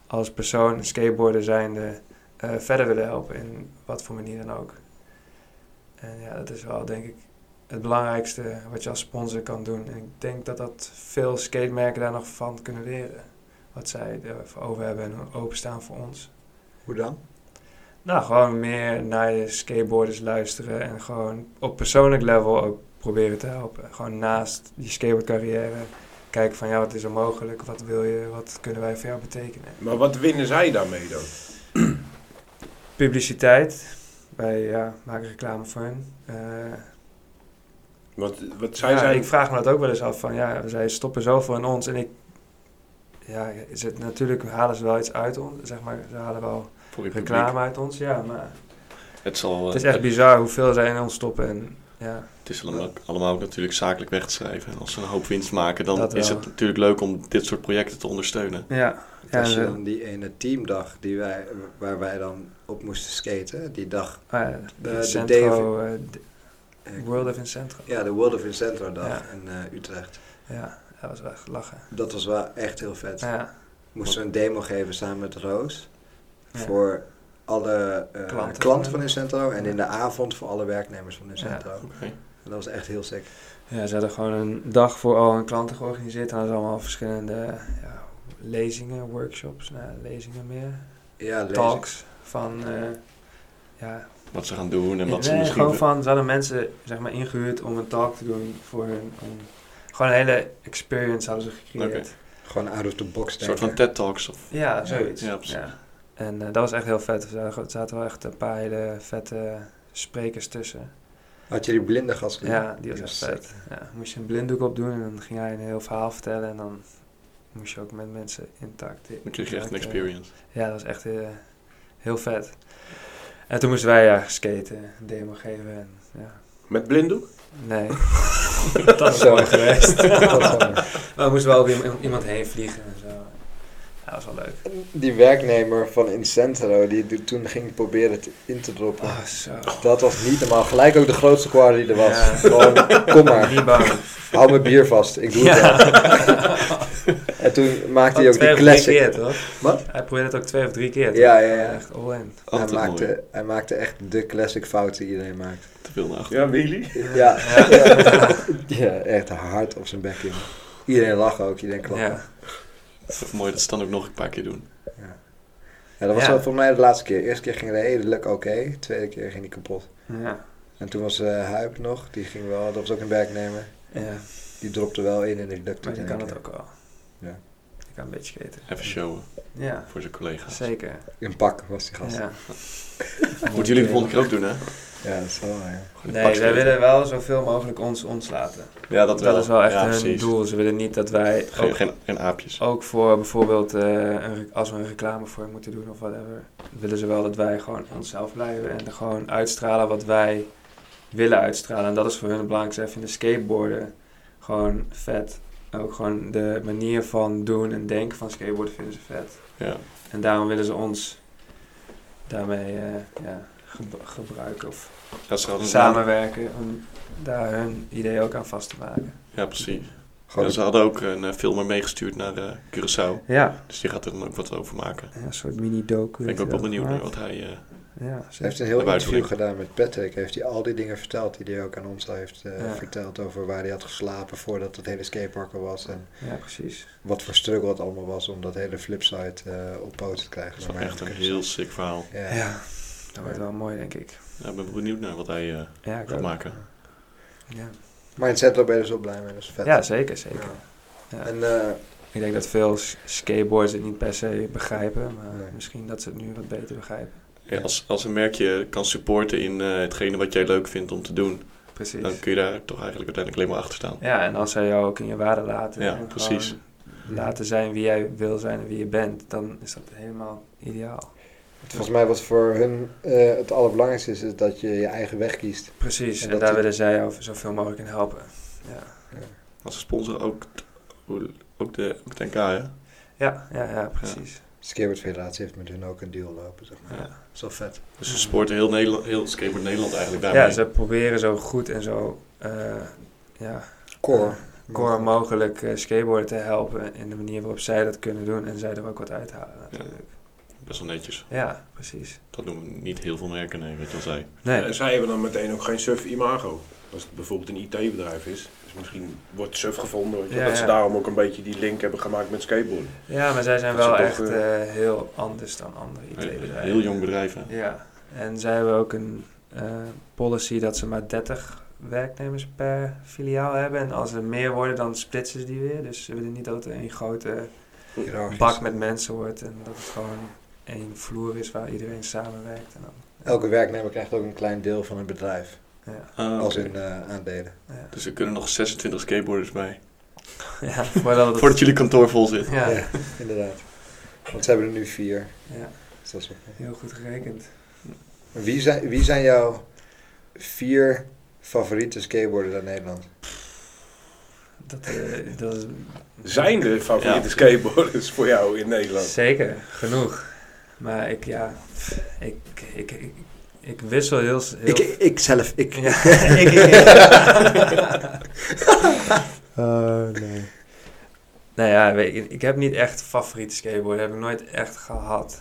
als persoon, skateboarder zijnde, eh, verder willen helpen in wat voor manier dan ook. En ja, dat is wel denk ik het belangrijkste wat je als sponsor kan doen. En ik denk dat dat veel skatemerken daar nog van kunnen leren. Wat zij erover over hebben en openstaan voor ons.
Hoe dan?
Nou, gewoon meer naar de skateboarders luisteren en gewoon op persoonlijk level ook proberen te helpen. Gewoon naast je skateboardcarrière kijken van ja, wat is er mogelijk, wat wil je, wat kunnen wij voor jou betekenen.
Maar wat winnen zij daarmee dan?
Publiciteit, wij ja, maken reclame voor hun. Eh,
Want wat zij
ja,
zijn...
Ik vraag me dat ook wel eens af van ja, zij stoppen zoveel in ons en ik. Ja, is het, natuurlijk halen ze wel iets uit ons. Zeg maar, ze halen wel
Voor je publiek.
reclame uit ons. Ja, maar
Het, zal, eh,
het is echt bizar hoeveel zij in ons stoppen. En, ja,
het is allemaal, allemaal ook natuurlijk zakelijk weg te schrijven. En als ze een hoop winst maken, dan
Dat
is
wel.
het natuurlijk leuk om dit soort projecten te ondersteunen.
ja,
Het
ja,
was
en,
dan die ene teamdag die wij, waar wij dan op moesten skaten. Die dag,
eh, ah, ja,
de
Vincentro, eh,
eh,
World of Incentro.
ja, de World of Incentro dag
Ja.
in eh, Utrecht.
Ja, dat was wel echt lachen.
Dat was wel echt heel vet.
Ja,
Moesten we een demo geven samen met Roos.
Ja.
Voor alle eh,
Klanten
klanten,
van-
van Incentro. En in de avond voor alle werknemers van Incentro.
Oké.
En dat was echt heel sick.
ja, ze hadden gewoon een dag voor al hun klanten georganiseerd. En hadden ze allemaal verschillende ja, lezingen, workshops, nou, lezingen meer.
Ja, leuk.
Talks van... eh, ja,
Wat ze gaan doen en wat ze
nee,
misschien...
gewoon van, ze hadden mensen zeg maar, ingehuurd om een talk te doen voor hun. Om, gewoon een hele experience hadden ze gecreëerd.
Gewoon out of the box
Een soort
denken.
van TED-talks. Of...
Ja, zoiets.
Ja,
Ja,
precies.
En eh, dat was echt heel vet. Er zaten- Er zaten wel echt een paar hele vette sprekers tussen.
Had je die blinde gast gezien?
Ja, die was
Die
echt
was
vet. Ja, moest je een blinddoek opdoen en dan ging hij een heel verhaal vertellen. En dan moest je ook met mensen intact.
Dan kreeg je echt een
interacten.
experience.
Ja, dat was echt eh, heel vet. En toen moesten wij ja, skaten, een demo geven. En, ja,
Met blinddoek?
Nee. dat is mooi geweest.
Dat is wel mooi.
maar we moesten wel over iem- iemand heen vliegen en zo. Ja, dat was wel leuk.
Die werknemer van Incentro die do- toen ging proberen te in te droppen.
Oh, zo.
Dat was niet normaal. Gelijk ook de grootste quarter die er was.
Ja.
Gewoon, kom maar.
Niet bang.
Hou mijn bier vast. Ik doe het wel. En toen maakte hij ook die
twee of drie
classic.
keer, toch?
Wat?
Hij probeerde het ook twee of drie keer. toch?
Ja, ja, ja.
Echt all in.
Hij
Altijd mooi.
maakte, hij maakte echt de classic fout die iedereen maakt.
Te veel naar achter.
Ja, Willy.
Ja, ja. Ja, echt hard op zijn bek in. Iedereen lacht ook, iedereen klapt. Ja.
Ja.
Het is mooi dat ze het dan ook nog een paar keer doen.
dat was
Ja.
wel voor mij de laatste keer. Eerste keer ging het redelijk oké, tweede keer ging hij kapot.
Ja.
En toen was eh Huip nog, die ging wel, dat was ook een werknemer.
ja.
Die dropte wel in en ik lukte
Maar die
in
kan
één keer.
het ook wel.
Ja.
Die kan een beetje skaten.
Even showen
Ja,
voor zijn collega's.
zeker.
In pak was die gast. Ja,
Ja.
Moeten jullie de volgende keer ook doen, hè?
dat is wel waar. ja.
Gewoon een pak
Nee, wij
spelen.
willen wel zoveel mogelijk ons ons laten.
Ja, dat,
Dat, is wel echt
Ja,
hun
precies.
doel. Ze willen niet dat wij
Geen,
ook
geen, geen aapjes.
Ook voor bijvoorbeeld, eh, een rec- als we een reclame voor moeten doen of whatever, willen ze wel dat wij gewoon onszelf blijven en er gewoon uitstralen wat wij willen uitstralen. En dat is voor hun het belangrijkste. Even in de skateboarden gewoon vet. Ook gewoon de manier van doen en denken van skateboarden vinden ze vet.
Ja.
En daarom willen ze ons daarmee eh, ja, gebru- gebruiken of
Dat is trouwens een-
samenwerken om daar hun idee ook aan vast te maken.
Ja, precies.
Gewoon
Ja, ze hadden ook een eh, filmer meegestuurd naar eh, Curaçao.
Ja,
Dus die gaat er dan ook wat over maken.
een soort mini-docu.
Ben ik
heeft
ook wel
hij dat
benieuwd naar
gemaakt.
wat hij... eh,
Ja,
Hij heeft
zeker.
een heel
Naar buiten
interview gedaan met Patrick. Heeft hij al die dingen verteld die hij ook aan ons heeft eh,
Ja.
verteld. Over waar hij had geslapen voordat het hele skatepark er was. En
Ja, precies.
wat voor struggle het allemaal was om dat hele flipside eh op poten te krijgen.
dat is wel
Maar-
echt een heel sick verhaal.
Ja.
Ja, dat wordt wel mooi, denk ik.
Ja, ik ben benieuwd naar wat hij eh,
Ja, ik
gaat
ook.
maken.
Ja,
Maar in Centro ben je dus wel blij mee. Dat is vet.
ja zeker, zeker.
Ja.
Ja.
En eh,
Ik denk dat veel s- skateboarders het niet per se begrijpen, maar
Nee.
misschien dat ze het nu wat beter begrijpen.
Ja, als, als een merk je kan supporten in eh, hetgene wat jij leuk vindt om te doen...
Precies.
dan kun je daar toch eigenlijk uiteindelijk alleen maar achter staan.
Ja, en als zij jou ook in je waarde laten,
Ja,
en
precies.
gewoon laten zijn wie jij wil zijn en wie je bent, dan is dat helemaal ideaal.
volgens mij wat voor hun eh, het allerbelangrijkste is, is dat je je eigen weg kiest.
Precies,
En
en,
dat
daar
die-
willen zij jou zoveel mogelijk in helpen. Ja.
Ja.
als ze sponsoren ook, ook, de, ook de NK, hè?
Ja, ja, ja precies.
Skateboardfederatie heeft met hun ook een deal lopen, zeg maar.
Ja.
Dat is wel vet.
Dus ze sporten heel, Nederland, heel skateboard Nederland eigenlijk
Ja,
daarmee.
ze proberen zo goed en zo eh, ja,
Core.
core mogelijk eh, skateboarden te helpen in de manier waarop zij dat kunnen doen en zij er ook wat uithalen natuurlijk.
Best wel netjes.
Ja, precies.
Dat doen niet heel veel merken, nee, weet je wel zij.
Nee,
En zij hebben dan meteen ook geen surf-imago. Als het bijvoorbeeld een IT-bedrijf is, dus misschien wordt surf gevonden. weet je wel.
Ja,
dat ze
ja.
daarom ook een beetje die link hebben gemaakt met skateboarden.
ja, maar zij zijn
Dat ze
wel
toch,
echt eh, heel anders dan andere IT-bedrijven.
Heel jong bedrijf, hè?
Ja, en zij hebben ook een eh, policy dat ze maar 30 werknemers per filiaal hebben. En als er meer worden, dan splitsen ze die weer. Dus ze willen niet dat het één grote bak met mensen wordt. En dat het gewoon één vloer is waar iedereen samenwerkt. En dan,
Elke werknemer krijgt ook een klein deel van het bedrijf.
ja,
Ah,
Als
oké.
in eh, aandelen.
ja.
Dus er kunnen nog 26 skateboarders bij.
ja, voordat het...
Voordat jullie kantoor vol zit.
Ja, ja.
Ja, inderdaad. Want ze hebben er nu vier. Dus dat is wel vet.
heel goed gerekend.
Wie zijn, wie zijn jouw vier favoriete skateboarders uit Nederland?
Dat, eh, dat is
Zijn de favoriete
Ja.
skateboarders voor jou in Nederland?
Zeker, genoeg. Maar ik, ja, ik, ik, ik, ik wissel heel... s- heel
zelf, ik.
Ja, ik, ik, nee. Nou ja, weet ik, ik heb niet echt favoriete skateboarden. Heb ik nooit echt gehad.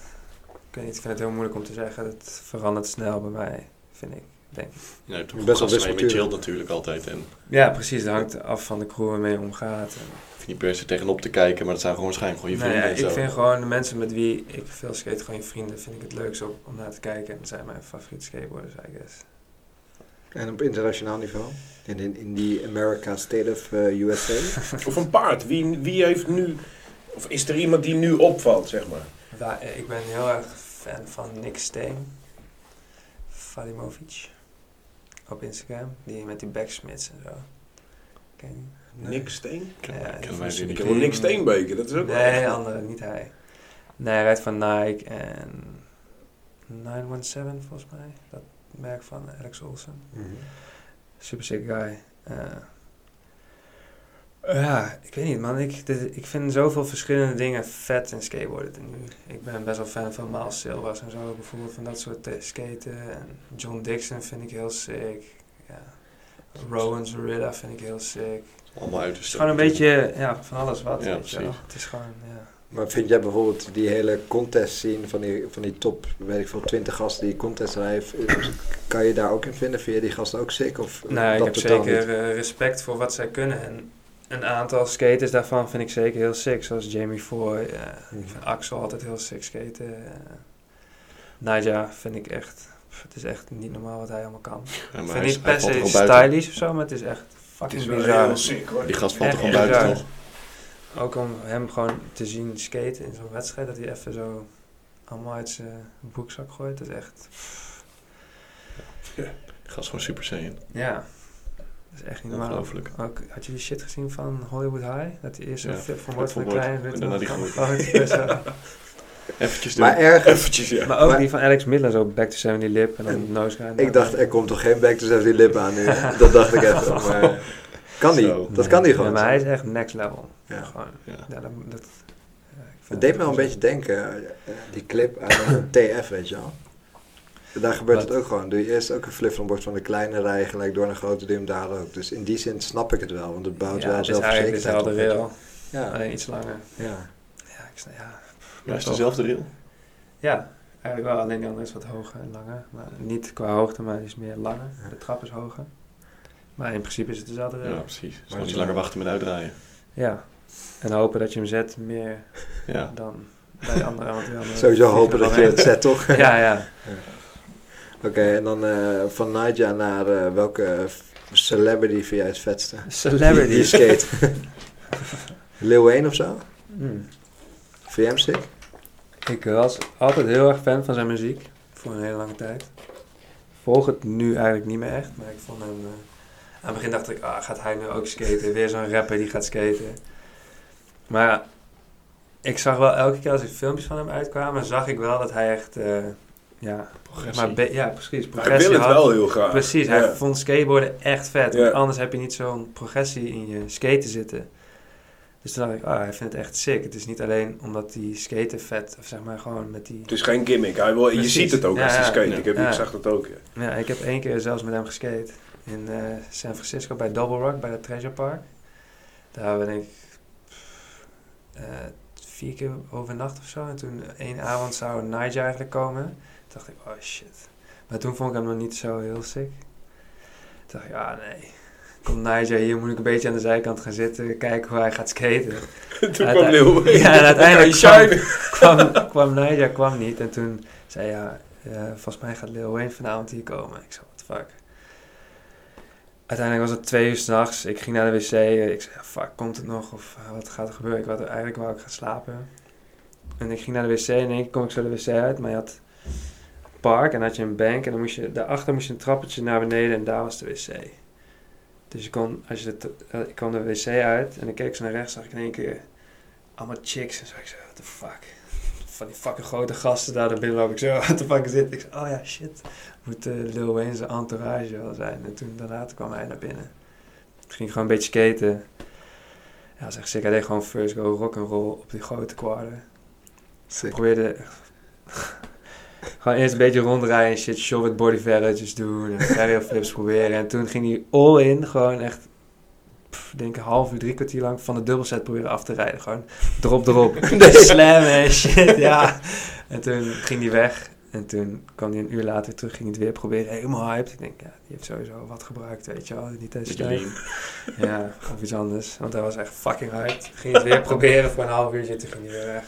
Ik weet niet, ik vind het heel moeilijk om te zeggen. Het verandert snel bij mij, vind ik.
Ja, je hebt
Best
ook
wel
gasten mee met
wisselturig.
chill natuurlijk altijd. En
Ja, precies. Het hangt af van de crew waarmee je omgaat. En,
je hoeft niet per se tegenop te kijken, maar dat zijn gewoon waarschijnlijk gewoon je
nou
vrienden
ja,
en zo.
ik vind gewoon de mensen met wie ik veel skate, gewoon je vrienden, vind ik het leukst om, om naar te kijken. En dat zijn mijn favoriete skateboarders, I guess.
En op internationaal niveau? In, in, in die America State of eh, USA?
Of een paard? Wie, wie heeft nu... Of is er iemand die nu opvalt, zeg maar?
Wa- eh, ik ben heel erg fan van Nick Steen. Valimovic. Op Instagram. Die met die backsmits en zo. Ken je die?
Nick Steen?
Ik ken-
Ja,
ik
dat
ken
is
mij
een
weer
Ik
niet.
heb wel Nick Steenbeke, dat is ook wel
Nee, andere, niet hij. Nee, hij rijdt van Nike en 917 volgens mij. Dat merk van Alex Olsen.
Mhm.
Super sick guy. Eh, ja, ik weet niet man. Ik, dit- ik vind zoveel verschillende dingen vet in skateboarden nu. Ik ben best wel fan van Miles Silvas en zo. Bijvoorbeeld van dat soort eh, skaten. En John Dixon vind ik heel sick. Ja. Rowan Zorilla vind ik heel sick.
Allemaal uit de
Het is gewoon een beetje ja, van alles wat.
Ja,
weet je wel.
precies.
Het is gewoon, ja.
Maar vind jij bijvoorbeeld die hele contest scene van die, van die top, weet ik veel, 20 gasten die contest rijden, eh, kan je daar ook in vinden? Vind je die gasten ook sick? Of eh,
Nou, ik
dat
heb
totaal
zeker
niet?
eh, respect voor wat zij kunnen. En een aantal skaters daarvan vind ik zeker heel sick. Zoals Jamie Foy. eh,
Mhm.
ik vind Axel altijd heel sick skaten. eh. Naja vind ik echt... pff, het is echt niet normaal wat hij allemaal kan.
Ja,
ik
maar
vind
hij
niet
is-
per
hij
se
valt er al buiten.
stylish of zo, maar het is echt
Het is
fucking
wel
bizar.
heel sick hoor.
Die gast valt er
Echt
gewoon
bizar.
buiten, toch?
Ook om hem gewoon te zien skaten in zo'n wedstrijd. Dat hij even zo allemaal uit zijn broekzak gooit. Dat is echt...
Die gast is gewoon super saiyan.
Ja. Dat is echt niet normaal.
Ongelooflijk.
Ook, had je die shit gezien van Hollywood High? Dat die eerst een
Ja,
flip van
flip
wordt van
van
klein
Bord.
wit
En daarna die
van
grote.
groot, dus, eh,
Eventjes doen.
Maar ergens,
Eventjes, ja.
Maar ook
Maar-
die van Alex Midler, zo back to 70 lip en dan
En
nose grind.
ik dacht, er komt toch geen back to die lip aan nu? dat dacht ik even. Maar kan die?
Zo.
Dat kan die
niet
gewoon.
maar hij is echt next level.
Ja.
Gewoon,
Ja.
ja, dat, dat, ja, ik vind
Het deed me
dat
wel een
zo.
beetje denken, eh, die clip uit een TF, weet je wel. Daar gebeurt het ook gewoon. Doe je eerst ook een flip van bord van de kleine rij gelijk door naar een grote duim daar ook. Dus in die zin snap ik het wel, want het bouwt
Ja,
wel
het is eigenlijk
zelfverzekerdheid op.
dezelfde rail,
Ja,
alleen iets langer.
ja.
Ja, ik snap, ja.
Maar het is dezelfde rail.
Ja, eigenlijk wel, alleen die andere is wat hoger en langer. Maar niet qua hoogte, maar die is meer langer. De trap is hoger. Maar in principe is het dezelfde rail.
Ja,
Ja.
precies. Het is
het
gewoon
is
niet
wel-
langer wachten met uitdraaien.
En hopen dat je hem zet meer
Ja.
dan bij de andere. want die andere
Sowieso
vliegen
hopen dat je
gewoon
het zet, toch?
heen. Ja, ja.
Oké, en dan eh, van Nadia naar eh, welke celebrity vind jij het vetste? Die, die
Celebrity.
skate. Lil Wayne of zo?
Hmm.
Vind jij hem sick?
Ik was altijd heel erg fan van zijn muziek. Voor een hele lange tijd. Volg het nu eigenlijk niet meer echt. Maar ik vond hem... eh, aan het begin dacht ik, ah, gaat hij nu ook skaten? Weer zo'n rapper die gaat skaten. Maar ja, ik zag wel elke keer als er filmpjes van hem uitkwamen... zag ik wel dat hij echt eh, Ja,
Progressie.
maar be- ja precies.
Hij
Progressie
wil het
had-
wel heel graag.
Precies,
Ja.
hij vond skateboarden echt vet.
Ja.
want Anders heb je niet zo'n progressie in je skaten zitten. Dus toen dacht ik, ah, hij vindt het echt sick. Het is niet alleen omdat die skaten vet, of zeg maar gewoon met die...
Het is geen gimmick. Hij wil, je
Precies.
ziet het ook
Ja,
als hij
ja.
skate.
Ja.
Ik, heb,
Ja.
ik zag dat ook. ja.
Ja, ik heb één keer zelfs met hem geskate in eh, San Francisco bij Double Rock, bij dat Treasure Park. Daar ben ik pff, eh, vier keer overnacht of zo. En toen één avond zou Nigel eigenlijk komen. Toen dacht ik, oh shit. Maar toen vond ik hem nog niet zo heel sick. Toen dacht ik, ah nee. Komt Nigel hier, moet ik een beetje aan de zijkant gaan zitten, kijken hoe hij gaat skaten.
Toen
Uite-
kwam Leeuw.
Ja, en uiteindelijk
Kan je
kwam, kwam, kwam Nadia kwam niet. En toen zei hij, ja, eh, volgens mij gaat Lil Wayne vanavond hier komen. Ik zei, what the fuck. Uiteindelijk was het twee uur s'nachts. Ik ging naar de wc. eh, Ik zei, ja, fuck, komt het nog? Of eh, wat gaat er gebeuren? Ik wou eigenlijk wou ik gaan slapen. En ik ging naar de wc. En in één keer kom ik zo de wc uit. Maar je had een park en had je een bank. En dan moest je, daarachter moest je een trappetje naar beneden. En daar was de wc. Dus je kon, als je de, eh, ik kwam de wc uit. En dan keek ze naar rechts. zag ik in één keer allemaal chicks. En zo, ik zei, what the fuck. Van die fucking grote gasten daar naar binnen loop ik zo, what the fuck is dit? Ik zei, oh ja, shit. Moet eh, Lil Wayne zijn entourage wel zijn. En toen daarna toen kwam hij naar binnen. Toen ging ik gewoon een beetje skaten. Ja, zeg zeker. Hij deed gewoon first go rock'n'roll op die grote kwaden. Ik
Sick.
probeerde gewoon eerst een beetje ronddraaien en shit, show met body verretjes doen en carrière flips proberen. En toen ging hij all in, gewoon echt, pff, denk ik, een half uur, drie kwartier lang van de dubbelset proberen af te rijden. Gewoon drop, erop, slammen en shit, ja. En toen ging hij weg en toen kwam hij een uur later terug, ging hij het weer proberen, helemaal hyped. Ik denk, ja, die heeft sowieso wat gebruikt, weet je wel, niet tijdens
Beetje lean.
ja, of iets anders. Want hij was echt fucking hyped. Ging het weer proberen voor een half uurtje, toen ging hij weer weg.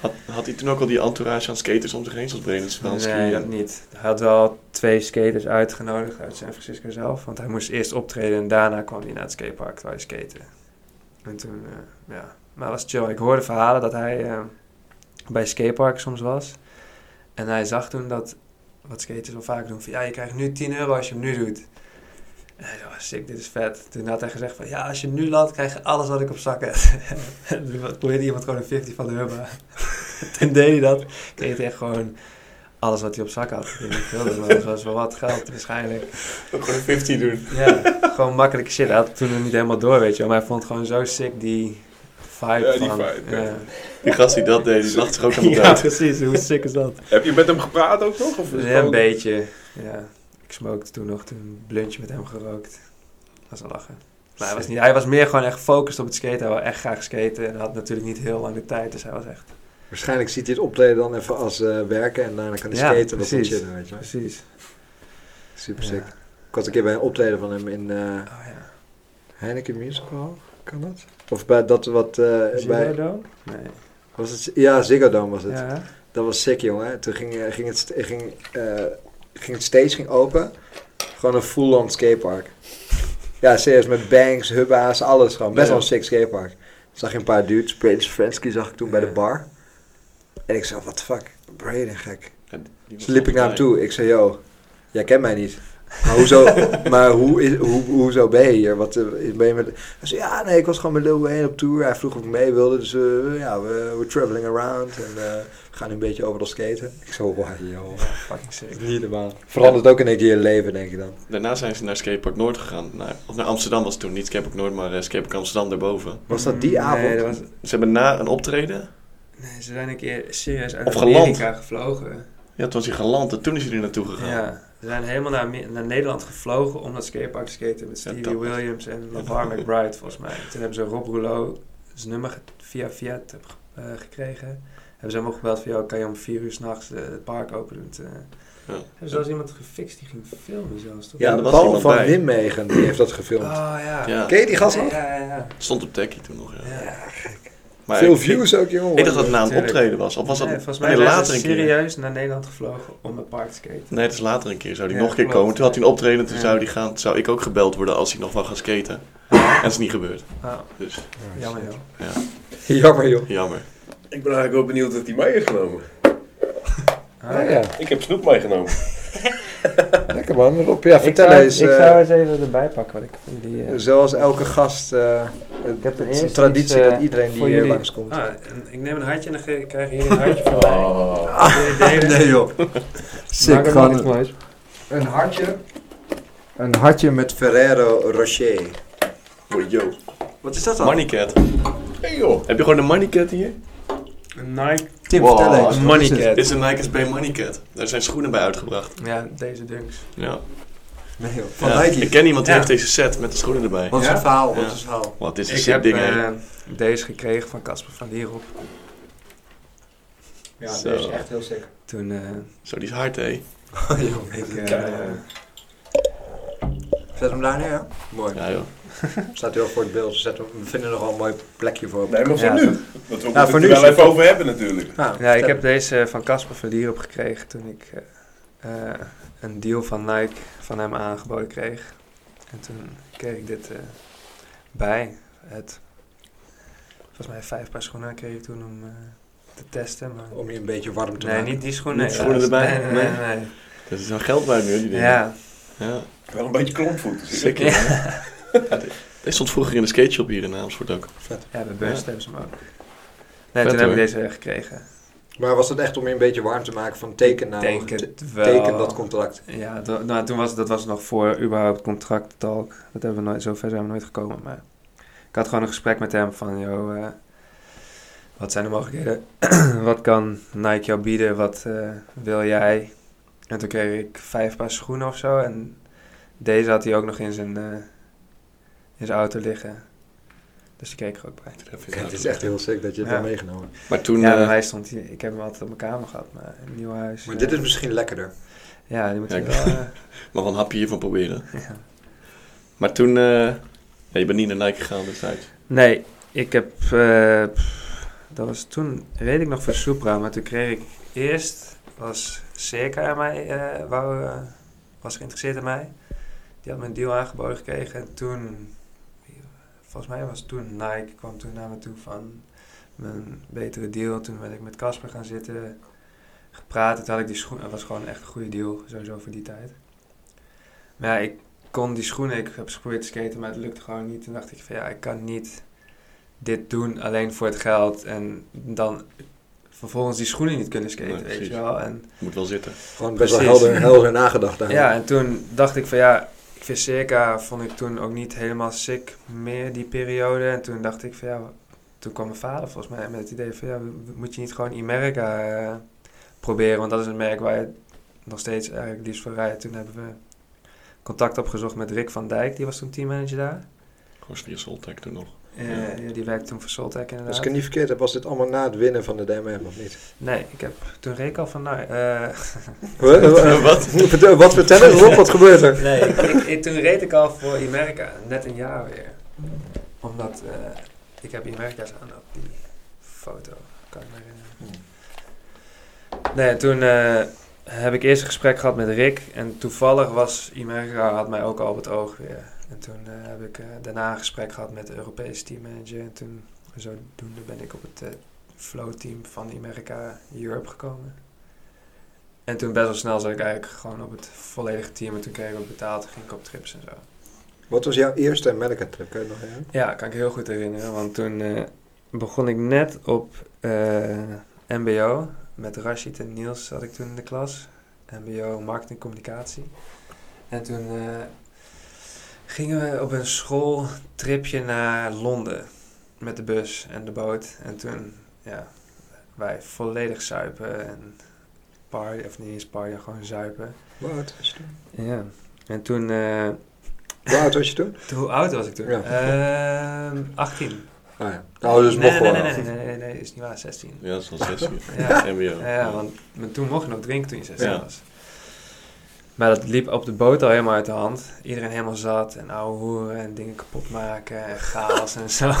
Had, had hij toen ook al die entourage aan skaters om zich heen, zoals Brenenswansky?
nee, dat
en...
niet. Hij had wel twee skaters uitgenodigd uit San Francisco zelf. Want hij moest eerst optreden en daarna kwam hij naar het skatepark waar hij skaten. En toen, eh, ja. Maar dat was chill. Ik hoorde verhalen dat hij eh, bij skatepark soms was. En hij zag toen dat, wat skaters wel vaak doen, van ja, je krijgt nu 10 euro als je hem nu doet. En hij dacht, oh, sick, dit is vet. Toen had hij gezegd van, ja, als je hem nu laat, krijg je alles wat ik op zak heb. en toen probeerde iemand gewoon een 50 van de hubba. toen deed hij dat, kreeg hij echt gewoon alles wat hij op zak had. Ik denk, joh, dat was wel wat geld waarschijnlijk.
Ook gewoon een 50 doen.
Ja, gewoon makkelijke shit. Hij had het toen nog niet helemaal door, weet je wel. Maar hij vond het gewoon zo sick, die vibe
Ja, die
van...
vibe, ja.
ja.
Die gast die dat deed, die lacht zich ook aan
Ja,
elkaar.
precies. Hoe sick is dat?
Heb je met hem gepraat ook nog? Of is het
Ja, een
gewoon-
beetje. Ja. Ik smokte toen nog toen een bluntje met hem gerookt. was al lachen. Maar hij was, niet, hij was meer gewoon echt gefocust op het skaten. Hij wilde echt graag skaten. En had natuurlijk niet heel lang de tijd. Dus hij was echt...
Waarschijnlijk ziet hij het optreden dan even als eh, werken en daarna kan hij
Ja,
skaten en dat
precies.
chillen, weet je wel.
Precies.
Super sick. Ik was een keer bij een optreden van hem in eh
Oh ja.
Heineken Musical, kan dat? Of bij dat wat, eh,
Ziggo
bij,
Dome? Nee.
was het, ja, Ziggo Dome was het.
Ja.
Dat was sick, jongen. Toen ging, eh, ging, het, st- ging, eh, ging het stage ging open. Gewoon een full-on skatepark. Ja, serieus, met banks, hubba's, alles gewoon. Best
Ja.
wel een sick skatepark. Zag je een paar dudes. Prince Fransky zag ik toen bij de
Ja.
bar. En ik zei, what the fuck, Braden, gek.
Ja, die
Dus
was
liep ik naar hem
altijd-
toe. Ik zei, yo, jij kent mij niet. Maar hoezo, maar hoe is, hoe, hoezo ben je hier? Wat, eh, ben je met... Hij zei, ja, nee, ik was gewoon met Lil Wayne op tour. Hij vroeg of ik mee wilde. Dus eh, ja, we, we're traveling around. En eh, we gaan nu een beetje overal skaten. Ik zo, wow, joh.
Fucking sick.
Niet normaal. Verandert ook in één keer je leven, denk ik dan.
Daarna zijn ze naar Skatepark Noord gegaan. Naar, of naar Amsterdam was het toen, niet Skatepark Noord, maar eh, Skatepark Amsterdam daarboven.
Was dat die
Nee,
avond?
dat was,
Ze hebben na een optreden,
Nee, ze zijn een keer serieus uit
Of geland.
Amerika gevlogen.
ja, toen was hij geland en toen is hij er naartoe gegaan.
Ja, ze zijn helemaal naar, Amer- naar Nederland gevlogen om dat skatepark te skaten met Stevie
dat was-
Williams en LeVar McBride volgens mij. Toen hebben ze Rob Rouleau zijn nummer ge- via Fiat heb ge- eh, gekregen. Hebben ze hem opgebeld van, joh, kan je om vier uur s'nachts het park open doen? Toen, eh,
Ja.
Hebben ze zelfs iemand gefixt die ging filmen zelfs, toch?
Ja,
ja,
er was
Paul
iemand
van
bij.
Nijmegen, die heeft dat gefilmd.
Oh ja.
Ja,
Ken je die gast
ja,
nog?
ja, ja.
stond op Techie toen nog, ja.
ja.
Maar
Veel
ik-
views ook, jongen.
Ik, ik dacht dat het na een
Tuurlijk.
optreden was. Of was dat
Nee, volgens mij
nee,
zijn
later
ze
een keer?
serieus naar Nederland gevlogen om het park te skaten.
Nee, het is later een keer. Zou die
Ja,
nog een keer
klopt.
komen? Toen had hij een optreden, toen
Ja.
zou, die gaan, zou ik ook gebeld worden als hij nog wou gaan skaten. En het is niet gebeurd.
Ah,
Dus
jammer joh.
Jammer, joh.
jammer.
Ik ben eigenlijk wel benieuwd wat hij mee heeft genomen.
Ah,
Ah, ja.
Ik heb snoep meegenomen.
Lekker man, Rob. Ja,
ik,
vertel
zou,
eens.
ik
eh,
zou eens even erbij pakken wat ik van die... eh,
Zoals elke gast, eh, het,
heb er
het is een
eerst
traditie
iets, eh,
dat iedereen die
voor
hier
jullie.
langskomt.
Ah, en ik neem een hartje en dan ge- krijg je hier een hartje van mij. Oh.
Nee joh.
Maak
Sick,
er maar niks
gewoon
moois.
Een hartje.
een hartje met Ferrero Rocher.
Boy, yo.
Wat is dat dan?
Money cat.
Hey joh.
Heb je gewoon een money cat hier?
Een Nike
Tim,
Wow,
vertel eens.
een
wat
Money
is het?
Cat.
Dit is een Nike SB money cat. Daar zijn schoenen bij uitgebracht.
Ja, deze dunks.
Ja.
Nee joh, van
Ja.
Nike.
Ik ken iemand die
Ja.
heeft deze set met de schoenen erbij.
Wat is het
Ja?
verhaal? Wat
Ja.
is het verhaal?
Wat is een
Ik
sick
heb
ding, hè?
eh, deze gekregen van Casper van Dierop.
Ja, Zo. deze is echt
heel sick.
Toen eh,
Zo, die is hard, hè?
Oh,
ik... eh,
Zet hem daar neer, ja? Mooi.
Ja, joh.
Staat heel voor het beeld. dus zet hem- we vinden er al een mooi plekje voor.
Nee, maar voor
Ja,
nu.
toch?
Dat we
Ja,
het
voor
er
nu
wel
is
even
het toch-
over hebben natuurlijk.
Nou,
ja, ik
vertel.
heb deze eh, van Casper van Dierop gekregen toen ik eh, eh, een deal van Nike van hem aangeboden kreeg. En toen kreeg ik dit eh, bij het... Volgens mij vijf paar schoenen kreeg ik toen om eh, te testen. Maar...
Om je een beetje warm te
Nee,
maken.
niet die schoenen.
Niet schoenen erbij?
Nee, nee, nee.
Er is nou geld bij meer, die dingen.
Ja,
Ja,
Wel een beetje klompvoet.
sick,
Ja.
hè? Dit stond vroeger in de skateshop hier in Amersfoort ook.
ja, bij Burst hebben ze hem ook. Nee,
Vet,
toen heb ik
hoor.
deze gekregen.
Maar was het echt om je een beetje warm te maken van teken nou?
Denk
te-
het wel.
Teken dat contract.
Ja, to- nou, toen was, dat was nog voor überhaupt contracttalk. Dat hebben we nooit, zover zijn we nooit gekomen. Maar ik had gewoon een gesprek met hem van, joh, eh, wat zijn de mogelijkheden? wat kan Nike jou bieden? Wat eh, wil jij? En toen kreeg ik vijf paar schoenen of zo. En deze had hij ook nog in zijn, eh, in zijn auto liggen. Dus die kreeg ik er ook bij.
Kijk, het is echt heel sick dat je het
Ja.
hebt meegenomen.
Maar toen...
ja, bij
eh,
mij stond hij. Ik heb hem altijd op mijn kamer gehad, maar in een nieuw huis.
Maar
eh,
dit is misschien lekkerder.
Ja, die moet
Ja,
je
ik-
wel. eh,
Mag wel een hapje hiervan proberen.
Ja.
Maar toen... eh, ja, je bent niet naar Nike gegaan destijds.
Nee, ik heb. eh, pff, dat was toen, weet ik nog van Supra, maar toen kreeg ik eerst. Was Circa aan mij, eh, wou, eh, was geïnteresseerd in mij. Die had me een deal aangeboden gekregen. En toen, volgens mij was het toen Nike, kwam toen naar me toe van mijn betere deal. Toen ben ik met Casper gaan zitten, gepraat. En Toen had ik die schoenen, dat was gewoon echt een goede deal, sowieso voor die tijd. Maar ja, ik kon die schoenen, ik heb geprobeerd te skaten, maar het lukte gewoon niet. Toen dacht ik van ja, ik kan niet dit doen alleen voor het geld en dan vervolgens die schoenen niet kunnen skaten,
Nee,
weet je
precies.
wel. En
Moet wel zitten.
Gewoon best wel
Precies.
helder, helder nagedacht daar.
ja, en toen dacht ik van ja, ik vind circa vond ik toen ook niet helemaal sick meer die periode. En toen dacht ik van ja, toen kwam mijn vader volgens mij met het idee van ja, moet je niet gewoon Imerca eh, proberen? Want dat is een merk waar je nog steeds eigenlijk liefst voor rijdt. Toen hebben we contact opgezocht met Rick van Dijk, die was toen teammanager daar.
Gewoon via Soltec toen nog.
Eh, ja, die werkte toen voor Soltec inderdaad.
Als ik het niet verkeerd heb, was dit allemaal na het winnen van de DMM, of niet?
Nee, ik heb toen Rick al van nou, eh,
Wat? Vertel- Wat vertellen? Rob, wat gebeurt er?
Nee, ik, ik- toen reed ik al voor Imerca, net een jaar weer. Omdat eh, ik heb Imerca's aan op die foto, kan ik me herinneren. Nee, toen eh, heb ik eerst een gesprek gehad met Rick en toevallig was Imerca had mij ook al op het oog weer. En toen eh, heb ik eh, daarna een gesprek gehad met de Europese teammanager en toen zodoende ben ik op het eh, flow team van Imerca Europe gekomen. En toen best wel snel zat ik eigenlijk gewoon op het volledige team. En toen kreeg ik ook betaald en ging ik op trips en zo.
Wat was jouw eerste America-trip? Kun je het nog herinneren?
Ja, kan ik heel goed herinneren. Want toen eh, begon ik net op eh, mbo. Met Rashid en Niels zat ik toen in de klas. Mbo marketing en communicatie. En toen eh, gingen we op een schooltripje naar Londen. Met de bus en de boot. En toen, ja, wij volledig zuipen. En party, of niet eens party, gewoon zuipen.
Hoe oud was je toen?
Ja. En toen, eh,
Hoe oud was je toen?
toen- hoe oud was ik toen?
Ja.
Ehm, 18.
Ah ja. Nou, dus
nee,
mocht
nee,
wel.
nee, nee, nee, nee, nee, is niet waar, 16.
Ja, dat is al 6 uur.
Ja.
MBO.
Ja, ja, want maar toen mocht je nog drinken toen je 16
Ja.
was. Maar dat liep op de boot al helemaal uit de hand. Iedereen helemaal zat en ouwe hoeren en dingen kapot maken en chaos en zo.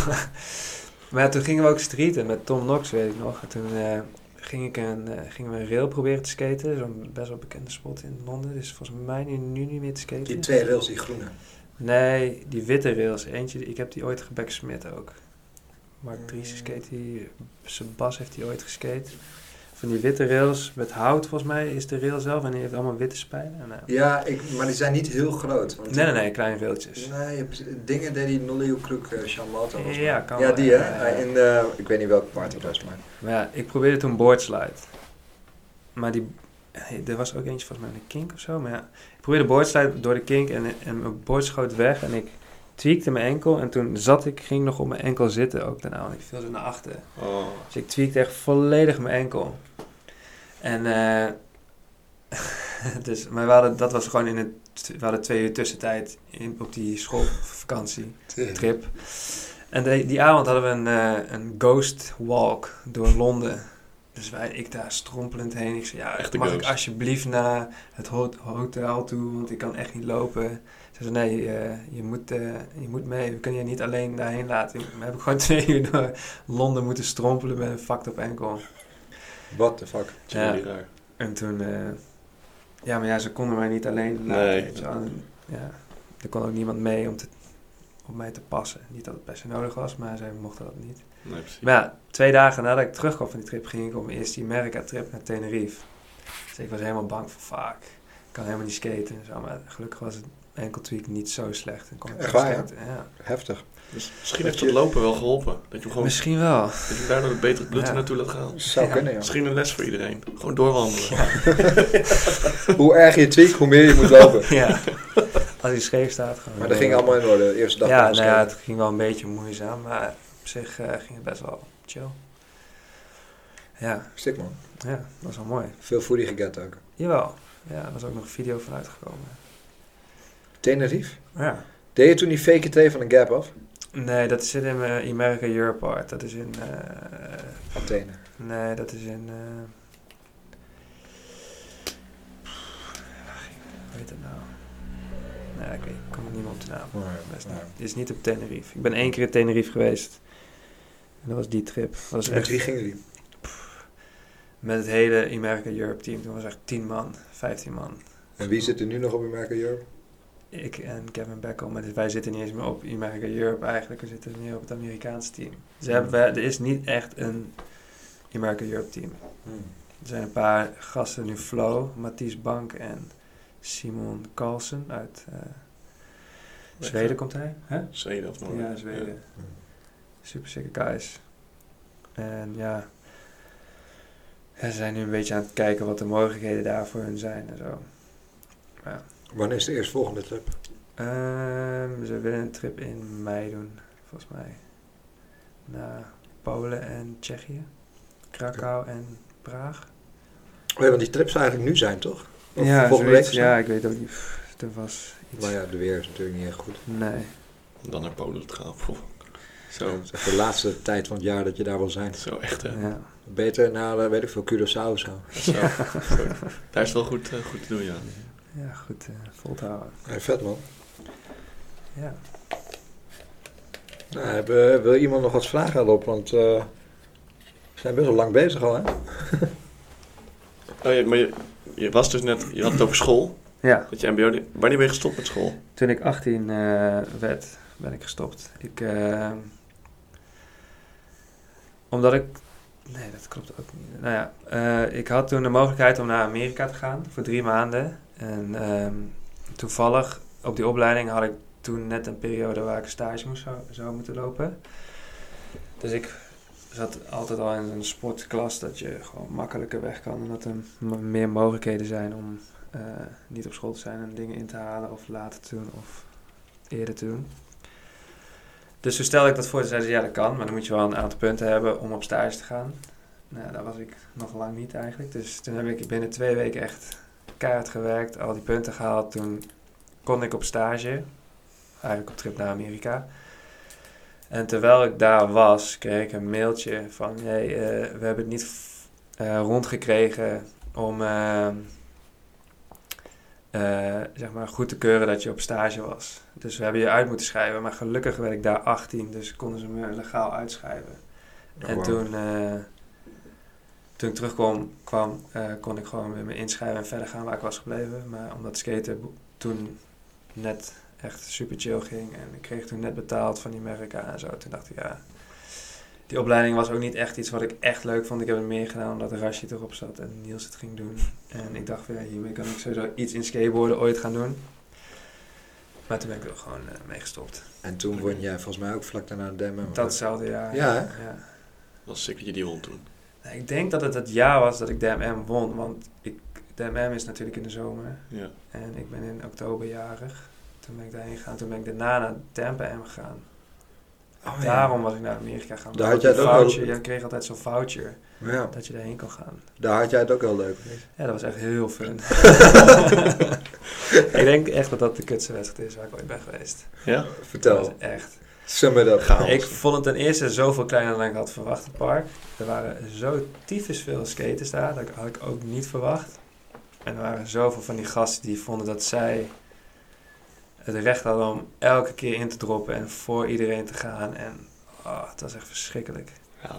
Maar ja, toen gingen we ook streeten met Tom Knox, weet ik nog. En toen eh, ging ik een, eh, gingen we een rail proberen te skaten. Zo'n best wel bekende spot in Londen. Dus volgens mij nu, nu niet meer te skaten.
Die twee rails, die groene.
Nee, die witte rails. Eentje, ik heb die ooit gebacksmit ook. Mark Dries skate die. Sebas heeft die ooit geskate. Van die witte rails met hout, volgens mij, is de rail zelf. En die heeft allemaal witte spijlen. Nou,
Ja, ik, maar die zijn niet heel groot. want-
nee, nee, nee, kleine
Dus-
railtjes.
Nee, je hebt dingen deed die Nolio Kruk
eh,
uh, Shamato was.
Ja, kan
ja,
wel,
die
ja,
hè?
ja, ja.
In, de- ik weet niet welke part het was, maar...
Maar ja, ik probeerde toen boardslide. Maar die... hey, er was ook eentje volgens mij met een kink of zo. Maar ja, ik probeerde boardslide door de kink en, en mijn board schoot weg. En ik tweakte mijn enkel. En toen zat ik, ging nog op mijn enkel zitten ook daarna. Want ik viel zo naar achter.
Oh.
Dus ik tweakte echt volledig mijn enkel. En eh, dus, maar we hadden, dat was gewoon in het, we hadden twee uur tussentijd in, op die schoolvakantietrip. En die- die avond hadden we een, eh, een ghost walk door Londen. Dus wij, ik daar strompelend heen. Ik zei, ja,
Echte
mag ik
ghost.
alsjeblieft naar het ho- hotel toe, want ik kan echt niet lopen. Ze zei, nee, eh, je, moet, eh, je moet mee. We kunnen je niet alleen daarheen laten. Dan heb ik gewoon twee uur door Londen moeten strompelen met een fucked op enkel.
What the fuck.
Ja. raar.
En toen, eh, ja, maar ja, ze konden mij niet alleen laten.
Nee.
weet je wel. En, ja, er kon ook niemand mee om te, op mij te passen. Niet dat het per se nodig was, maar zij mochten dat niet.
Nee, precies.
Maar ja, twee dagen nadat ik terugkwam van die trip, ging ik op mijn eerste Amerika-trip naar Tenerife. Dus ik was helemaal bang voor vaak. Ik kan helemaal niet skaten en zo, maar gelukkig was het enkel tweak niet zo slecht. En kon ik
Echt
wel
waar, ja?
skaten, ja.
Heftig.
Dus misschien heeft het lopen wel geholpen. Dat je hem gewoon
Misschien wel.
dat je hem daardoor het betere bloed
Ja.
er naartoe laat gaan.
Zou
Ja.
kunnen, ja.
Misschien een les voor iedereen. Gewoon doorwandelen.
Hoe erg je tweet, hoe meer je moet lopen.
ja. Als hij scheef staat, gewoon.
Maar dat
door.
ging allemaal in orde, de eerste dag.
ja,
van
nou
de
ja,
schrijf.
het ging wel een beetje moeizaam, maar op zich eh, ging het best wel chill. Ja,
Stik man.
ja, dat was wel mooi.
Veel foodie geget ook.
Jawel, ja, er was ook nog een video van uitgekomen.
Tenerife.
Ja.
Deed je toen die VKT van een gap af?
Nee, dat zit in eh, America Europe Art. Dat is in. eh,
Athene.
nee, dat is in. eh, hoe heet het nou? Nee, ik weet, ik kom er niet meer op de naam. Dat is, niet, het is niet op Tenerife. Ik ben één keer in Tenerife geweest. En dat was die trip. Dat was
Met
echt
wie gingen jullie?
Met het hele America Europe team. Toen was echt 10 man, 15 man.
En wie zit er nu nog op eh, America Europe?
Ik en Kevin Beckel. Maar dit- wij zitten niet eens meer op America Europe eigenlijk. We zitten meer op het Amerikaanse team. Ze hebben, wij- er is niet echt een America Europe team.
Hmm.
Er zijn een paar gasten nu Flo, Mathies Bank en Simon Carlsen uit eh, Zweden komt hij. Hè?
Zweden of Noorwegen.
Ja, Zweden.
Ja.
Super sick guys. En ja, ja, ze zijn nu een beetje aan het kijken wat de mogelijkheden daar voor hun zijn en zo.
Wanneer is de eerstvolgende trip?
Ehm, ze willen een trip in mei doen, volgens mij. Naar Polen en Tsjechië. Krakau en Praag.
Oh ja, want die trip zou eigenlijk nu zijn, toch? Of
ja,
volgende
zoiets.
week? of zo?
ja, ik weet ook niet. Pff, Er was iets.
Maar Nou ja, de weer is natuurlijk niet echt goed.
Nee.
Om dan naar Polen te gaan. Poeh. Zo,
Het is echt de laatste tijd van het jaar dat je daar wil zijn.
zo echt hè.
Ja.
Beter naar, eh, weet ik veel, Curaçao of zo.
Zo, zo. Daar is het wel goed, eh, goed te doen, ja.
ja, goed. eh, vol te houden.
Ja, vet man.
Ja.
Nou, hebben- wil iemand nog wat vragen erop? Want eh, we zijn best wel lang bezig al, hè?
Oh, je, maar je, je was dus net, je had het over school.
ja.
Dat je mbo, deed. wanneer ben je gestopt met school?
Toen ik 18 eh, werd, ben ik gestopt. Ik, eh, omdat ik. Nee, dat klopt ook niet. Nou ja, eh, ik had toen de mogelijkheid om naar Amerika te gaan voor drie maanden. En ehm, toevallig op die opleiding had ik toen net een periode waar ik een stage moest, zou, zou moeten lopen. Dus ik zat altijd al in een sportklas dat je gewoon makkelijker weg kan. En dat er m- meer mogelijkheden zijn om eh, niet op school te zijn en dingen in te halen of later te doen of eerder te doen. Dus toen stelde ik dat voor, toen zeiden ze ja dat kan, maar dan moet je wel een aantal punten hebben om op stage te gaan. Nou, daar was ik nog lang niet eigenlijk. Dus toen heb ik binnen twee weken echt keihard gewerkt, al die punten gehaald. Toen kon ik op stage, eigenlijk op trip naar Amerika. En terwijl ik daar was, kreeg ik een mailtje van: hey, eh, we hebben het niet eh, rondgekregen om eh, eh, zeg maar goed te keuren dat je op stage was. Dus we hebben je uit moeten schrijven, maar gelukkig werd ik daar 18, dus konden ze me legaal uitschrijven.
Oh,
en
wauw.
toen, eh, toen ik terugkwam, kwam, eh, kon ik gewoon weer me inschrijven en verder gaan waar ik was gebleven. Maar omdat skaten bo- toen net echt super chill ging en ik kreeg toen net betaald van die merken en zo, toen dacht ik ja, Die opleiding was ook niet echt iets wat ik echt leuk vond. Ik heb het meer gedaan omdat Rashid erop zat en Niels het ging doen. En ik dacht, van, ja, hiermee kan ik sowieso iets in skateboarden ooit gaan doen. Maar toen ben ik er ook gewoon eh, mee gestopt.
En toen won jij volgens mij ook vlak daarna de demo.
Datzelfde jaar.
Ja, hè?
ja.
Dat is zeker dat je die won toen.
Nou, Ik denk dat het het jaar was dat ik de MM won. Want ik, de MM is natuurlijk in de zomer.
Ja.
En ik ben in oktober jarig. Toen ben ik daarheen gegaan. Toen ben ik daarna naar Tampa M gegaan.
Oh, ja.
Daarom was ik naar Amerika gegaan.
Daar
Want
had
die
jij het ook
voucher- Jij kreeg altijd zo'n voucher
Ja,
dat je daarheen kon gaan.
daar had jij het ook heel leuk mee.
Ja, dat was echt heel fun. ik denk echt dat dat de kutste wedstrijd is waar ik ooit ben geweest.
Ja?
Dat
Vertel,
was echt.
sum it up.
Chaos.
Ik vond het ten eerste zoveel kleiner dan ik had verwacht, het park. Er waren zo tyfus veel skaters daar, dat had ik ook niet verwacht. En er waren zoveel van die gasten die vonden dat zij het recht hadden om elke keer in te droppen en voor iedereen te gaan. En ah, het was echt verschrikkelijk.
Ja.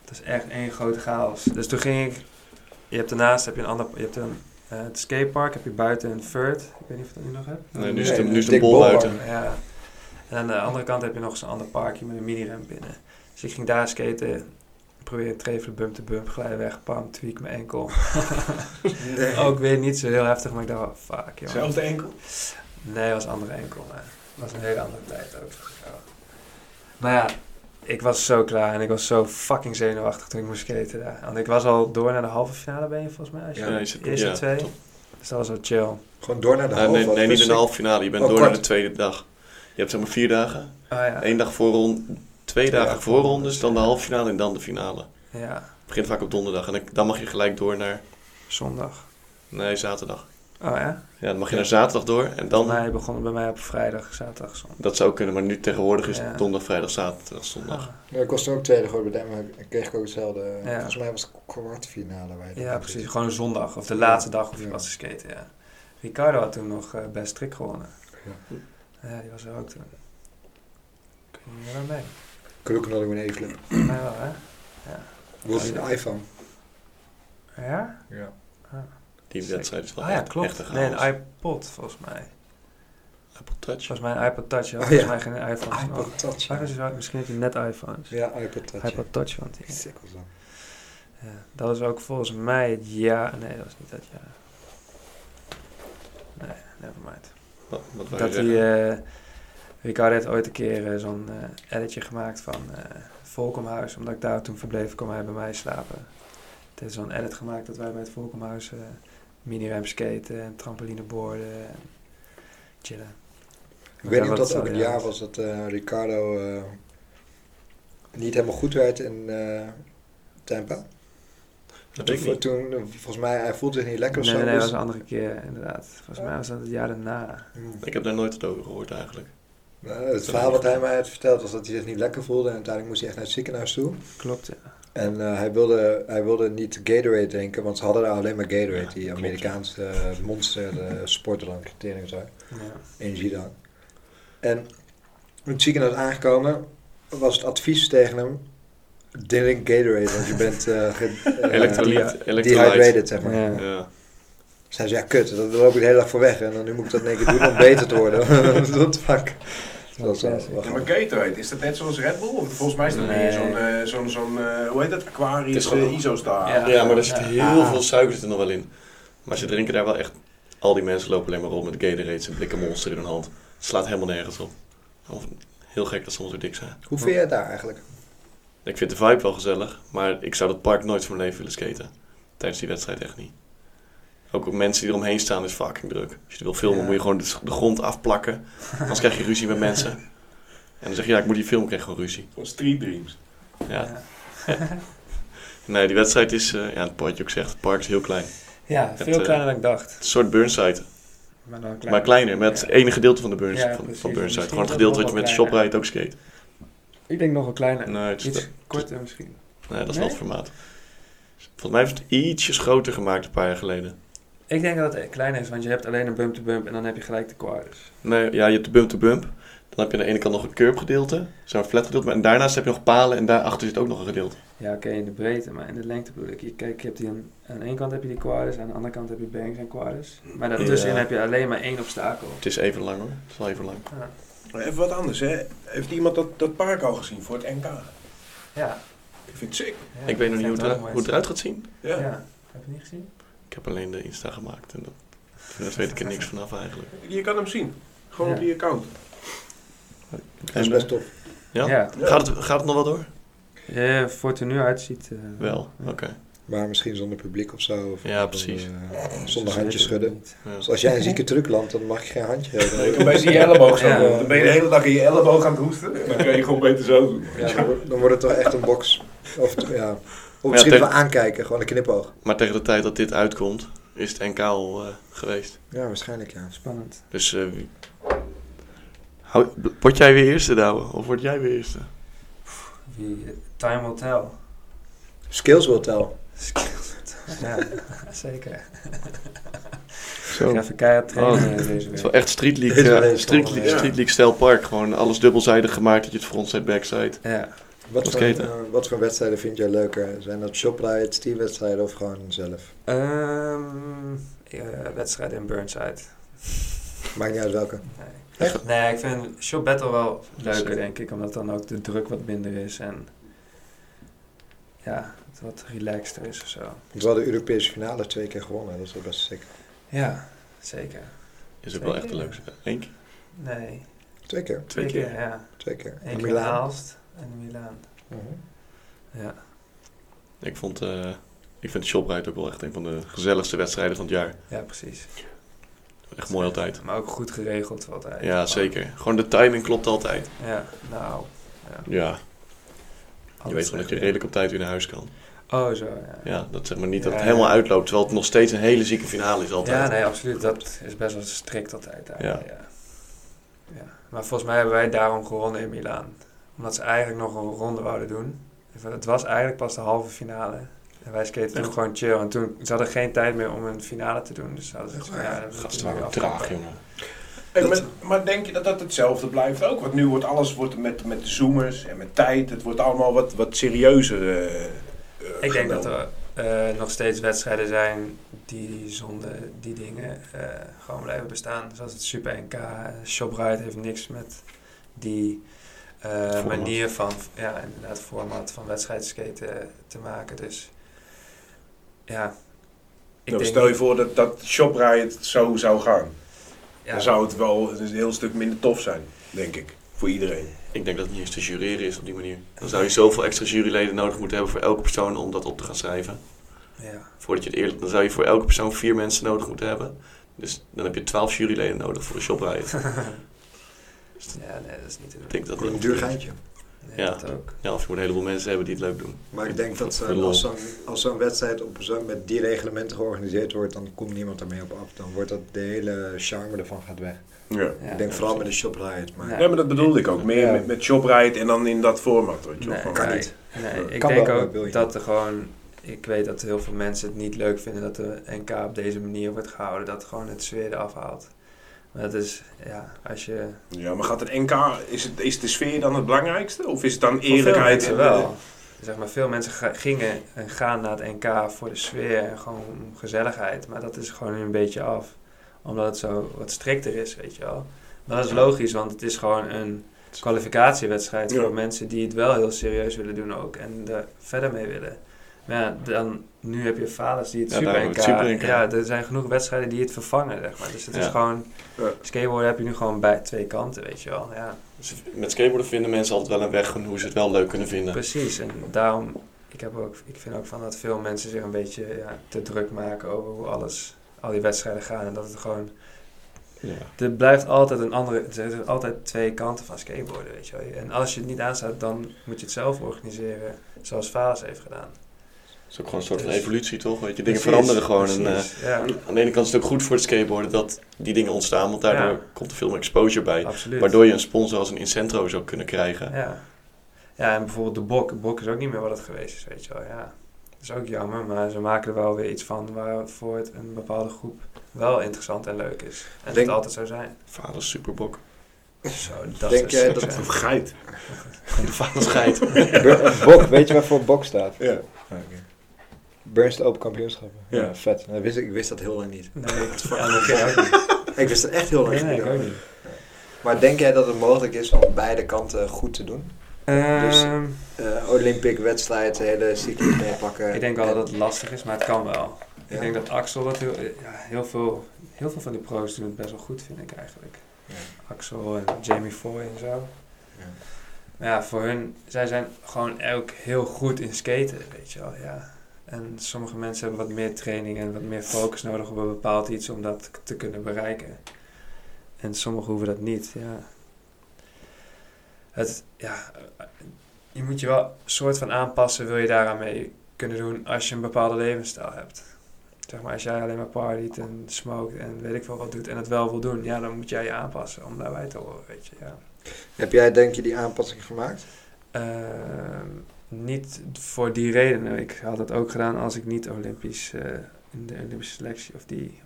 Het is echt één grote chaos. Dus toen ging ik. Je hebt daarnaast heb je een ander. Je hebt een, eh, het skatepark, heb je buiten een vert. Ik weet niet of je dat nu nog hebt.
Nee, nu is
Nee,
het, nu is het
dik
een bol
bolpark.
buiten.
Ja. En aan de andere kant heb je nog eens een ander parkje met een mini-ramp binnen. Dus ik ging daar skaten. Probeer treven, bump te bump, glijden weg, pam, tweak mijn enkel. Ook weer niet zo heel heftig, maar ik dacht wel, fuck joh.
Zelfde enkel?
Nee, het was een andere enkel, maar het was een hele andere tijd ook. Ja. Maar ja, ik was zo klaar en ik was zo fucking zenuwachtig toen ik moest skaten daar. Want ik was al door naar de halve finale ben je volgens mij. Als je
Ja,
nee, je zit-
eerste
ja,
twee.
top.
Dus dat was wel chill.
Gewoon door naar de
Nou,
halve.
nee, nee, niet in
halve.
de halve finale. Je bent
Oh,
door naar de
kwart.
tweede dag. Je hebt zeg maar vier dagen.
Ah ja.
Eén dag voor rond, twee
Twee
dagen
dagen
voor
voorrondes,
rondes, dan de
ja.
halve finale en dan de finale. Het
ja,
begint vaak op donderdag en dan- dan mag je gelijk door naar,
zondag.
nee, zaterdag.
Oh ja?
Ja, dan mag je naar zaterdag door en dan,
Nee, begon het bij mij op vrijdag, zaterdag, zondag.
dat zou kunnen, maar nu tegenwoordig is het
Ja.
donderdag, vrijdag, zaterdag, zondag.
Ja, ik was toen ook tweede geworden bij Demo en kreeg ik ook hetzelfde. Volgens mij was het kwartfinale. waar je
Ja,
dan
precies.
zit.
Gewoon zondag of de laatste dag of je
Ja.
was te skaten, ja. Ricardo had toen nog eh best trick gewonnen.
Ja.
Ja, die was er ook toen. Kun je niet meer aan mee?
Kroekenolling met Evelyn.
Volgens mij wel, hè?
Wordt een iPhone.
Ja?
Ja.
Die
Zeker.
wedstrijd is wel
Ah ja,
echt- echt
klopt.
een
Nee, een
chaos.
iPod volgens mij.
Apple Touch.
Volgens mij een iPod Touch. Ja.
Oh, ja.
volgens mij geen iPhones. nog.
iPod Touch.
Waarom is het- Misschien heb je net iPhones.
Ja, iPod Touch.
iPod Touch, want die-
Sick was dat.
ja. Dat was ook volgens mij het jaar. Nee, dat was niet dat jaar. Nee, nevermind.
Wat, wat wou je
Dat
zeggen?
die. eh, Ricardo heeft ooit een keer eh, zo'n eh editje gemaakt van eh Volkomhuis. Omdat ik daar toen verbleef, kwam hij bij mij slapen. Het is zo'n edit gemaakt dat wij bij het Volkomhuis eh mini-ramp skaten en trampolineborden en chillen.
Ik weet niet of
dat
dat ook het jaar was dat eh, Ricardo eh, niet helemaal goed werd in eh Tampa.
Dat
Toen,
weet ik niet.
toen, eh, volgens mij, hij voelde zich niet lekker of
Nee,
zo.
nee, dat
dus-
was een andere keer, inderdaad. Volgens mij was dat het jaar daarna.
Hmm.
Ik heb daar nooit het over gehoord eigenlijk.
Nou, het verhaal wat hij mij had verteld was dat hij zich niet lekker voelde en uiteindelijk moest hij echt naar het ziekenhuis toe.
Klopt, ja.
En eh, hij, wilde, hij wilde niet Gatorade drinken, want ze hadden daar alleen maar Gatorade,
Ja,
die
klopt.
Amerikaanse eh, monster eh, sportdrank, tering zo,
ja.
energiedrank. En in het ziekenhuis aangekomen was het advies tegen hem, drink Gatorade, want je bent eh ge- eh,
Elektrolyt, elektrolyte.
dehydrated, zeg maar.
Ja.
Ja.
Zij zei, ja kut, daar loop ik de hele dag voor weg en dan nu moet ik dat in één keer doen om beter te worden. What the fuck? Dat was wel- wel
Ja,
grappig.
maar Gatorade, is dat net zoals Red Bull? Want volgens mij is dat
Nee.
meer zo'n, eh, zo'n, zo'n eh, hoe heet dat,
Het is
Aquarius
gewoon-
eh, Isostar.
Ja.
ja, maar er zit
Ja. Ah.
heel veel suiker zit er nog wel in. Maar ze drinken daar wel echt... Al die mensen lopen alleen maar rond met Gatorades en blikken monster in hun hand. Het slaat helemaal nergens op. Of- Heel gek dat ze allemaal zo dik zijn.
Hoe vind jij het daar eigenlijk?
Ik vind de vibe wel gezellig, maar ik zou dat park nooit van mijn leven willen skaten. Tijdens die wedstrijd echt niet. Ook op mensen die eromheen staan is fucking druk. Als je het wil filmen
Ja.
moet je gewoon de de grond afplakken. Anders krijg je ruzie met mensen. En dan zeg je ja, ik moet die filmen, krijg ik gewoon ruzie.
Van Street Dreams.
Ja. Nee, die wedstrijd is, eh, ja, het wat je ook zegt, het park is heel klein. Het
Ja, veel
eh,
kleiner dan ik dacht.
is een soort Burnside,
Maar dan kleiner.
maar kleiner. Met het
Ja.
ene gedeelte van de Burns,
Ja,
van,
precies.
van Burnside.
Misschien
Gewoon het
wel
gedeelte wat je met de
nog wel
shopride ook skate.
Ik denk nog wel kleiner.
Nee, het is
Iets
Nou, dat-
korter misschien.
nee, dat is wel het
Nee?
formaat. Volgens mij heeft het ietsjes groter gemaakt een paar jaar geleden.
Ik denk dat het kleiner is, want je hebt alleen een bump-to-bump en dan heb je gelijk de quarters.
Nee, ja, je hebt de bump-to-bump. Dan heb je aan de ene kant nog een curb gedeelte, zo'n flat gedeelte. En daarnaast heb je nog palen en daarachter zit ook nog een gedeelte.
Ja, oké, in de breedte, maar in de lengte bedoel ik. Je, kijk, je hebt die aan, aan de ene kant heb je die quarters, aan de andere kant heb je bangs en quarters. Maar daartussenin
Ja.
heb je alleen maar één obstakel. Ah,
Het is even lang hoor, het is wel even lang.
Maar even wat anders, hè. Heeft iemand dat, dat park al gezien voor het NK?
Ja.
Ik vind het sick.
ja,
ik weet nog niet hoe het,
dat
eruit- hoe het eruit gaat zien.
Ja.
Ja. Heb je niet gezien?
Ik heb alleen de Insta gemaakt en dat, dat weet ik er niks vanaf eigenlijk.
Je kan hem zien. Gewoon op
Ja.
die account.
Dat is best
En,
top.
Ja? eh, Dus gaat, het, gaat het nog wel door?
Ja, Eh, voor het er nu uitziet. eh,
Wel,
ja.
oké.
Maar misschien zonder publiek of zo. Of
Ja,
of,
precies.
eh,
Dus
zonder
dat
handjes
weet ik
schudden.
niet.
Ja.
Dus als jij een zieke truc landt, dan mag je geen handje hebben.
Nee, je kan beter je elleboog zo
Ja.
doen. Dan ben je de hele dag in je elleboog aan het hoesten. Dan kan je gewoon beter zo doen.
Ja, dan, wordt, dan wordt het toch echt een box. Of, ja. of misschien
tegen-
wel aankijken, gewoon een knipoog.
Maar tegen de tijd dat dit uitkomt, is het NK al eh, geweest.
Ja, waarschijnlijk ja.
Spannend.
Dus eh, wie- Hou- b- word jij weer eerste, Douwe? Of word jij weer eerste?
Wie, eh, time will tell.
Skills will tell.
Ja, zeker.
Zo.
Even keihard
Oh.
trainen eh, deze
Het is
week.
wel echt Street League,
Deze
eh,
week
street
al,
league,
ja.
street league stijl park. Gewoon alles dubbelzijdig gemaakt dat je het frontside, backside.
Ja.
Wat voor,
Skaten.
eh, wat voor wedstrijden vind jij leuker? Zijn dat shoplights, teamwedstrijden of gewoon zelf?
Ehm, eh, wedstrijd in Burnside.
Maakt niet uit welke.
Nee.
Echt?
nee, ik vind Shop Battle wel leuker,
Zeker.
denk ik. Omdat dan ook de druk wat minder is en ja, het wat relaxter is of zo.
Ik zal de Europese finale twee keer gewonnen, dat is wel best sick.
Ja, zeker.
Is ook wel
Twee
echt
keer.
leuk. Eén keer?
Nee,
Twee keer,
Twee keer.
ja.
twee keer.
Eén
In
keer in Aalst en in Milaan.
Mhm.
Ja.
Ik, vond, eh, ik vind de Shoprite ook wel echt een van de gezelligste wedstrijden van het jaar.
ja, precies.
Echt mooi altijd.
Maar ook goed geregeld altijd.
Ja, zeker. Gewoon de timing klopt altijd.
Ja, nou. Ja.
Ja, je
alles
weet gewoon dat
echt
je
weer.
redelijk op tijd weer naar huis kan.
Oh, zo, ja. Ja,
Ja, dat zeg maar niet dat het
Ja,
helemaal
ja.
uitloopt, terwijl het nog steeds een hele zieke finale is altijd.
nee, absoluut. Dat is best wel strikt altijd. daar,
Ja.
Ja. Ja. Maar volgens mij hebben wij daarom gewonnen in Milaan. Omdat ze eigenlijk nog een ronde wouden doen. En Het was eigenlijk pas de halve finale. En wij skaten toen
Echt?
gewoon chill. En toen, ze hadden geen tijd meer om een finale te doen. Dus ze hadden zoiets van, ja, dat
Gasten waren ook traag, jongen.
Hey, maar, maar denk je dat dat hetzelfde blijft ook? Want nu wordt alles wordt met, met de zoomers en met tijd. Het wordt allemaal wat, wat serieuzer. eh, eh,
Ik denk
genomen.
dat er eh, nog steeds wedstrijden zijn die zonder die dingen eh, gewoon blijven bestaan. Zoals het Super NK. eh, ShopRite heeft niks met die eh, manier van, ja, inderdaad, format van wedstrijdskaten te maken. Dus ja, ik
Nou,
denk
stel je
niet-
voor dat, dat ShopRite zo zou gaan.
ja,
Dan zou het wel een heel stuk minder tof zijn, denk ik. Voor iedereen.
Ik denk dat het niet eens te jureren is op die manier. Dan zou je zoveel extra juryleden nodig moeten hebben voor elke persoon om dat op te gaan schrijven.
ja,
Voordat je het eerlijk, dan zou je voor elke persoon vier mensen nodig moeten hebben. Dus dan heb je twaalf juryleden nodig voor een shopride.
ja, nee, dat is niet te doen.
Ik denk dat
Wordt een
niet.
duur geintje.
Nee,
ja.
dat ook.
Ja, of je moet een heleboel mensen hebben die het leuk doen.
Maar ik denk dat ze,
Voor lol.
als zo'n als zo'n wedstrijd op zo, met die reglementen georganiseerd wordt, dan komt niemand ermee op af. Dan wordt dat de hele charme ervan gaat weg.
Ja.
Ja.
ik denk vooral met de shoplight, maar
Ja.
Nee, maar dat bedoelde ik ook. Meer
Ja.
met, met ShopRite en dan in dat format. Weet je, wel.
Nee,
Van-
kan
nee,
niet.
nee, ik
Kan
denk
wel, maar wil
ook
je
dat
niet.
er gewoon... Ik weet dat heel veel mensen het niet leuk vinden dat de NK op deze manier wordt gehouden. Dat gewoon het sfeer eraf haalt. Maar dat is, ja, als je...
Ja, maar gaat het NK, is, het, is de sfeer dan het belangrijkste? Of is het dan
voor veel
eerlijkheid?
mensen wel. Zeg maar, veel mensen ga- gingen en gaan naar het NK voor de sfeer en gewoon gezelligheid. Maar dat is gewoon een beetje af. Omdat het zo wat strikter is, weet je wel. Maar dat is logisch, want het is gewoon een kwalificatiewedstrijd
Ja.
voor mensen die het wel heel serieus willen doen ook. En er verder mee willen. Maar ja, dan, nu heb je vaders die het
Ja,
super
daarom
NK...
het Super NK.
Ja, er zijn genoeg wedstrijden die het vervangen, zeg maar. Dus het is
Ja.
gewoon...
Ja.
Skateboarden heb je nu gewoon bij twee kanten, weet je wel. Ja.
Dus met skateboarden vinden mensen altijd wel een weg hoe ze het wel leuk kunnen vinden.
Precies, en daarom, ik, heb ook, ik vind ook van dat veel mensen zich een beetje ja, te druk maken over hoe alles, al die wedstrijden gaan. En dat het gewoon,
Ja.
er blijft altijd een andere, er zijn altijd twee kanten van skateboarden, weet je wel. En als je het niet aanstaat, dan moet je het zelf organiseren, zoals Vaas heeft gedaan.
Het is ook gewoon een soort van
Dus-
evolutie, toch? Weet je, dingen
Precies,
veranderen gewoon. En, eh,
precies, ja,
aan de ene kant is het ook goed voor het skateboarden dat die dingen ontstaan, want daardoor
Ja.
komt er veel meer exposure bij.
absoluut.
Waardoor je een sponsor als een Incentro zou kunnen krijgen.
Ja. ja, en bijvoorbeeld de bok. Bok is ook niet meer wat het geweest is, weet je wel. Ja, dat is ook jammer, maar ze maken er wel weer iets van waarvoor het een bepaalde groep wel interessant en leuk is. En dat
Denk-
het altijd zo zijn.
Vader superbok.
Zo, dat
Denk
is
jij
dat...
dat-
Of geit.
Vader scheidt.
Bok, weet je waarvoor Bok staat?
Ja.
Burns de Open Kampioenschappen.
Ja.
vet. Dat wist ik, ik wist dat heel lang niet.
Nee, ik- ja, dat ken ik ook niet.
Ik wist dat echt heel lang
Nee, nee, ik ook niet.
Maar denk jij dat het mogelijk is om beide kanten goed te doen? Dus-
Ehm,
eh, Olympic wedstrijd, de hele cyclus meepakken.
ik denk wel dat het lastig is, maar het kan wel.
Ja.
Ik denk dat Axel dat heel, eh, ja, heel, veel, heel veel van die pro's doen het best wel goed, vind ik eigenlijk.
Ja.
Axel en Jamie Foy en zo.
Ja.
Maar ja, voor hun, zij zijn gewoon ook heel goed in skaten, weet je wel. Ja. En sommige mensen hebben wat meer training en wat meer focus nodig op een bepaald iets om dat k- te kunnen bereiken. En sommigen hoeven dat niet, ja. Het, ja, eh, je moet je wel soort van aanpassen, wil je daaraan mee kunnen doen als je een bepaalde levensstijl hebt. Zeg maar, als jij alleen maar partyt en smokt en weet ik veel wat doet en het wel wil doen, ja, dan moet jij je aanpassen om daarbij te horen, weet je. Ja.
Heb jij denk je die aanpassing gemaakt?
Ehm, niet voor die redenen. Ik had dat ook gedaan als ik niet Olympisch eh, in de Olympische selectie of die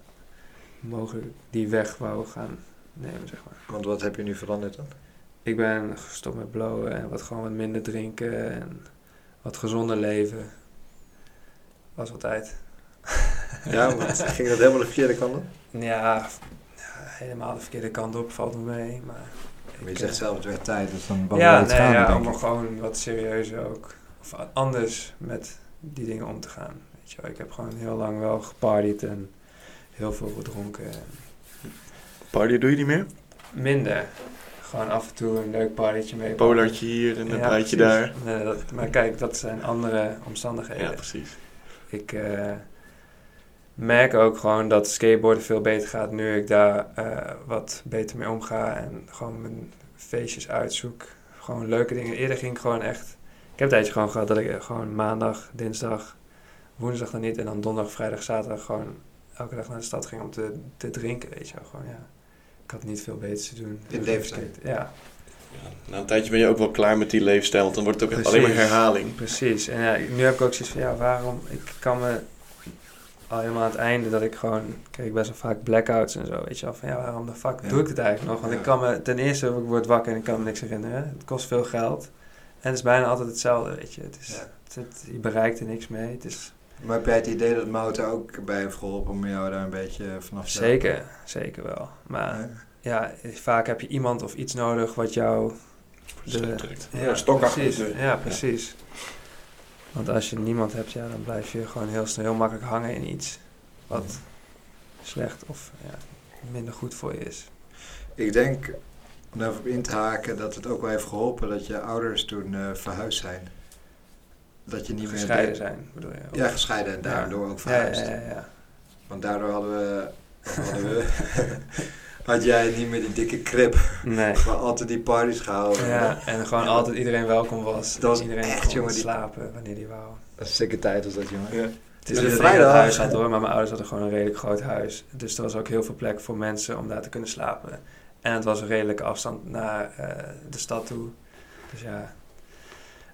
mogelijk die weg wou gaan nemen, zeg maar.
Want wat heb je nu veranderd dan?
Ik ben gestopt met blowen en wat gewoon wat minder drinken en wat gezonder leven. Was altijd.
Ja, want ging dat helemaal de verkeerde kant op?
Ja, f- ja, helemaal de verkeerde kant op valt me mee, maar... ik,
Maar je
eh,
zegt zelf, het werd tijd, dus dan
ja,
het
nee,
gaan.
ja, om er gewoon wat serieuzer ook. Of a- anders met die dingen om te gaan. Weet je wel. Ik heb gewoon heel lang wel gepartied en heel veel gedronken. en
Party doe je niet meer?
Minder. Gewoon af en toe een leuk partytje mee.
Polartje hier en een
Ja,
breitje
precies.
daar.
Nee, dat, maar kijk, dat zijn andere omstandigheden.
Ja, precies.
Ik eh, merk ook gewoon dat skateboarden veel beter gaat nu ik daar eh, wat beter mee omga en gewoon mijn feestjes uitzoek. Gewoon leuke dingen. Eerder ging ik gewoon echt. Ik heb een tijdje gewoon gehad dat ik eh, gewoon maandag, dinsdag, woensdag dan niet en dan donderdag, vrijdag, zaterdag gewoon elke dag naar de stad ging om te, te drinken. Weet je wel, gewoon ja. Ik had niet veel beters te doen.
In Deventer.
Ja,
Na een tijdje ben je ook wel klaar met die leefstijl, want dan wordt het ook echt alleen maar
Precies.
herhaling.
Precies. En ja, ik- nu heb ik ook zoiets van, ja, waarom? Ik kan me al helemaal aan het einde dat ik gewoon... Ik kreeg best wel vaak blackouts en zo, weet je wel. Van, ja, waarom de fuck
Ja.
doe ik het eigenlijk nog? Want ik kan me... Ten eerste, ik word wakker en ik kan me niks herinneren. Het kost veel geld. En het is bijna altijd hetzelfde, weet je. Het is,
Ja.
het, het- je bereikt er niks mee. Het is...
Maar heb jij het idee dat Mout daar ook bij heeft geholpen om jou daar een beetje vanaf te
Zeker, zeker wel. Maar
Ja.
ja, vaak heb je iemand of iets nodig wat jou...
Slecht Dus trekt.
Ja, een stok achter de
precies.
deur.
Ja, precies. Want als je niemand hebt, ja, dan blijf je gewoon heel snel heel makkelijk hangen in iets wat slecht of ja, minder goed voor je is.
Ik denk, om daarop in te haken, dat het ook wel heeft geholpen dat je ouders toen eh, verhuisd zijn. Dat je niet
Gescheiden
meer...
zijn, bedoel je? Of-
Ja, gescheiden en daardoor ook
ja,
verhuisd.
ja, ja, ja.
Want daardoor hadden we... of Hadden we had jij niet meer die dikke krip,
Nee.
maar altijd die parties gehouden.
Ja, en gewoon altijd iedereen welkom was.
Dat was
En iedereen
echt,
kon
jongen, die-
slapen wanneer die wou.
Dat is zeker tijd als dat, jongen.
Het is
Ja,
niet dat ik
vrijdag.
het huis had hoor, maar mijn ouders hadden gewoon een redelijk groot huis. Dus er was ook heel veel plek voor mensen om daar te kunnen slapen. En het was een redelijke afstand naar eh, de stad toe. Dus ja.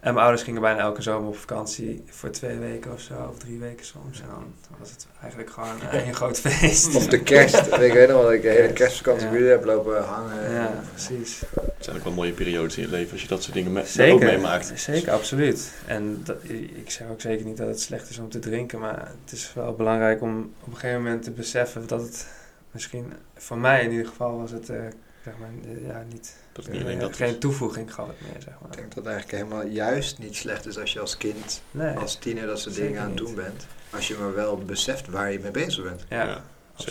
En mijn ouders gingen bijna elke zomer op vakantie voor twee weken of zo, of drie weken soms. En dan was het eigenlijk gewoon eh, een groot feest.
Of de kerst. ik weet nog wel dat ik de hele
Kerst,
kerstvakantie
ja.
bij jullie heb lopen hangen.
Ja, precies.
Het zijn ook wel mooie periodes in je leven als je dat soort dingen me- ook
Zeker,
meemaakt.
zeker, absoluut. En dat, ik zeg ook zeker niet dat het slecht is om te drinken, maar het is wel belangrijk om op een gegeven moment te beseffen dat het misschien, voor mij in ieder geval, was het eh, zeg maar, eh, ja, niet,
Dat het niet alleen
eh,
dat
geen
is.
toevoeging gehad meer, zeg
Ik
maar.
denk dat het eigenlijk helemaal juist niet slecht is als je als kind,
Nee,
als tiener, dat soort
Zeker
dingen aan het
niet.
doen bent. Als je maar wel beseft waar je mee bezig bent.
ja,
Ja, zeker.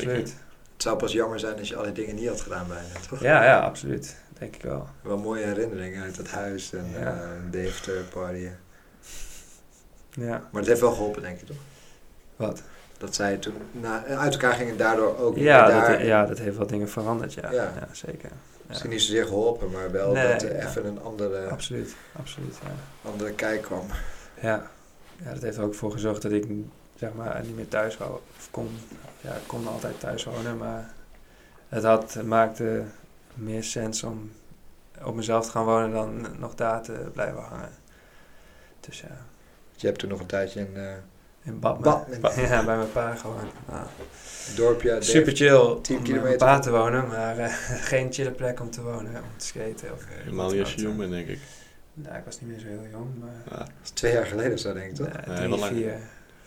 absoluut.
Het zou pas jammer zijn als je al die dingen niet had gedaan bijna, toch?
Ja, ja, absoluut. Denk ik wel.
Wel mooie herinneringen uit dat huis en
Ja.
eh, Deventer partyen.
Ja,
Maar het heeft wel geholpen, denk ik, toch?
wat?
Dat zij toen na, uit elkaar gingen daardoor ook
Ja
daar...
dat, ja, dat heeft wel dingen veranderd, ja.
Ja.
Ja, zeker. Ja.
Misschien niet zozeer geholpen, maar wel
Nee,
dat er
ja.
even een andere,
Absoluut, absoluut, ja.
andere kijk kwam.
Ja. ja, dat heeft er ook voor gezorgd dat ik zeg maar niet meer thuis wou- of kon. Ja, ik kon altijd thuis wonen, maar het had, maakte meer sens om op mezelf te gaan wonen dan nog daar te blijven hangen. Dus ja,
Je hebt toen nog een tijdje in eh
in Badmen.
Badmen.
Ja, bij mijn pa gewoon. Nou,
het dorpje... uit
super chill
10
om bij mijn
kilometer.
pa te wonen, maar eh, geen chille plek om te wonen, om te skaten. Of, eh,
Helemaal
wat
niet
dan
als je
ook.
jong bent, denk ik.
Nou, ik was niet meer zo heel jong, maar...
Ja.
Deventer. Dat is twee jaar geleden of zo, denk ik, toch?
eh,
Nee,
drie,
wel langer.
vier,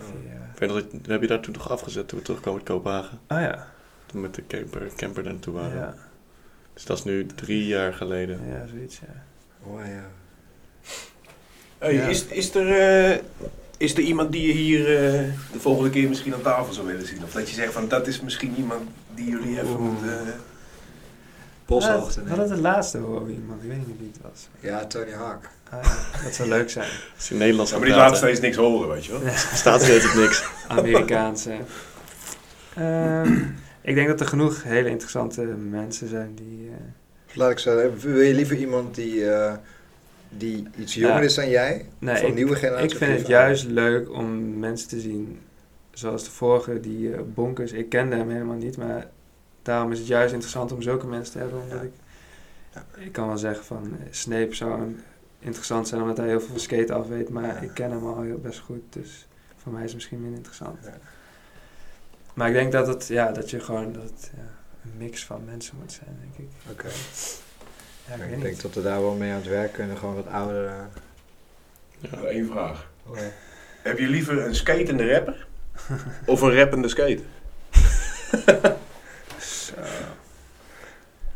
Oh.
vier. eh,
Ik weet nog dat- heb je daar toen toch afgezet toen we terugkwamen uit Kopenhagen?
Ah ja,
Toen we met de camper, camper daar naartoe waren.
ja,
Dus dat is nu drie jaar geleden.
ja, zoiets, ja.
Oh, ja.
Hey,
Ja.
is, is, er, eh, is er iemand die je hier eh, de volgende keer misschien aan tafel zou willen zien? Of dat je zegt van dat is misschien iemand die jullie even
Oeh.
moeten. eh,
Polshoogte.
We hadden
nemen.
het laatste over iemand, ik weet niet wie het was.
Ja, Tony Hawk.
Ah, ja, dat zou leuk zijn.
Als je Nederlands
ja,
gaat
maar die
praten,
laat steeds niks horen, weet je wel.
staat er op niks.
Amerikaanse. Ehm, ik denk dat er genoeg hele interessante mensen zijn die... eh,
Laat ik zo. Wil je liever iemand die, eh, die iets jonger
Ja.
is dan jij?
nee,
van
ik-
nieuwe generatie?
Ik vind
of
het
liever-
juist leuk om mensen te zien zoals de vorige, die eh, Bonkers. Ik kende hem helemaal niet, maar daarom is het juist interessant om zulke mensen te hebben. Omdat
Ja.
ik, ik kan wel zeggen van eh, Snape zou een- interessant zijn omdat hij heel veel van skate af weet, maar
Ja.
ik ken hem al heel best goed, dus voor mij is het misschien minder interessant.
Ja.
Maar ik denk dat, het, ja, dat je gewoon dat het, ja, een mix van mensen moet zijn, denk ik.
Oké.
Ja, ik
Ik,
weet niet.
denk dat we daar wel mee aan het werk kunnen. Gewoon wat oudere.
Nog één vraag.
Oké.
Heb je liever een skatende rapper of een rappende skater?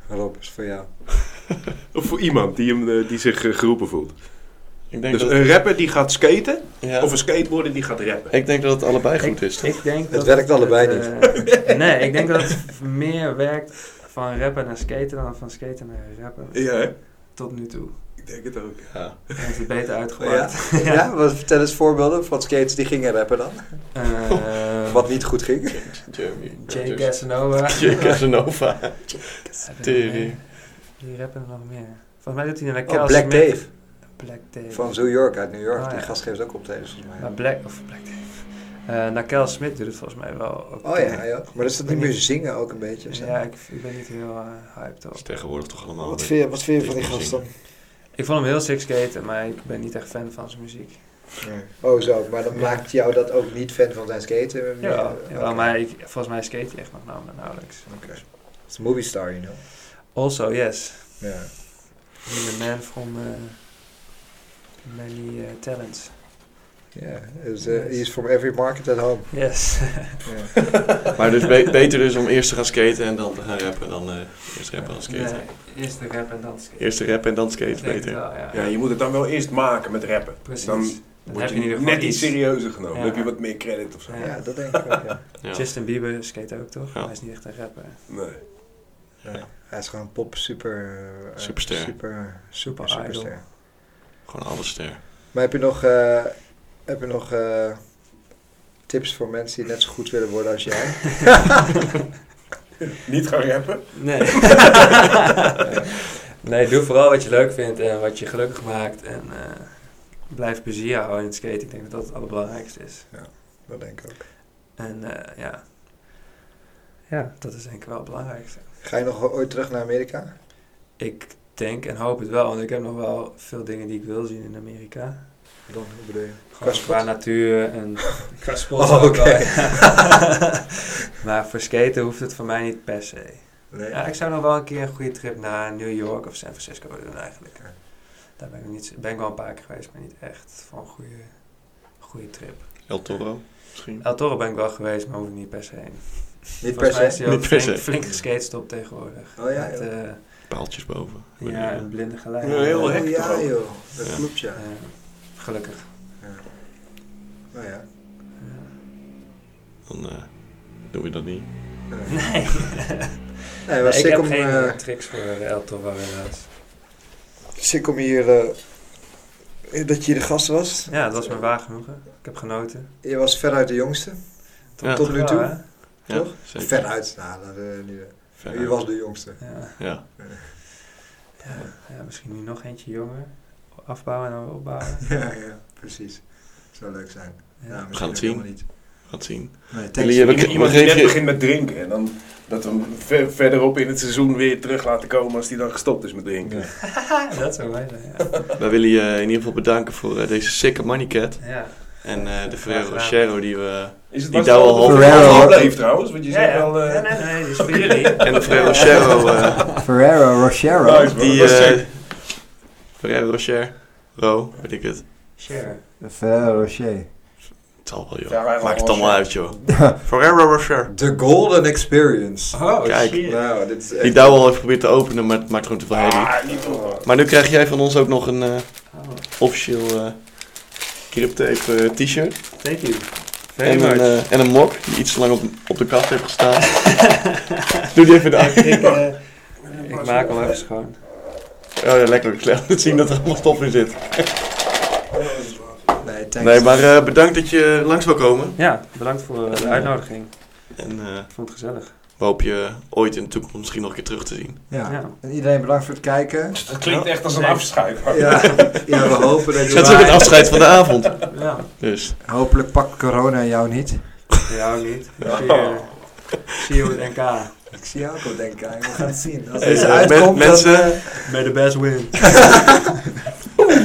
Rob, is voor jou.
Of voor iemand die, hem, eh, die zich eh, geroepen voelt.
Ik denk,
Dus
dat,
een rapper die gaat skaten
ja,
of een skateboarder die gaat rappen.
ik denk dat het allebei goed is. toch?
Ik denk
Het werkt allebei
niet. nee, ik denk dat het meer werkt van rappen naar skaten dan van skaten naar rappen.
Ja, hè?
Tot nu toe.
ik denk het ook.
Ja.
Dan Heeft het beter
ja?
uitgepakt.
ja, wat, vertel eens voorbeelden van skaters die gingen rappen dan.
Eh,
Wat niet goed ging.
Jeremy.
Jay
Curtis.
Casanova.
dus. Jay Casanova.
Tering. Die rappen er nog meer. Volgens mij doet hij naar
Oh,
Kel
Black
Smith.
Dave.
Black Dave.
Van New York, uit New York.
Ah,
Die
ja.
gast geeft ook optredens volgens mij.
Maar Black, of Black Dave. Eh Nakel Smit doet het volgens mij wel. ook.
Oh ja, ja. Maar is dat niet meer zingen ook een beetje? of zo?
Ja, ik, ik ben niet heel eh, hyped op.
Dat is tegenwoordig toch allemaal.
Wat
een
vind je, wat vind je
Ik
van die
wil
gast dan?
Ik vond hem heel sick skaten, maar ik ben niet echt fan van zijn muziek.
Oh zo, maar dan
Ja.
maakt jou dat ook niet fan van zijn skaten?
Ja,
Ja,
maar ik, volgens mij skate hij echt nog nou nauw- nauwelijks.
Het is een movie star, you know.
Also, yes.
Ja.
He's a man from eh, many eh, talents.
Ja, dus, eh, he is from every market at home.
Yes.
Ja.
zin. Maar dus be- beter dus om eerst te gaan skaten en dan te gaan rappen dan eh, eerst rappen dan skaten.
Nee, eerst de rap en dan skaten.
Eerst rappen en dan skaten is
Ik denk het
beter.
wel, ja.
Ja, je moet het dan wel eerst maken met rappen.
Precies.
dan
Dan
Word
heb je in ieder geval
net iets serieuzer genomen.
Ja.
Dan heb je wat meer credit of zo.
Ja.
ja, dat denk ik ook, ja.
Ja.
Justin Bieber skate ook toch?
Ja.
Hij is niet echt een rapper.
Nee.
Nee, Hij is gewoon pop super... eh,
Superster.
Super, super,
Super
superster.
Gewoon alles ster.
Maar heb je nog, eh, heb je nog eh, tips voor mensen die net zo goed willen worden als jij?
Niet gaan rappen.
Nee. nee, doe vooral wat je leuk vindt en wat je gelukkig maakt. En eh, blijf plezier houden in het skaten. Ik denk dat dat het allerbelangrijkste is.
dat denk ik ook.
En eh, ja. ja, dat is denk ik wel het belangrijkste.
Ga je nog ooit terug naar Amerika?
Ik denk en hoop het wel, want ik heb nog wel veel dingen die ik wil zien in Amerika.
Dan, hoe bedoel je?
Gewoon
sport?
qua natuur en qua sport.
Oh,
ook
oké.
wel, ja. maar voor skaten hoeft het voor mij niet per se.
Nee.
Ja, ik zou nog wel een keer een goede trip naar New York of San Francisco doen eigenlijk. Daar ben ik, nog niet, ben ik wel een paar keer geweest, maar niet echt voor een goede, goede trip.
El Toro misschien.
El Toro ben ik wel geweest, maar hoef ik niet per se heen.
Niet per
Volgens mij is
se?
hij ook
Niet per
flink,
se.
flink geskatestopt tegenwoordig.
Oh ja,
Met,
ja.
eh,
Paaltjes boven.
ja, een blinde gelijk. Eh,
Ja, heel
Oh
hek toch
ja,
ook?
joh. Dat
Ja.
klopt, ja.
gelukkig.
ja. Nou ja.
Dan eh, doen we dat niet.
Nee.
Nee.
Nee, het was
ik
sick
heb
om,
geen
eh,
eh, tricks voor eh, El Toro helaas.
sick om hier... eh, dat je hier de gast was.
Ja, dat was mijn waar genoegen. Ik heb genoten.
Je was veruit de jongste,
Ja.
tot nu toe.
Ja, hè?
Ja,
Toch?
zeker.
Veruit, nou, dat, eh, niet,
Ver
je
uit.
was de jongste.
Ja.
Ja.
Ja, ja, misschien nu nog eentje jonger. Afbouwen en dan weer opbouwen.
Ja, ja, precies. Zou leuk zijn.
Ja.
gaan het
misschien ook helemaal Niet.
we gaan het zien.
Nee,
Jullie hebben
Iemand- Iemand
we
die net
reageren-
begint met drinken. En dan dat we hem ver- verderop in het seizoen weer terug laten komen als die dan gestopt is met drinken.
Ja.
Ja, dat zou wij zijn, ja.
Wij willen je in ieder geval bedanken voor eh, deze sikke money cat.
ja.
En eh, de
Graag
Ferrero
gedaan.
Rocher die we...
Is het
Die
was het al
Douwe
half-
Ferrero.
half afleef trouwens? Want je
Ja,
zegt
ja.
wel... eh,
Nee, nee, nee, die is voor jullie.
En de Ferrero Rocher... eh,
Ferrero Rochero.
Nice, man.
Die
Dat was sick.
eh Ferrero Rocher, Ro, weet ik het.
Share.
Ferrero Rocher.
Het zal wel, joh.
Ja, wij
Maakt het
Rocher.
allemaal uit, joh. Ferrero Rocher.
The Golden Experience.
Oh,
Kijk.
Nou, dit is
Die
echt...
douw al heeft geprobeerd te openen, maar het maakt gewoon te veel herrie.
Ah, niet toch.
Maar nu krijg jij van ons ook nog een eh,
Oh,
officieel eh, Griptape eh, t-shirt.
Thank you. Very
En een,
much.
eh, en een mok die iets te lang op, op de kast heeft gestaan. Doe die even de
ik, ik, eh, ik
Pas
maak
op,
hem
hè.
even schoon.
Oh ja, lekker. Ik laat het zien dat er allemaal stof in zit.
Nee, thanks.
Nee, maar eh, bedankt dat je langs wil komen.
Ja, bedankt voor eh, de
Eh,
uitnodiging.
En eh,
Ik vond het gezellig.
we hopen je ooit in de toekomst misschien nog een keer terug te zien.
Ja.
Ja.
En iedereen bedankt voor het kijken.
Dat klinkt echt als een
Nee.
afscheid.
Ja, ja we hopen dat je...
Dat is ook het
waait.
afscheid van de avond.
Ja,
Dus,
Hopelijk pakt corona jou niet.
jou niet. Ik Zie je, ik zie je op het NK.
Ik zie jou ook al denken. hè. We gaan het zien. Als
eh,
deze
men-
uitkomt,
mensen,
dan, eh,
May the best win.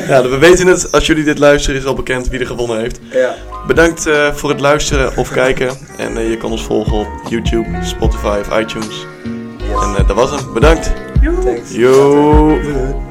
ja, we weten het. Als jullie dit luisteren is al bekend wie er gewonnen heeft.
Ja.
Bedankt eh, voor het luisteren of kijken. En eh, je kan ons volgen op YouTube, Spotify of iTunes. En eh, dat was hem. Bedankt.
thanks.
Yo.
Doei.